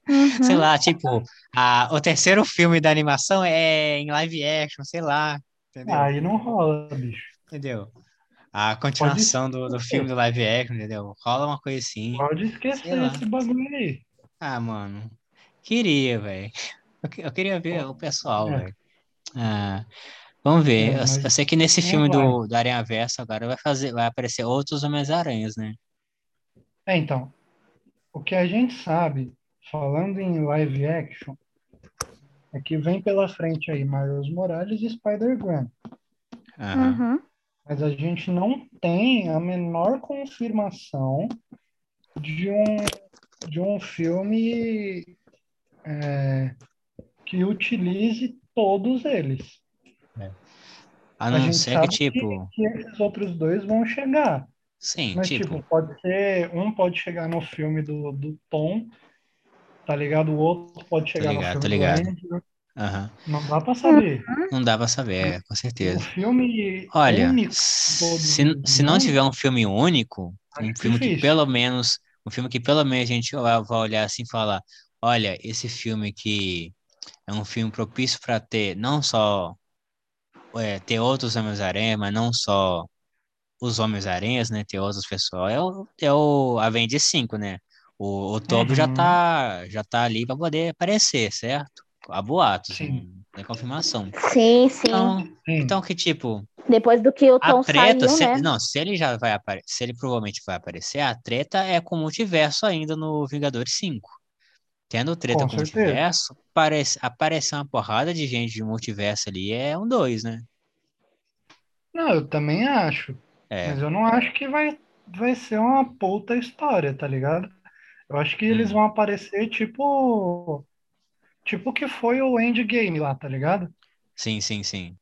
Speaker 2: Uhum.
Speaker 1: Sei lá, tipo, a, o terceiro filme da animação é em live action, sei lá, entendeu?
Speaker 3: Aí não rola, bicho.
Speaker 1: Entendeu? A continuação do, do filme do live action, entendeu? Rola uma coisa assim.
Speaker 3: Pode
Speaker 1: Sei
Speaker 3: esquecer
Speaker 1: lá.
Speaker 3: esse bagulho aí.
Speaker 1: Ah, mano. Queria, velho. Eu, que- eu queria ver o pessoal,
Speaker 3: É.
Speaker 1: velho. Ah, vamos ver. Eu-
Speaker 3: É,
Speaker 1: eu,
Speaker 3: mas
Speaker 1: sei que nesse
Speaker 3: não
Speaker 1: filme do, do Aranha Verso agora vai fazer, vai aparecer outros Homens-Aranhas, né?
Speaker 3: É, então, o que a gente sabe, falando em live action, é que vem pela frente aí Miles Morales e Spider-Gwen.
Speaker 1: Aham.
Speaker 2: Uhum.
Speaker 3: Mas a gente não tem a menor confirmação de um, de um filme é, que utilize todos eles.
Speaker 1: A
Speaker 3: A
Speaker 1: não
Speaker 3: gente
Speaker 1: ser
Speaker 3: sabe
Speaker 1: que,
Speaker 3: que-
Speaker 1: tipo.
Speaker 3: Que esses outros dois vão chegar.
Speaker 1: Sim,
Speaker 3: Mas, tipo,
Speaker 1: tipo.
Speaker 3: pode ser. Um pode chegar no filme do, do Tom, tá ligado? O outro pode chegar
Speaker 1: ligado,
Speaker 3: no
Speaker 1: tô
Speaker 3: filme
Speaker 1: ligado.
Speaker 3: do Andrew.
Speaker 1: Aham.
Speaker 3: Não dá pra saber.
Speaker 1: Não dá pra saber, com
Speaker 3: O
Speaker 1: certeza.
Speaker 3: filme
Speaker 1: Olha,
Speaker 3: único todo
Speaker 1: se, se não
Speaker 3: mundo, né?
Speaker 1: tiver um filme único, um
Speaker 3: Acho
Speaker 1: filme que
Speaker 3: difícil.
Speaker 1: pelo menos, um filme que pelo menos a gente vai vai olhar assim e falar, olha, esse filme que é um filme propício para ter não só é, ter outros Homens-Aranha, mas não só os Homens-Aranhas, né? Ter outros pessoal. É o, é o Avengers 5, né? O, o Toby já
Speaker 3: Uhum.
Speaker 1: tá, já tá ali para poder aparecer, certo? Há boatos,
Speaker 3: Sim.
Speaker 1: não- não é confirmação.
Speaker 2: Sim, sim.
Speaker 1: Então,
Speaker 3: sim.
Speaker 1: então que tipo,
Speaker 2: Depois do que o Tom
Speaker 1: a treta,
Speaker 2: saiu,
Speaker 1: se-
Speaker 2: né?
Speaker 1: não, se ele já vai aparecer, se ele provavelmente vai aparecer, a treta é com o multiverso ainda no Vingadores 5. Tendo treta
Speaker 3: Com
Speaker 1: com o
Speaker 3: certeza.
Speaker 1: multiverso, parece, aparecer uma porrada de gente de multiverso ali é um dois, né?
Speaker 3: Não, eu também acho.
Speaker 1: É,
Speaker 3: Mas eu não acho que vai, vai ser uma puta história, tá ligado? Eu acho que eles
Speaker 1: Hum.
Speaker 3: vão aparecer tipo. Tipo que foi o Endgame lá, tá ligado?
Speaker 1: sim, sim, sim.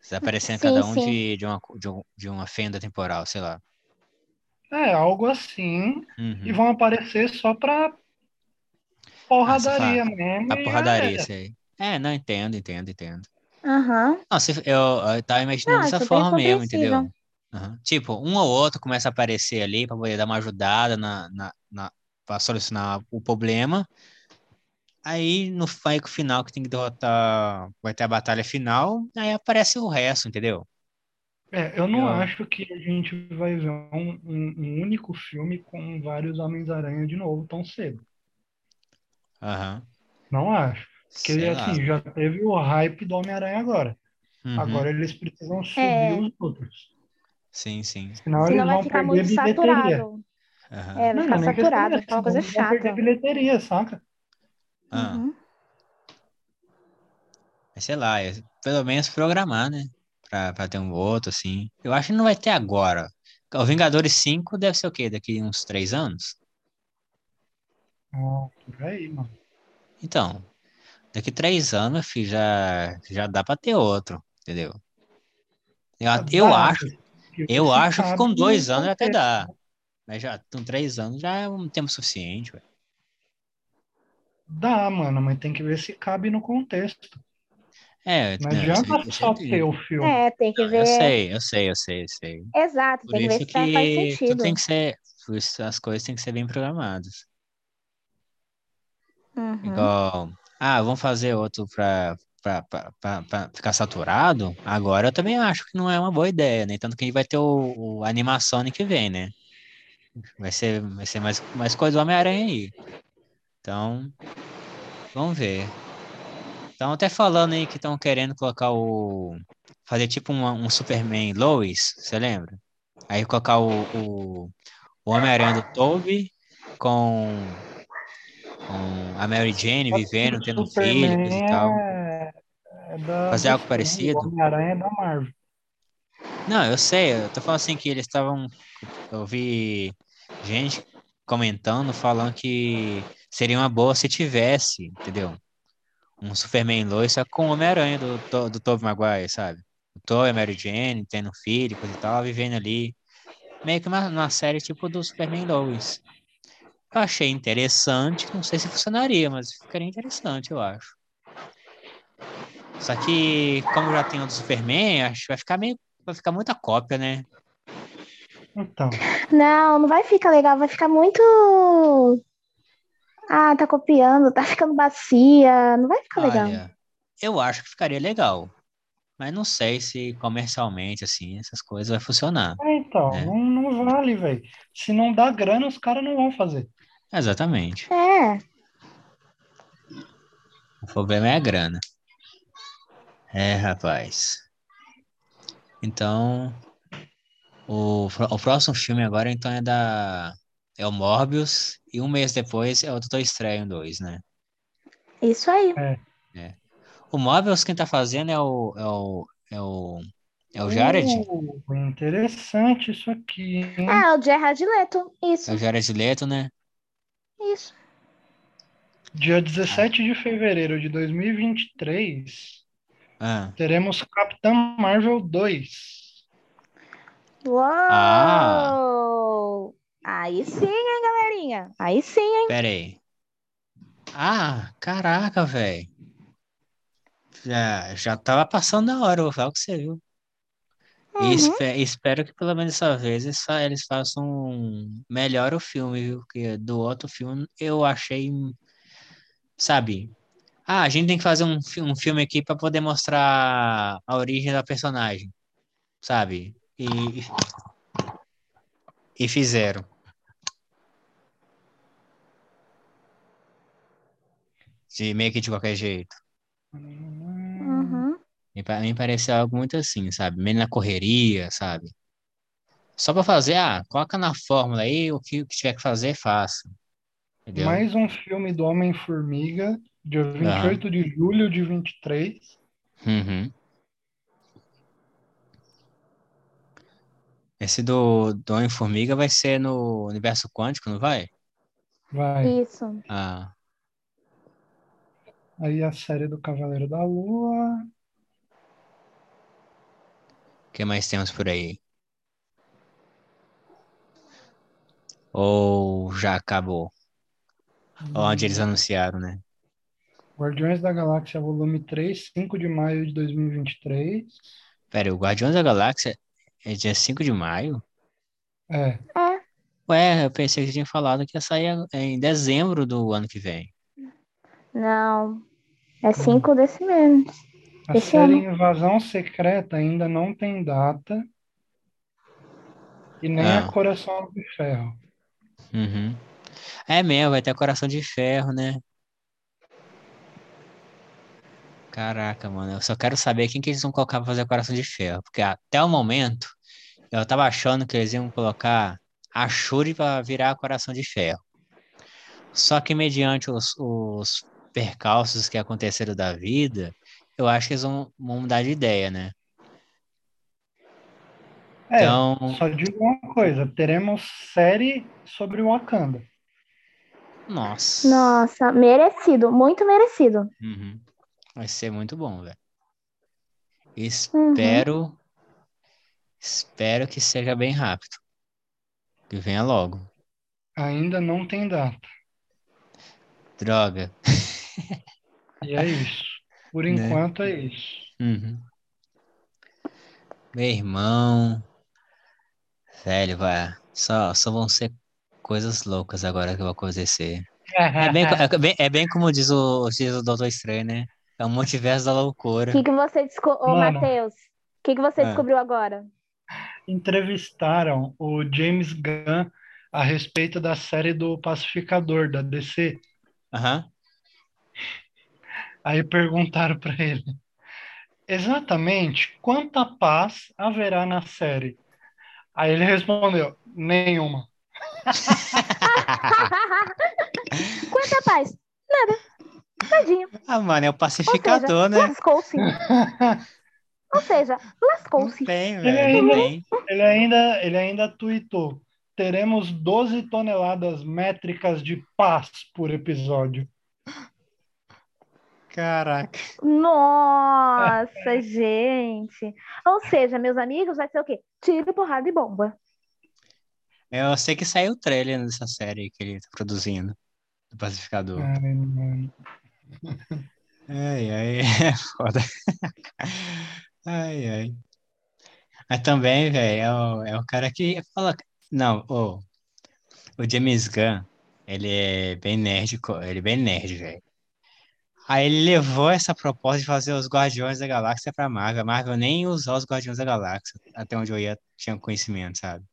Speaker 1: Está aparecendo
Speaker 2: Sim,
Speaker 1: cada um
Speaker 2: sim.
Speaker 1: de, de, uma, de, um- de uma fenda temporal, sei lá.
Speaker 3: É, algo assim.
Speaker 1: Uhum.
Speaker 3: E vão aparecer só pra porradaria mesmo.
Speaker 1: A
Speaker 3: e
Speaker 1: porradaria,
Speaker 3: é.
Speaker 1: isso aí. É, não, entendo, entendo, entendo.
Speaker 2: Aham.
Speaker 1: Não, se- eu, eu tava imaginando
Speaker 2: Não, é
Speaker 1: dessa
Speaker 2: super
Speaker 1: forma mesmo, entendeu?
Speaker 2: compreensível.
Speaker 1: Aham. Tipo, um ou outro começa a aparecer ali pra poder dar uma ajudada na, na, na, pra solucionar o problema. Aí no vai com o final que tem que derrotar, vai ter a batalha final, aí aparece o resto, entendeu?
Speaker 3: É, eu não
Speaker 1: Eu-
Speaker 3: acho que a gente vai ver um, um- um único filme com vários Homens-Aranha de novo tão cedo.
Speaker 1: Aham.
Speaker 3: Não acho. Porque,
Speaker 1: Sei lá.
Speaker 3: assim, já teve o hype do Homem-Aranha agora.
Speaker 1: Uhum.
Speaker 3: Agora eles precisam subir
Speaker 2: É.
Speaker 3: os outros.
Speaker 1: Sim, sim.
Speaker 3: Senão, eles
Speaker 2: Senão vai
Speaker 3: vão
Speaker 2: ficar
Speaker 3: perder
Speaker 2: muito
Speaker 3: bilheteria.
Speaker 2: saturado.
Speaker 1: Aham.
Speaker 2: É, vai ficar
Speaker 3: Não, não é questão
Speaker 2: saturado, vai
Speaker 3: dessa,
Speaker 2: ficar uma coisa
Speaker 3: eles vão perder
Speaker 2: chata.
Speaker 3: bilheteria, saca?
Speaker 1: Ah,
Speaker 2: Uhum.
Speaker 1: mas sei lá, é- pelo menos programar, né? Pra, pra ter um outro, assim. Eu acho que não vai ter agora. O Vingadores 5 deve ser o quê? Daqui uns três anos?
Speaker 3: Ah, por aí, mano.
Speaker 1: Então, daqui três anos, meu filho, já, já dá pra ter outro, entendeu? Eu, eu
Speaker 3: Dá,
Speaker 1: acho,
Speaker 3: porque
Speaker 1: eu
Speaker 3: se
Speaker 1: acho que
Speaker 3: sabe
Speaker 1: com dois
Speaker 3: não
Speaker 1: anos até
Speaker 3: acontece.
Speaker 1: dá. Mas já com três anos já é um tempo suficiente, velho.
Speaker 3: Dá, mano, mas tem que ver se cabe no contexto.
Speaker 1: É, não,
Speaker 3: Não
Speaker 1: eu sei-
Speaker 3: adianta
Speaker 1: eu
Speaker 3: só
Speaker 1: sei
Speaker 3: ter
Speaker 1: disso.
Speaker 3: o filme.
Speaker 2: É, tem que
Speaker 1: Não, Ah. eu
Speaker 2: ver.
Speaker 1: sei, eu sei, eu sei, eu sei.
Speaker 2: Exato,
Speaker 1: Por
Speaker 2: tem que ver
Speaker 1: isso
Speaker 2: se faz faz
Speaker 1: que tudo
Speaker 2: sentido.
Speaker 1: tem que ser, por isso as coisas têm que ser bem programadas.
Speaker 2: Uhum.
Speaker 1: Igual, ah, vamos fazer outro pra, pra, pra, pra, pra ficar saturado? Agora eu também acho que não é uma boa ideia, né? Tanto que a gente vai ter o, o a animação ano que vem, né? Vai ser, vai ser mais, mais coisa do Homem-Aranha aí. Então, vamos ver. Estão até falando aí que estão querendo colocar o. Fazer tipo uma- um Superman Lois, você lembra? Aí colocar o, o, o Homem-Aranha do Tobey com, com a Mary Jane vivendo, tendo um filho, coisa e tal.
Speaker 3: É... é da
Speaker 1: Fazer algo
Speaker 3: DC,
Speaker 1: parecido?
Speaker 3: O Homem-Aranha é da Marvel.
Speaker 1: Não, eu sei, eu tô falando assim que eles estavam. Eu vi gente comentando, falando que seria uma boa se tivesse, entendeu? Um Superman Lois só com o Homem-Aranha do, To- do Tobey Maguire, sabe? O Tobey, a Mary Jane, tendo um filho, coisa e tal, vivendo ali. Meio que uma, uma série tipo do Superman Lois. Eu achei interessante, não sei se funcionaria, mas ficaria interessante, eu acho. Só que, como já tem o do Superman, acho que vai ficar meio. Vai ficar muita cópia, né?
Speaker 3: Então,
Speaker 2: Não, não vai ficar legal, vai ficar muito. Ah, tá copiando, tá ficando bacia, não vai ficar legal.
Speaker 1: Olha, eu acho que ficaria legal, mas não sei se comercialmente, assim, essas coisas vai funcionar.
Speaker 3: é, então
Speaker 1: É.
Speaker 3: Não, não vale, velho. Se não dá grana, os caras não vão fazer.
Speaker 1: Exatamente.
Speaker 2: É,
Speaker 1: O problema é a grana. É, rapaz. Então, o, pró- o próximo filme agora, então, é da... É o Morbius, e um mês depois é o Doutor Estranho 2, né?
Speaker 2: É, isso aí.
Speaker 1: O Morbius, quem tá fazendo é o... É o... É o, é o Jared?
Speaker 3: Uh, interessante isso aqui,
Speaker 1: Hum.
Speaker 3: hein?
Speaker 2: Ah, o Gerard Leto, isso,
Speaker 1: É o Jared Leto, né?
Speaker 2: isso.
Speaker 3: Dia 17 de fevereiro de 2023,
Speaker 1: Ah,
Speaker 3: teremos Capitã Marvel 2.
Speaker 2: Uou!
Speaker 1: Ah.
Speaker 2: Aí sim, hein, galerinha? Aí sim, hein?
Speaker 1: pera aí. Ah, caraca, velho. Já, já tava passando a hora, eu vou falar o que você viu. E
Speaker 2: Uhum.
Speaker 1: espe- espero que pelo menos dessa vez eles, fa- eles façam melhor o filme, viu? Porque do outro filme eu achei, sabe? Ah, a gente tem que fazer um, fi- um filme aqui para poder mostrar a origem da personagem, sabe? E, e fizeram. De meio que de qualquer jeito.
Speaker 2: Uhum.
Speaker 1: Me, pa- me pareceu algo muito assim, sabe? Meio na correria, sabe? Só pra fazer, ah, coloca na fórmula aí, o que, o que tiver que fazer, faça. Entendeu?
Speaker 3: Mais um filme do Homem-Formiga,
Speaker 1: Ah.
Speaker 3: dia 28 de julho de 23.
Speaker 1: Uhum. Esse do, do Homem-Formiga vai ser no universo quântico, não vai? É.
Speaker 3: Vai.
Speaker 2: Isso.
Speaker 1: Ah,
Speaker 3: Aí a série do Cavaleiro da Lua.
Speaker 1: o que mais temos por aí? Ou já acabou? Onde eles anunciaram, né?
Speaker 3: Guardiões da Galáxia, volume 3, 5 de maio de 2023.
Speaker 1: Pera, o Guardiões da Galáxia é dia 5 de maio?
Speaker 3: É,
Speaker 2: É.
Speaker 1: Ué, eu pensei que você tinha falado que ia sair ag- em dezembro do ano que vem.
Speaker 2: Não. É cinco desse mesmo.
Speaker 3: a
Speaker 2: Esse
Speaker 3: série
Speaker 2: ano.
Speaker 3: Invasão Secreta ainda não tem data. E nem
Speaker 1: Ah.
Speaker 3: a Coração de Ferro.
Speaker 1: Uhum. É mesmo, vai ter Coração de Ferro, né? Caraca, mano, eu só quero saber quem que eles vão colocar pra fazer Coração de Ferro. Porque até o momento, eu tava achando que eles iam colocar a Shuri pra virar Coração de Ferro. Só que mediante os, os percalços que aconteceram da vida, eu acho que eles vão, vão mudar de ideia, né?
Speaker 3: É,
Speaker 1: Então,
Speaker 3: só digo uma coisa: teremos série sobre Wakanda.
Speaker 1: nossa.
Speaker 2: Nossa, merecido. Muito merecido.
Speaker 1: Uhum. Vai ser muito bom, velho.
Speaker 2: Uhum.
Speaker 1: Espero. Espero que seja bem rápido. Que venha logo.
Speaker 3: Ainda não tem data.
Speaker 1: Droga.
Speaker 3: E é isso. Por
Speaker 1: Né?
Speaker 3: enquanto é isso.
Speaker 1: Uhum. Meu irmão. Velho, vai. Só, só vão ser coisas loucas agora que vão acontecer. É bem, co- é bem, é bem como diz o, diz o Doutor Estranho, né? É um multiverso da
Speaker 2: O
Speaker 1: loucura.
Speaker 2: que, que você descobriu, ô
Speaker 3: Mano.
Speaker 2: Matheus? O que, que você
Speaker 1: Ah.
Speaker 2: descobriu agora?
Speaker 3: Entrevistaram o James Gunn a respeito da série do Pacificador da DC.
Speaker 1: Aham.
Speaker 3: Aí perguntaram pra ele: Exatamente quanta paz haverá na série? Aí ele respondeu: Nenhuma.
Speaker 2: Quanta paz? Nada. Tadinho.
Speaker 1: Ah, mano, é o pacificador, né?
Speaker 2: Lascou-se. Ou seja,
Speaker 1: Não
Speaker 2: lascou-se.
Speaker 1: tem, velho. Não tem.
Speaker 3: Ele ainda, ele ainda tweetou: Teremos 12 toneladas métricas de paz por episódio.
Speaker 1: Caraca.
Speaker 2: Nossa, gente. Ou seja, meus amigos, vai ser o quê? Tiro, porrada e bomba.
Speaker 1: Eu sei que saiu o trailer dessa série que ele tá produzindo, do Pacificador.
Speaker 3: Ai, mano.
Speaker 1: Ai, ai, é foda. Ai, ai. Mas também, velho, é o, é o cara que fala. Não, ô, o James Gunn, ele é bem nerd, co- ele é bem nerd, velho. Aí ele levou essa proposta de fazer os Guardiões da Galáxia pra Marvel. A Marvel nem usou os Guardiões da Galáxia, até onde eu ia, tinha conhecimento, sabe?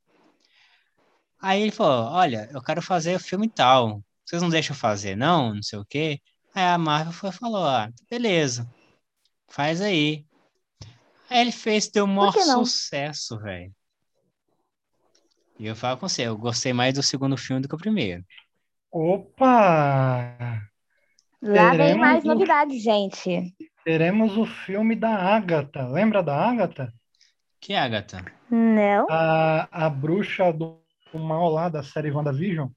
Speaker 1: Aí ele falou: Olha, eu quero fazer o filme tal. Vocês não deixam eu fazer, não? Não sei o quê. Aí a Marvel foi e falou, ah, beleza, faz aí. Aí ele fez, deu o maior
Speaker 2: que não?
Speaker 1: sucesso, velho. E eu falo com você, eu gostei mais do segundo filme do que o primeiro.
Speaker 3: Opa!
Speaker 2: Lá vem
Speaker 3: Teremos
Speaker 2: mais
Speaker 3: um-
Speaker 2: novidades, gente.
Speaker 3: Teremos o filme da Agatha. Lembra da Agatha?
Speaker 1: Que é, Agatha?
Speaker 2: Não.
Speaker 1: Ah.
Speaker 3: A, a bruxa do mal lá da série WandaVision?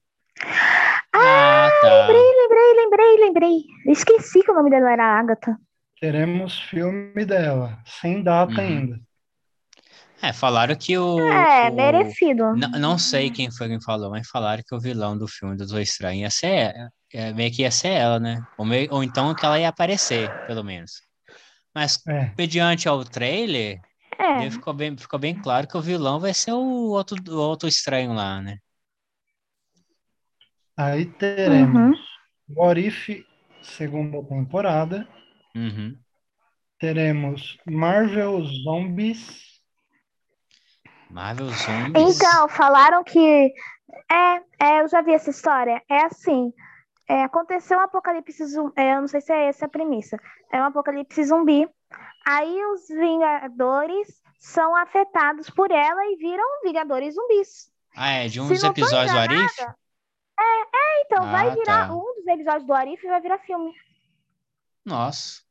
Speaker 1: Ah, tá.
Speaker 2: Lembrei, lembrei, lembrei. Esqueci que o nome dela era Agatha.
Speaker 3: Teremos filme dela, sem data
Speaker 1: Uhum.
Speaker 3: ainda.
Speaker 1: É, falaram que o.
Speaker 2: É,
Speaker 1: o-
Speaker 2: merecido.
Speaker 1: N- Não sei quem foi quem falou, mas falaram que o vilão do filme do Doutor Estranho ia ser, é, meio que ia ser ela, né? Ou, meio- ou então que ela ia aparecer, pelo menos. Mas
Speaker 3: É,
Speaker 1: mediante ao trailer,
Speaker 2: É,
Speaker 1: daí ficou, bem, ficou bem claro que o vilão vai ser o outro, o outro estranho lá, né?
Speaker 3: aí teremos
Speaker 2: Uhum.
Speaker 3: What If, segunda temporada.
Speaker 1: Uhum.
Speaker 3: Teremos Marvel Zombies.
Speaker 1: Marvel Zombies.
Speaker 2: Então, falaram que. É, é, eu já vi essa história. É assim: é, aconteceu um apocalipse zumbi. eu não sei se é essa a premissa. É um apocalipse zumbi. Aí os Vingadores são afetados por ela e viram Vingadores zumbis.
Speaker 1: Ah, é de um
Speaker 2: Se
Speaker 1: dos
Speaker 2: não tô
Speaker 1: episódios do Arif?
Speaker 2: Então, vai
Speaker 1: Ah,
Speaker 2: virar
Speaker 1: tá.
Speaker 2: um dos episódios do Arif e vai virar filme.
Speaker 1: Nossa.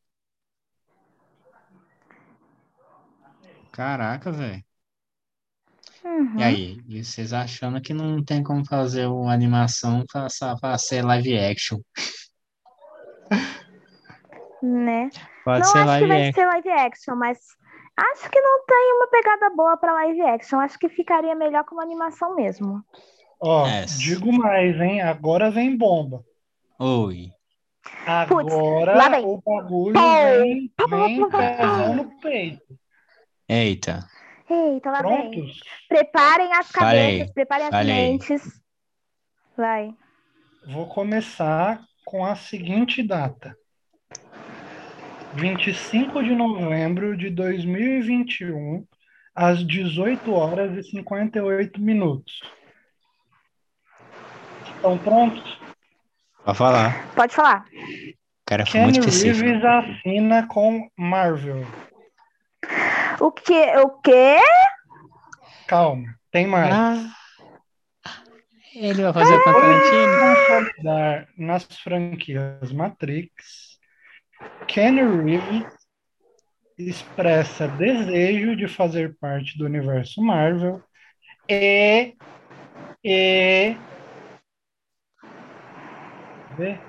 Speaker 1: Caraca, velho.
Speaker 2: Uhum.
Speaker 1: E aí, e vocês achando que não tem como fazer uma animação pra, sa- pra ser live action?
Speaker 2: Né?
Speaker 1: Pode
Speaker 2: não
Speaker 1: ser
Speaker 2: acho que
Speaker 1: live
Speaker 2: vai
Speaker 1: action.
Speaker 2: ser live action, mas acho que não tem uma pegada boa pra live action. Acho que ficaria melhor como animação mesmo.
Speaker 3: Ó,
Speaker 1: Yes.
Speaker 3: digo mais, hein? Agora vem bomba.
Speaker 1: Oi.
Speaker 2: lá
Speaker 3: Agora
Speaker 2: vem.
Speaker 3: o bagulho
Speaker 2: Pau.
Speaker 3: vem, vem
Speaker 2: Pau.
Speaker 3: pesão no peito.
Speaker 1: Eita.
Speaker 2: Eita, lá vem.
Speaker 3: Prontos?
Speaker 2: Preparem as
Speaker 1: Falei,
Speaker 2: cabeças, preparem as
Speaker 1: falei.
Speaker 2: mentes. Vai.
Speaker 3: Vou começar com a seguinte data: 25 de novembro de 2021, às 18 horas e 58 minutos. Estão prontos?
Speaker 1: Pode falar.
Speaker 2: Pode falar.
Speaker 1: O cara foi
Speaker 3: Kenny
Speaker 1: muito específico.
Speaker 3: Reeves assina com Marvel.
Speaker 2: O que? O quê?
Speaker 3: Calma, tem mais.
Speaker 2: Ah.
Speaker 1: Ele vai fazer com a Tarantino?
Speaker 3: consolidar nas franquias Matrix, Ken Reeves expressa desejo de fazer parte do universo Marvel e e Vê?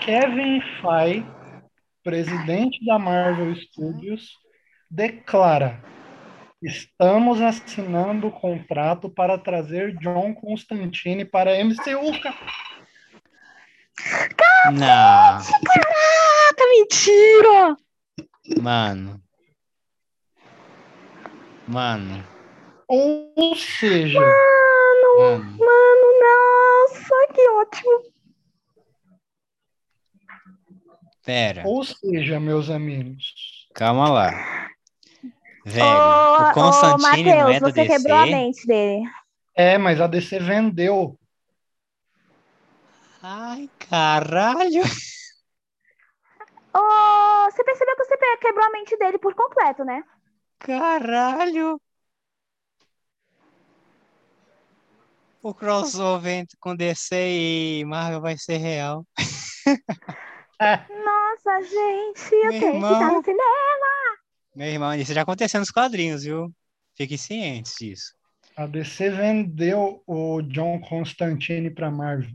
Speaker 3: Kevin Feige, presidente da Marvel Studios, declara: Estamos assinando o contrato para trazer John Constantine para a MCU. cara."
Speaker 1: Não.
Speaker 2: Tá mentira!
Speaker 1: Mano. Mano.
Speaker 3: Ou seja,
Speaker 1: Mano.
Speaker 2: Mano, nossa, que ótimo!
Speaker 1: Pera.
Speaker 3: ou seja, meus amigos,
Speaker 1: Calma lá. Velho,
Speaker 2: Ô,
Speaker 1: o Constantine
Speaker 2: ô,
Speaker 1: não
Speaker 2: Matheus,
Speaker 1: é da
Speaker 2: você
Speaker 1: DC.
Speaker 2: quebrou a mente dele.
Speaker 3: é, mas a DC vendeu.
Speaker 1: Ai, caralho.
Speaker 2: Ô, você percebeu que você pe- quebrou a mente dele por completo, né?
Speaker 1: Caralho. O crossover entre- com DC e Marvel vai ser real.
Speaker 2: Nossa, gente, eu
Speaker 1: Meu
Speaker 2: tenho que estar
Speaker 1: irmão.
Speaker 2: no cinema.
Speaker 1: Meu irmão, isso já aconteceu nos quadrinhos, viu? Fiquem cientes disso.
Speaker 3: A DC vendeu o John Constantine para Marvel.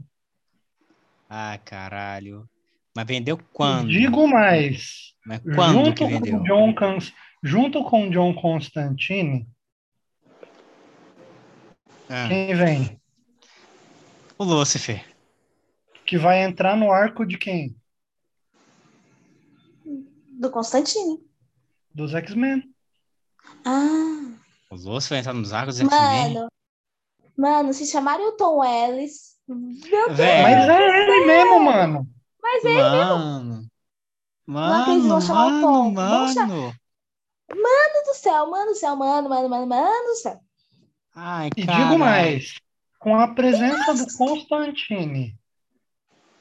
Speaker 1: Ah, caralho. Mas vendeu quando?
Speaker 3: Digo mais,
Speaker 1: Mas quando
Speaker 3: junto
Speaker 1: que vendeu?
Speaker 3: com John Cons- junto com John Constantine,
Speaker 1: Ah,
Speaker 3: quem vem?
Speaker 1: o Lucifer.
Speaker 3: Que vai entrar no arco de quem?
Speaker 4: Do Constantino.
Speaker 3: Dos X-Men.
Speaker 4: Ah,
Speaker 1: O Lucifer vai entrar nos arcos dos X-Men?
Speaker 4: mano. Mano, se chamarem o Tom Ellis. Meu Deus,
Speaker 1: Velho.
Speaker 3: Mas é ele mesmo, mano.
Speaker 4: mas ele.
Speaker 1: Mano.
Speaker 4: Não, que eles
Speaker 1: Mano,
Speaker 4: vão chamar o
Speaker 1: mano,
Speaker 4: Tom. Vão chamar-
Speaker 1: mano.
Speaker 4: Mano do céu, mano do céu, mano, mano, mano, mano do céu.
Speaker 1: Ai,
Speaker 3: E
Speaker 1: caralho.
Speaker 3: digo mais, com a presença do Constantine,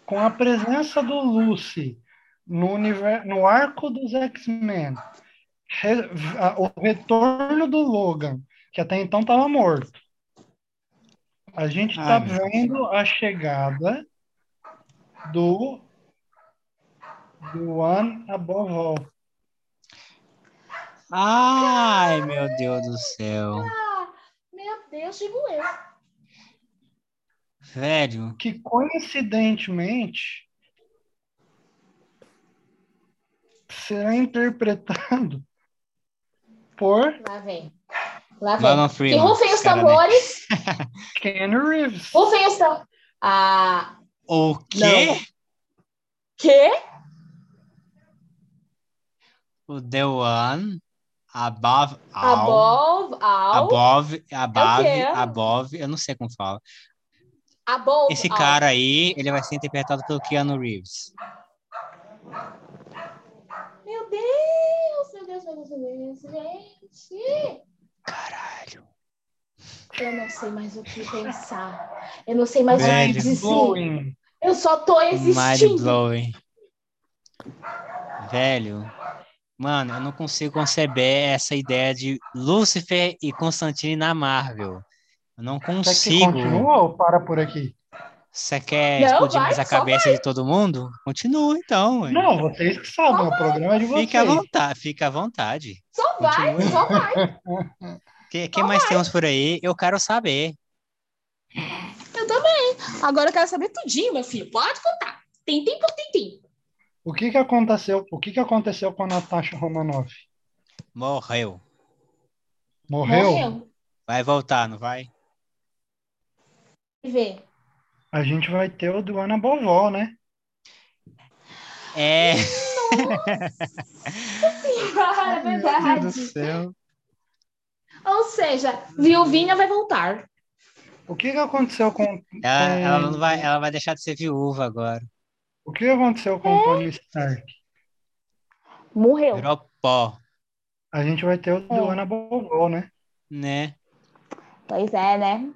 Speaker 3: com a presença do Lucy no, univer- no arco dos X-Men, re- a- o retorno do Logan, que até então estava morto, a gente está
Speaker 1: Ai, meu Deus.
Speaker 3: vendo a chegada do do One Above All.
Speaker 1: Ai, meu Deus do céu.
Speaker 4: Meu Deus, digo eu.
Speaker 1: Velho,
Speaker 3: que coincidentemente será interpretado por
Speaker 4: Lá vem. Lá vem.
Speaker 1: Alan
Speaker 4: E
Speaker 1: Freeman.
Speaker 4: rufem os
Speaker 1: cara, né?
Speaker 4: tambores.
Speaker 3: Ken Reeves.
Speaker 4: Rufem os tambores. Ah,
Speaker 1: O quê?
Speaker 4: quê?
Speaker 1: o The One, Above All,
Speaker 4: Above, all,
Speaker 1: Above, Above,
Speaker 4: É quê?
Speaker 1: Above, eu não sei como fala.
Speaker 4: above,
Speaker 1: Esse
Speaker 4: all.
Speaker 1: cara aí, ele vai ser interpretado pelo Keanu Reeves.
Speaker 4: Meu Deus, meu Deus, meu Deus, meu Deus, gente.
Speaker 1: Caralho.
Speaker 4: Eu não sei mais o que pensar. Eu não sei mais o que
Speaker 1: Velho.
Speaker 4: dizer. Eu só tô
Speaker 1: Mind
Speaker 4: existindo.
Speaker 1: blowing. Velho. Mano, eu não consigo conceber essa ideia de Lúcifer e Constantine na Marvel. Eu não
Speaker 3: Quer que
Speaker 1: consigo.
Speaker 3: continua ou para por aqui?
Speaker 1: Você quer
Speaker 4: Não,
Speaker 1: explodir
Speaker 4: vai,
Speaker 1: mais a
Speaker 4: só
Speaker 1: cabeça de todo mundo? Continua então. ué.
Speaker 3: Não, vocês que sabem, o programa é de vocês.
Speaker 1: Fica à vontade, fica à vontade.
Speaker 4: Só vai,
Speaker 1: Continua.
Speaker 4: só vai.
Speaker 1: O que, que mais temos por aí? Eu quero saber.
Speaker 4: Eu também. Agora eu quero saber tudinho, meu filho. Pode contar. Tem tempo, tem tempo.
Speaker 3: O que que aconteceu? O que que aconteceu com a Natasha Romanoff?
Speaker 1: Morreu.
Speaker 3: Morreu?
Speaker 4: Morreu.
Speaker 1: Vai voltar, não vai?
Speaker 4: Vê.
Speaker 3: A gente vai ter o do Ana Bovó, né?
Speaker 1: É.
Speaker 4: Cara, é verdade.
Speaker 1: céu.
Speaker 4: Ou seja, Vilvinha vai voltar.
Speaker 3: O que que aconteceu com
Speaker 1: Ela,
Speaker 3: É.
Speaker 1: ela não vai, ela vai deixar de ser viúva agora.
Speaker 3: o que aconteceu com o Tony Stark?
Speaker 2: Morreu.
Speaker 1: Virou pó,
Speaker 3: A gente vai ter o do
Speaker 2: É.
Speaker 3: Ana Bovó, né?
Speaker 1: né?
Speaker 2: Pois é, né?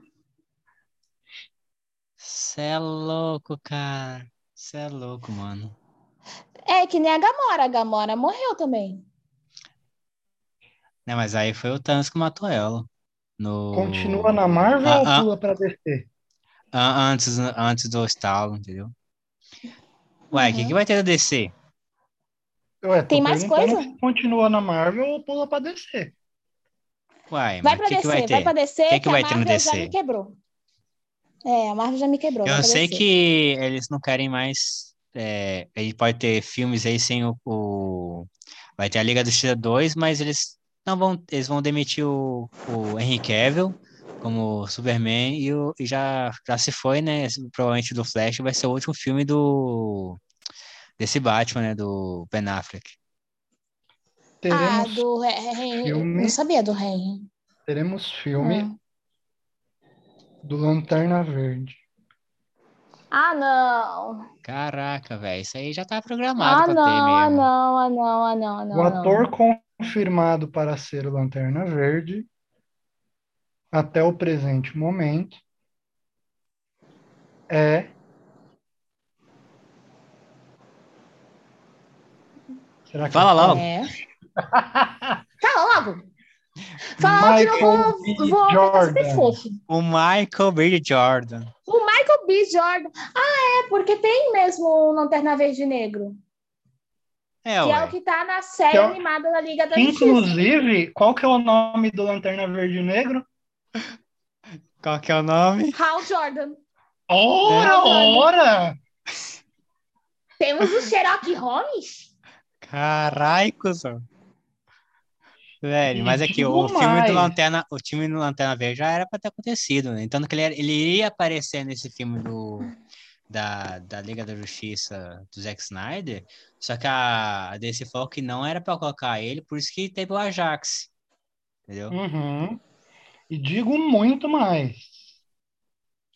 Speaker 1: Cê é louco, cara. Cê é louco, mano.
Speaker 4: É que nem a Gamora. A Gamora morreu também.
Speaker 1: Né, mas aí foi o Thanos que matou ela. No...
Speaker 3: Continua na Marvel
Speaker 1: Ah,
Speaker 3: ou
Speaker 1: ah.
Speaker 3: pula pra DC?
Speaker 1: An- Antes, antes do estalo, entendeu? Ué, o que,
Speaker 4: Uhum.
Speaker 1: que vai ter da DC?
Speaker 3: Ué, tô
Speaker 4: Tem mais
Speaker 3: perguntando
Speaker 4: coisa?
Speaker 3: se Continua na Marvel ou pula pra DC?
Speaker 1: Uai,
Speaker 4: Vai
Speaker 1: É, mas o
Speaker 4: pra
Speaker 1: que, que
Speaker 4: descer,
Speaker 1: vai
Speaker 4: vai,
Speaker 1: ter?
Speaker 4: pra descer,
Speaker 1: Que que
Speaker 4: a
Speaker 1: vai ter no
Speaker 4: Marvel já
Speaker 1: DC?
Speaker 4: me quebrou. É, a Marvel já me quebrou. vai
Speaker 1: Eu
Speaker 4: pra
Speaker 1: sei
Speaker 4: descer.
Speaker 1: que eles não querem mais. É, ele pode ter filmes aí sem o, o- Vai ter a Liga da Justiça 2, mas eles não vão. Eles vão demitir o, o Henry Cavill como Superman e, o- e já, já se foi, né? Provavelmente do Flash vai ser o último filme do. Desse Batman, né? Do Ben Affleck.
Speaker 4: Ah,
Speaker 3: Teremos,
Speaker 4: do Henry.
Speaker 3: filme.
Speaker 4: Não sabia do Henry.
Speaker 3: teremos filme
Speaker 4: Ah.
Speaker 3: do Lanterna Verde.
Speaker 2: Ah, não.
Speaker 1: Caraca, velho. Isso aí já tá programado
Speaker 2: Ah,
Speaker 1: pra ter
Speaker 2: não, ah,
Speaker 1: mesmo.
Speaker 2: não, ah, não, ah, não, ah, não.
Speaker 3: o
Speaker 2: ah, não.
Speaker 3: ator confirmado para ser o Lanterna Verde até o presente momento é. Será que
Speaker 1: Fala
Speaker 3: eu
Speaker 1: logo.
Speaker 3: falo?
Speaker 4: É. Fala logo. Fala logo que eu
Speaker 3: Michael
Speaker 4: vou,
Speaker 3: B.
Speaker 4: vou ficar super
Speaker 3: Jordan.
Speaker 4: fofo.
Speaker 1: O Michael B. Jordan.
Speaker 4: O Michael B. Jordan. Ah, é, porque tem mesmo o Lanterna Verde e Negro.
Speaker 1: É,
Speaker 4: que é
Speaker 1: ué.
Speaker 4: o que tá na série
Speaker 3: Que é o-
Speaker 4: animada da Liga da Justiça.
Speaker 3: Inclusive, qual que é o nome do Lanterna Verde e Negro?
Speaker 1: Qual que é o nome?
Speaker 4: Hal Jordan.
Speaker 1: É.
Speaker 3: Ora, ora!
Speaker 4: Temos o Sherlock Holmes?
Speaker 1: Carai, cuzão. Velho,
Speaker 3: E
Speaker 1: mas aqui,
Speaker 3: digo
Speaker 1: o filme do
Speaker 3: mais.
Speaker 1: Lanterna, o time do Lanterna Verde já era pra ter acontecido, né? Então que ele, era- ele iria aparecer nesse filme do da, da Liga da Justiça do Zack Snyder, só que a, a DC falou que não era pra colocar ele, por isso que teve o Ajax. Entendeu?
Speaker 3: Uhum. E digo muito mais.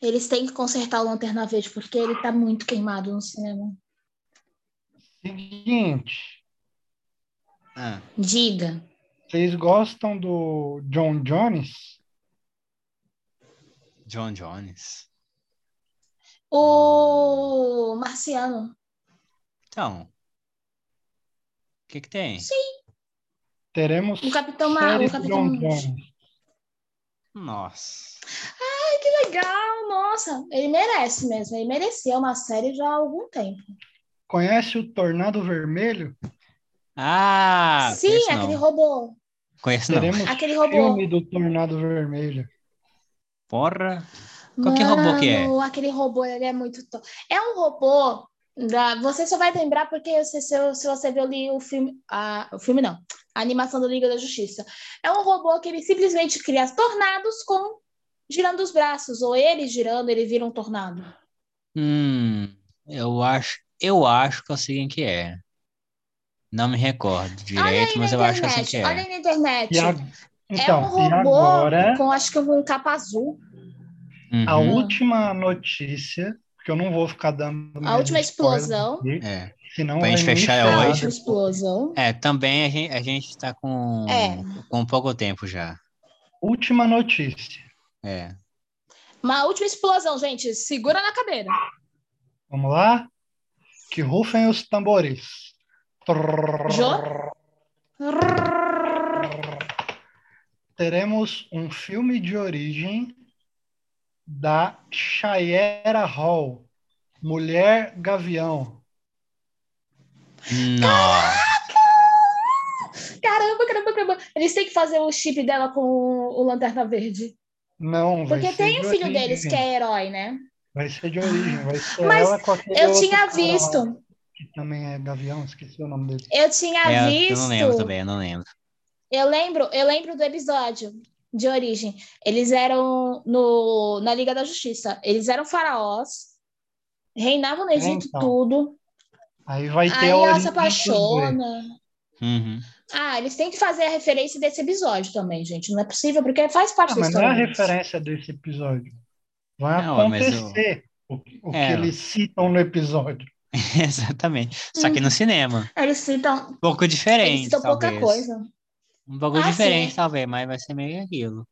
Speaker 4: Eles têm que consertar o Lanterna Verde, porque ele tá muito queimado no cinema.
Speaker 3: Seguinte,
Speaker 1: Ah,
Speaker 4: Diga.
Speaker 3: vocês gostam do John Jones?
Speaker 1: John Jones.
Speaker 4: O Marciano.
Speaker 1: Então. O que que tem?
Speaker 4: Sim,
Speaker 3: Teremos
Speaker 4: o Capitão Marvel.
Speaker 3: série
Speaker 4: O
Speaker 3: do
Speaker 4: Capitão
Speaker 3: John Jones.
Speaker 1: Nossa.
Speaker 4: Ai, que legal, nossa. Ele merece mesmo. Ele merecia uma série já há algum tempo.
Speaker 3: Conhece o Tornado Vermelho?
Speaker 1: Ah,
Speaker 4: Sim,
Speaker 1: conheço
Speaker 4: aquele
Speaker 1: não.
Speaker 4: robô.
Speaker 1: Conheço não.
Speaker 3: Teremos
Speaker 4: Aquele robô.
Speaker 3: filme do Tornado Vermelho.
Speaker 1: Porra. Qual que robô que é?
Speaker 4: Mano, Aquele robô, ele é muito top. É um robô. Da... Você só vai lembrar porque se, se, se você viu ali o filme. A... O filme não. A animação do Liga da Justiça. É um robô que ele simplesmente cria tornados com girando os braços. Ou ele girando, ele vira um tornado.
Speaker 1: Hum, eu acho, eu acho que eu sei quem que é. Não me recordo direito,
Speaker 4: Olha aí na
Speaker 1: mas eu acho que assim
Speaker 4: internet,
Speaker 1: que
Speaker 4: olha
Speaker 1: é.
Speaker 4: aí na internet.
Speaker 3: E a-
Speaker 4: é um
Speaker 3: Então, e
Speaker 4: robô
Speaker 3: agora
Speaker 4: com, acho que, um capa azul.
Speaker 3: a
Speaker 1: Uhum,
Speaker 3: última notícia, porque eu não vou ficar dando.
Speaker 4: A
Speaker 3: mais
Speaker 4: última
Speaker 3: spoiler
Speaker 4: explosão.
Speaker 3: aqui,
Speaker 1: É.
Speaker 3: senão
Speaker 1: Pra gente
Speaker 3: vai me
Speaker 1: fechar é
Speaker 3: ferrar.
Speaker 4: a
Speaker 1: hoje.
Speaker 4: outra explosão.
Speaker 1: É, também a gente, a gente tá com,
Speaker 4: É.
Speaker 1: com pouco tempo já.
Speaker 3: Última notícia.
Speaker 1: É.
Speaker 4: Uma última explosão, gente. Segura na cadeira.
Speaker 3: Vamos lá? Que rufem os tambores.
Speaker 4: Jô?
Speaker 3: Teremos um filme de origem da Shayera Hall, Mulher Gavião.
Speaker 1: Nossa.
Speaker 4: Caramba, caramba, caramba. Eles têm que fazer o chip dela com o Lanterna Verde.
Speaker 3: Não, vai
Speaker 4: Porque
Speaker 3: ser
Speaker 4: tem
Speaker 3: de
Speaker 4: um filho
Speaker 3: origem.
Speaker 4: deles que é herói, né?
Speaker 3: Vai ser de origem, vai ser
Speaker 4: Mas
Speaker 3: ela com aquele
Speaker 4: Eu
Speaker 3: é outro
Speaker 4: tinha
Speaker 3: cara lá
Speaker 4: visto.
Speaker 3: Que também é Gavião, esqueci o nome dele.
Speaker 4: Eu tinha
Speaker 1: É, eu não lembro
Speaker 4: visto.
Speaker 1: também, eu não lembro.
Speaker 4: Eu lembro, eu lembro do episódio de origem. Eles eram no, na Liga da Justiça. Eles eram faraós, reinavam no Egito
Speaker 3: então.
Speaker 4: tudo.
Speaker 3: Aí vai ter
Speaker 4: Aí
Speaker 3: a
Speaker 4: ela
Speaker 3: origem
Speaker 4: se
Speaker 3: dos dois.
Speaker 4: apaixona.
Speaker 1: Uhum.
Speaker 4: Ah, eles têm que fazer a referência desse episódio também, gente. Não é possível, porque faz parte
Speaker 3: Ah,
Speaker 4: da
Speaker 3: mas não é
Speaker 4: história.
Speaker 3: a referência desse episódio. Vai
Speaker 1: Não, mas eu-
Speaker 3: acontecer o, o
Speaker 1: É.
Speaker 3: que eles citam no episódio.
Speaker 1: Exatamente. Só que no cinema.
Speaker 4: Eles citam,
Speaker 1: Um pouco
Speaker 4: Uhum. eles
Speaker 1: diferente,
Speaker 4: citam pouca
Speaker 1: talvez.
Speaker 4: coisa.
Speaker 1: Um pouco
Speaker 4: Ah,
Speaker 1: diferente,
Speaker 4: sim.
Speaker 1: talvez, mas vai ser meio aquilo.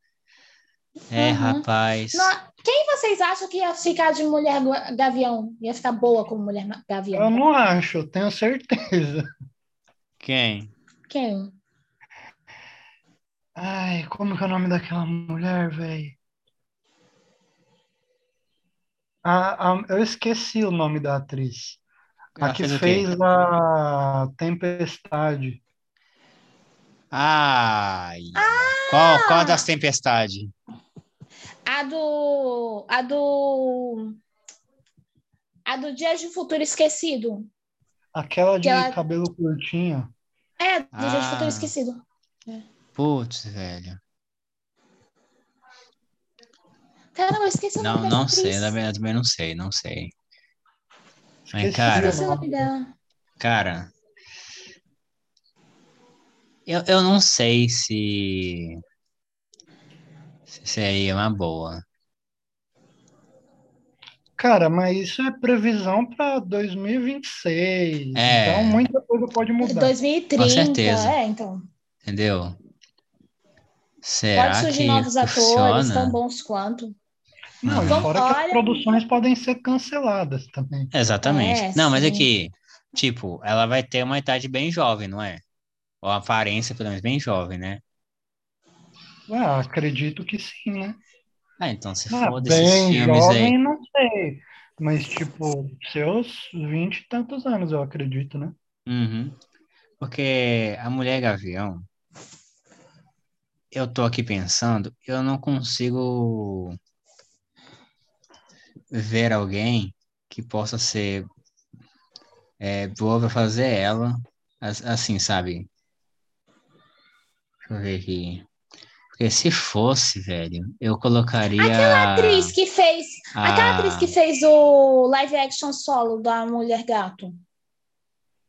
Speaker 1: É,
Speaker 4: Uhum.
Speaker 1: rapaz.
Speaker 4: Na- Quem vocês acham que ia ficar de mulher gua- gavião? Ia ficar boa como mulher ma-
Speaker 3: Eu
Speaker 4: gavião?
Speaker 3: não acho, eu tenho certeza.
Speaker 1: Quem?
Speaker 4: Quem?
Speaker 3: Ai, como que é o nome daquela mulher, velho? eu esqueci o nome da atriz. A
Speaker 1: Ela
Speaker 3: que
Speaker 1: Ah, fez o quê?
Speaker 3: fez a Tempestade.
Speaker 1: Ai.
Speaker 4: Ah!
Speaker 1: Qual, qual das tempestades?
Speaker 4: A do. A do. A do Dias de Futuro Esquecido.
Speaker 3: Aquela de
Speaker 4: Aquela-
Speaker 3: cabelo curtinho.
Speaker 4: É, do Dias de
Speaker 1: Ah.
Speaker 4: Futuro Esquecido.
Speaker 1: Putz, velho.
Speaker 4: Caramba, eu esqueci o nome
Speaker 1: Não,
Speaker 4: dessa
Speaker 1: não é sei.
Speaker 4: atriz.
Speaker 1: Também, eu também não sei, não sei. Mas,
Speaker 3: Esqueci
Speaker 1: cara-
Speaker 3: o
Speaker 4: Esqueci o
Speaker 3: nome.
Speaker 4: nome dela.
Speaker 1: Cara, eu, eu não sei se, se seria uma boa.
Speaker 3: Cara, mas isso é previsão para 2026.
Speaker 1: É.
Speaker 3: Então muita coisa pode mudar.
Speaker 4: 2030.
Speaker 1: Com certeza.
Speaker 4: É, então.
Speaker 1: Entendeu? Será
Speaker 4: Pode surgir
Speaker 1: que
Speaker 4: novos atores,
Speaker 1: funciona?
Speaker 4: tão bons quanto.
Speaker 3: Não, e
Speaker 1: Vamos-
Speaker 3: fora que
Speaker 4: olha-
Speaker 3: as produções podem ser canceladas também.
Speaker 1: Exatamente.
Speaker 4: É,
Speaker 1: não, mas é
Speaker 4: sim.
Speaker 1: que, tipo, ela vai ter uma idade bem jovem, não é? Ou a aparência, pelo menos, bem jovem, né?
Speaker 3: Ah, acredito que sim, né?
Speaker 1: Ah, então se
Speaker 3: Ah,
Speaker 1: for desses
Speaker 3: bem
Speaker 1: filmes
Speaker 3: jovem,
Speaker 1: aí.
Speaker 3: não sei. Mas, tipo, seus vinte e tantos anos, eu acredito, né?
Speaker 1: Uhum. Porque a Mulher Gavião, eu tô aqui pensando, eu não consigo ver alguém que possa ser é, boa pra fazer ela, as- assim, sabe? Deixa eu ver aqui. Porque se fosse, velho, eu colocaria. Aquela
Speaker 4: Atriz que fez.
Speaker 1: Ah.
Speaker 4: Aquela atriz que fez o live action solo da Mulher Gato.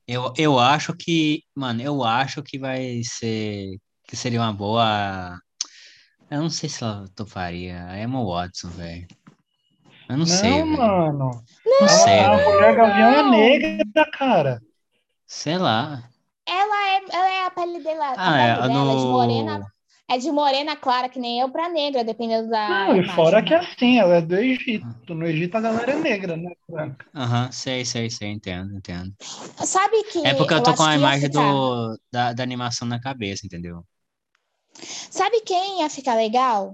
Speaker 1: Eu, eu acho que, mano, eu acho que vai ser, que seria uma boa. Eu não sei se ela toparia. A Emma Watson, velho. Eu não sei, velho.
Speaker 3: mano.
Speaker 1: Não
Speaker 3: A-
Speaker 1: sei,
Speaker 3: a,
Speaker 1: velho.
Speaker 3: mulher gavião
Speaker 4: não.
Speaker 3: é negra, cara.
Speaker 1: Sei lá.
Speaker 4: Ela é, ela é a pele dela,
Speaker 1: Ah,
Speaker 4: a
Speaker 1: é,
Speaker 4: pele
Speaker 1: a
Speaker 4: dela é de
Speaker 1: no-
Speaker 4: morena. É de morena clara, que nem eu, pra negra, dependendo da.
Speaker 3: Não, e
Speaker 4: imagem,
Speaker 3: fora
Speaker 4: né?
Speaker 3: que é assim, ela é do Egito. No Egito a galera é negra, né? Franca?
Speaker 1: Aham, sei, sei, sei, entendo, entendo.
Speaker 4: né? Sabe que.
Speaker 1: É porque eu tô
Speaker 4: acho
Speaker 1: com a
Speaker 4: que ia
Speaker 1: imagem
Speaker 4: ficar-
Speaker 1: do, da, da animação na cabeça, entendeu?
Speaker 4: Sabe quem ia ficar legal?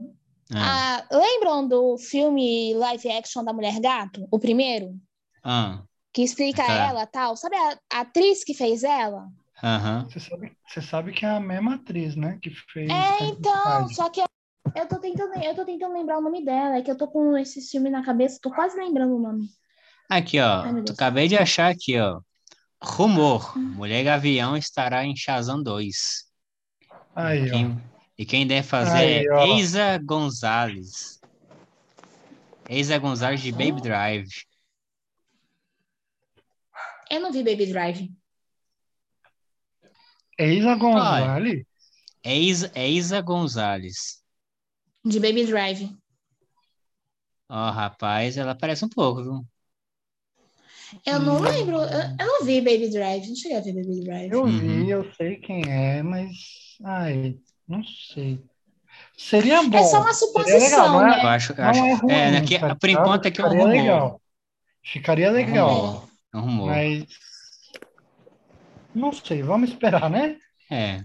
Speaker 1: Ah,
Speaker 4: Ah, lembram do filme live action da Mulher Gato? O primeiro?
Speaker 1: ah,
Speaker 4: Que explica
Speaker 1: Tá.
Speaker 4: ela tal. Sabe a, a atriz que fez ela?
Speaker 1: ah, aham.
Speaker 3: Você sabe, você sabe que é a mesma atriz, né? Que fez.
Speaker 4: É, então,
Speaker 3: Tempestade.
Speaker 4: só que eu, eu, tô tentando, eu tô tentando lembrar o nome dela. É que eu tô com esse filme na cabeça, tô quase lembrando o nome.
Speaker 1: Aqui, ó.
Speaker 4: Ai, meu
Speaker 1: Tu
Speaker 4: Deus. Hum.
Speaker 1: acabei de achar aqui, ó. Rumor. Mulher Gavião estará em Shazam 2.
Speaker 3: Aí, ó.
Speaker 1: Quem- e quem deve fazer
Speaker 3: Aí, ó.
Speaker 1: é Eiza Gonzalez. Eiza Gonzalez de
Speaker 3: Hum.
Speaker 1: Baby Drive.
Speaker 4: Eu não vi Baby Drive.
Speaker 3: Eisa Gonzalez?
Speaker 1: É Isa, é Isa Gonzalez.
Speaker 4: de Baby Drive.
Speaker 1: Ó, rapaz, ela parece um pouco, viu?
Speaker 4: Eu não
Speaker 3: Hum.
Speaker 4: lembro, eu, eu não vi Baby Drive, não cheguei a ver Baby Drive.
Speaker 3: Eu
Speaker 1: Uhum.
Speaker 3: vi, eu sei quem é, mas. Ai, não sei. Seria bom.
Speaker 4: é só uma
Speaker 3: seria legal,
Speaker 4: suposição,
Speaker 3: não é?
Speaker 4: né?
Speaker 1: Eu acho, eu
Speaker 3: Não
Speaker 1: acho.
Speaker 3: é ruim,
Speaker 1: é, né, que-
Speaker 3: tá
Speaker 1: por
Speaker 3: ligado?
Speaker 1: enquanto é que é um
Speaker 3: Ficaria
Speaker 1: rumor.
Speaker 3: legal. Ficaria legal,
Speaker 1: Rumor. É um rumor.
Speaker 3: mas. Não sei, vamos esperar, né?
Speaker 1: É.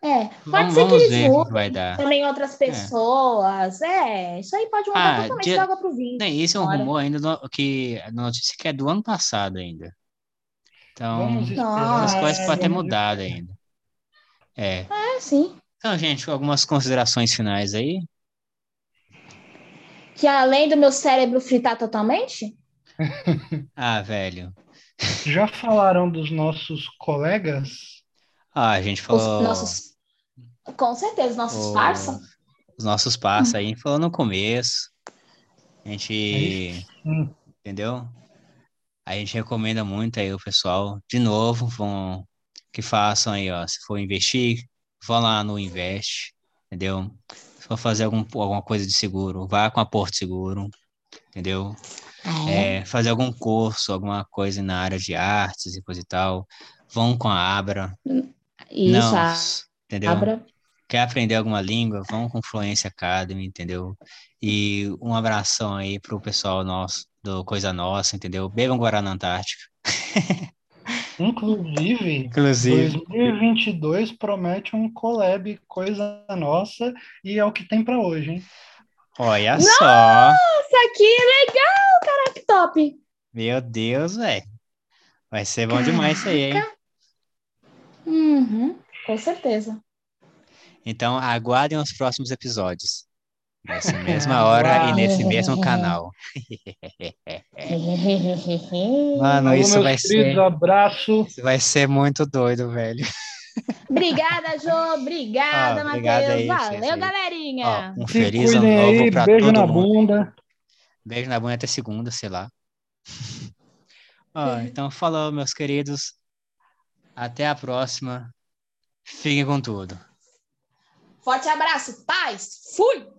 Speaker 4: É, pode
Speaker 1: Vamos,
Speaker 4: ser que
Speaker 1: vamos
Speaker 4: eles
Speaker 1: ver o
Speaker 4: mudem
Speaker 1: que vai dar.
Speaker 4: também outras pessoas. É. isso aí pode mudar
Speaker 1: Ah,
Speaker 4: totalmente
Speaker 1: dia-
Speaker 4: de água pro vinho.
Speaker 1: Né, Esse é um
Speaker 4: Bora.
Speaker 1: rumor ainda no- que a notícia que é do ano passado ainda. Então,
Speaker 3: Vamos esperar.
Speaker 1: as
Speaker 4: Nossa.
Speaker 1: coisas podem ter
Speaker 3: vamos-
Speaker 1: mudado ainda. É.
Speaker 4: É, sim.
Speaker 1: Então, gente, algumas considerações finais aí.
Speaker 4: Que além do meu cérebro fritar totalmente,
Speaker 1: Ah, velho.
Speaker 3: Já falaram dos nossos colegas?
Speaker 1: Ah, a gente
Speaker 4: os
Speaker 1: falou
Speaker 4: nossos. Com certeza, os nossos
Speaker 1: Oh.
Speaker 4: farsa.
Speaker 1: os nossos passos aí, a gente falou no começo. A gente.
Speaker 3: Hum.
Speaker 1: Entendeu? A gente recomenda muito aí o pessoal, de novo, vão que façam aí, ó. Se for investir, vão lá no Invest, entendeu? Se for fazer algum, alguma coisa de seguro, vá com a Porto Seguro, entendeu?
Speaker 4: Tá.
Speaker 1: É, fazer algum curso, alguma coisa na área de artes e coisa e tal, vão com a Abra.
Speaker 4: Isso,
Speaker 1: não,
Speaker 4: a-
Speaker 1: entendeu?
Speaker 4: abra.
Speaker 1: Quer aprender alguma língua? Vão com Fluência Academy, entendeu? E um abração aí pro pessoal nosso, do Coisa Nossa, entendeu? Bebam Guaraná Antártica.
Speaker 3: Inclusive,
Speaker 1: Inclusive.
Speaker 3: 2022 promete um collab coisa nossa e é o que tem pra hoje, hein?
Speaker 1: Olha só!
Speaker 4: Isso aqui é legal, caraca, top.
Speaker 1: Meu Deus, velho. Vai ser bom demais isso aí, hein?
Speaker 4: Uhum, com certeza.
Speaker 1: Então, aguardem os próximos episódios. Nessa mesma hora e nesse mesmo canal. É. Mano,
Speaker 3: Alô,
Speaker 1: isso
Speaker 3: meus
Speaker 1: vai
Speaker 3: queridos,
Speaker 1: ser,
Speaker 3: abraço.
Speaker 1: isso vai ser muito doido, velho.
Speaker 4: Obrigada, Jô. Obrigada,
Speaker 1: Ah, obrigado
Speaker 4: Matheus.
Speaker 1: aí, gente,
Speaker 4: Valeu,
Speaker 1: aí.
Speaker 4: galerinha.
Speaker 1: Ó, um
Speaker 3: Se
Speaker 1: feliz ano
Speaker 3: cuidem
Speaker 1: novo
Speaker 3: aí,
Speaker 1: pra
Speaker 3: beijo na
Speaker 1: todo mundo.
Speaker 3: bunda.
Speaker 1: Beijo na bunda até segunda, sei lá. Ó, então, falou, meus queridos. Até a próxima. Fiquem com tudo.
Speaker 4: Forte abraço. Paz. Fui.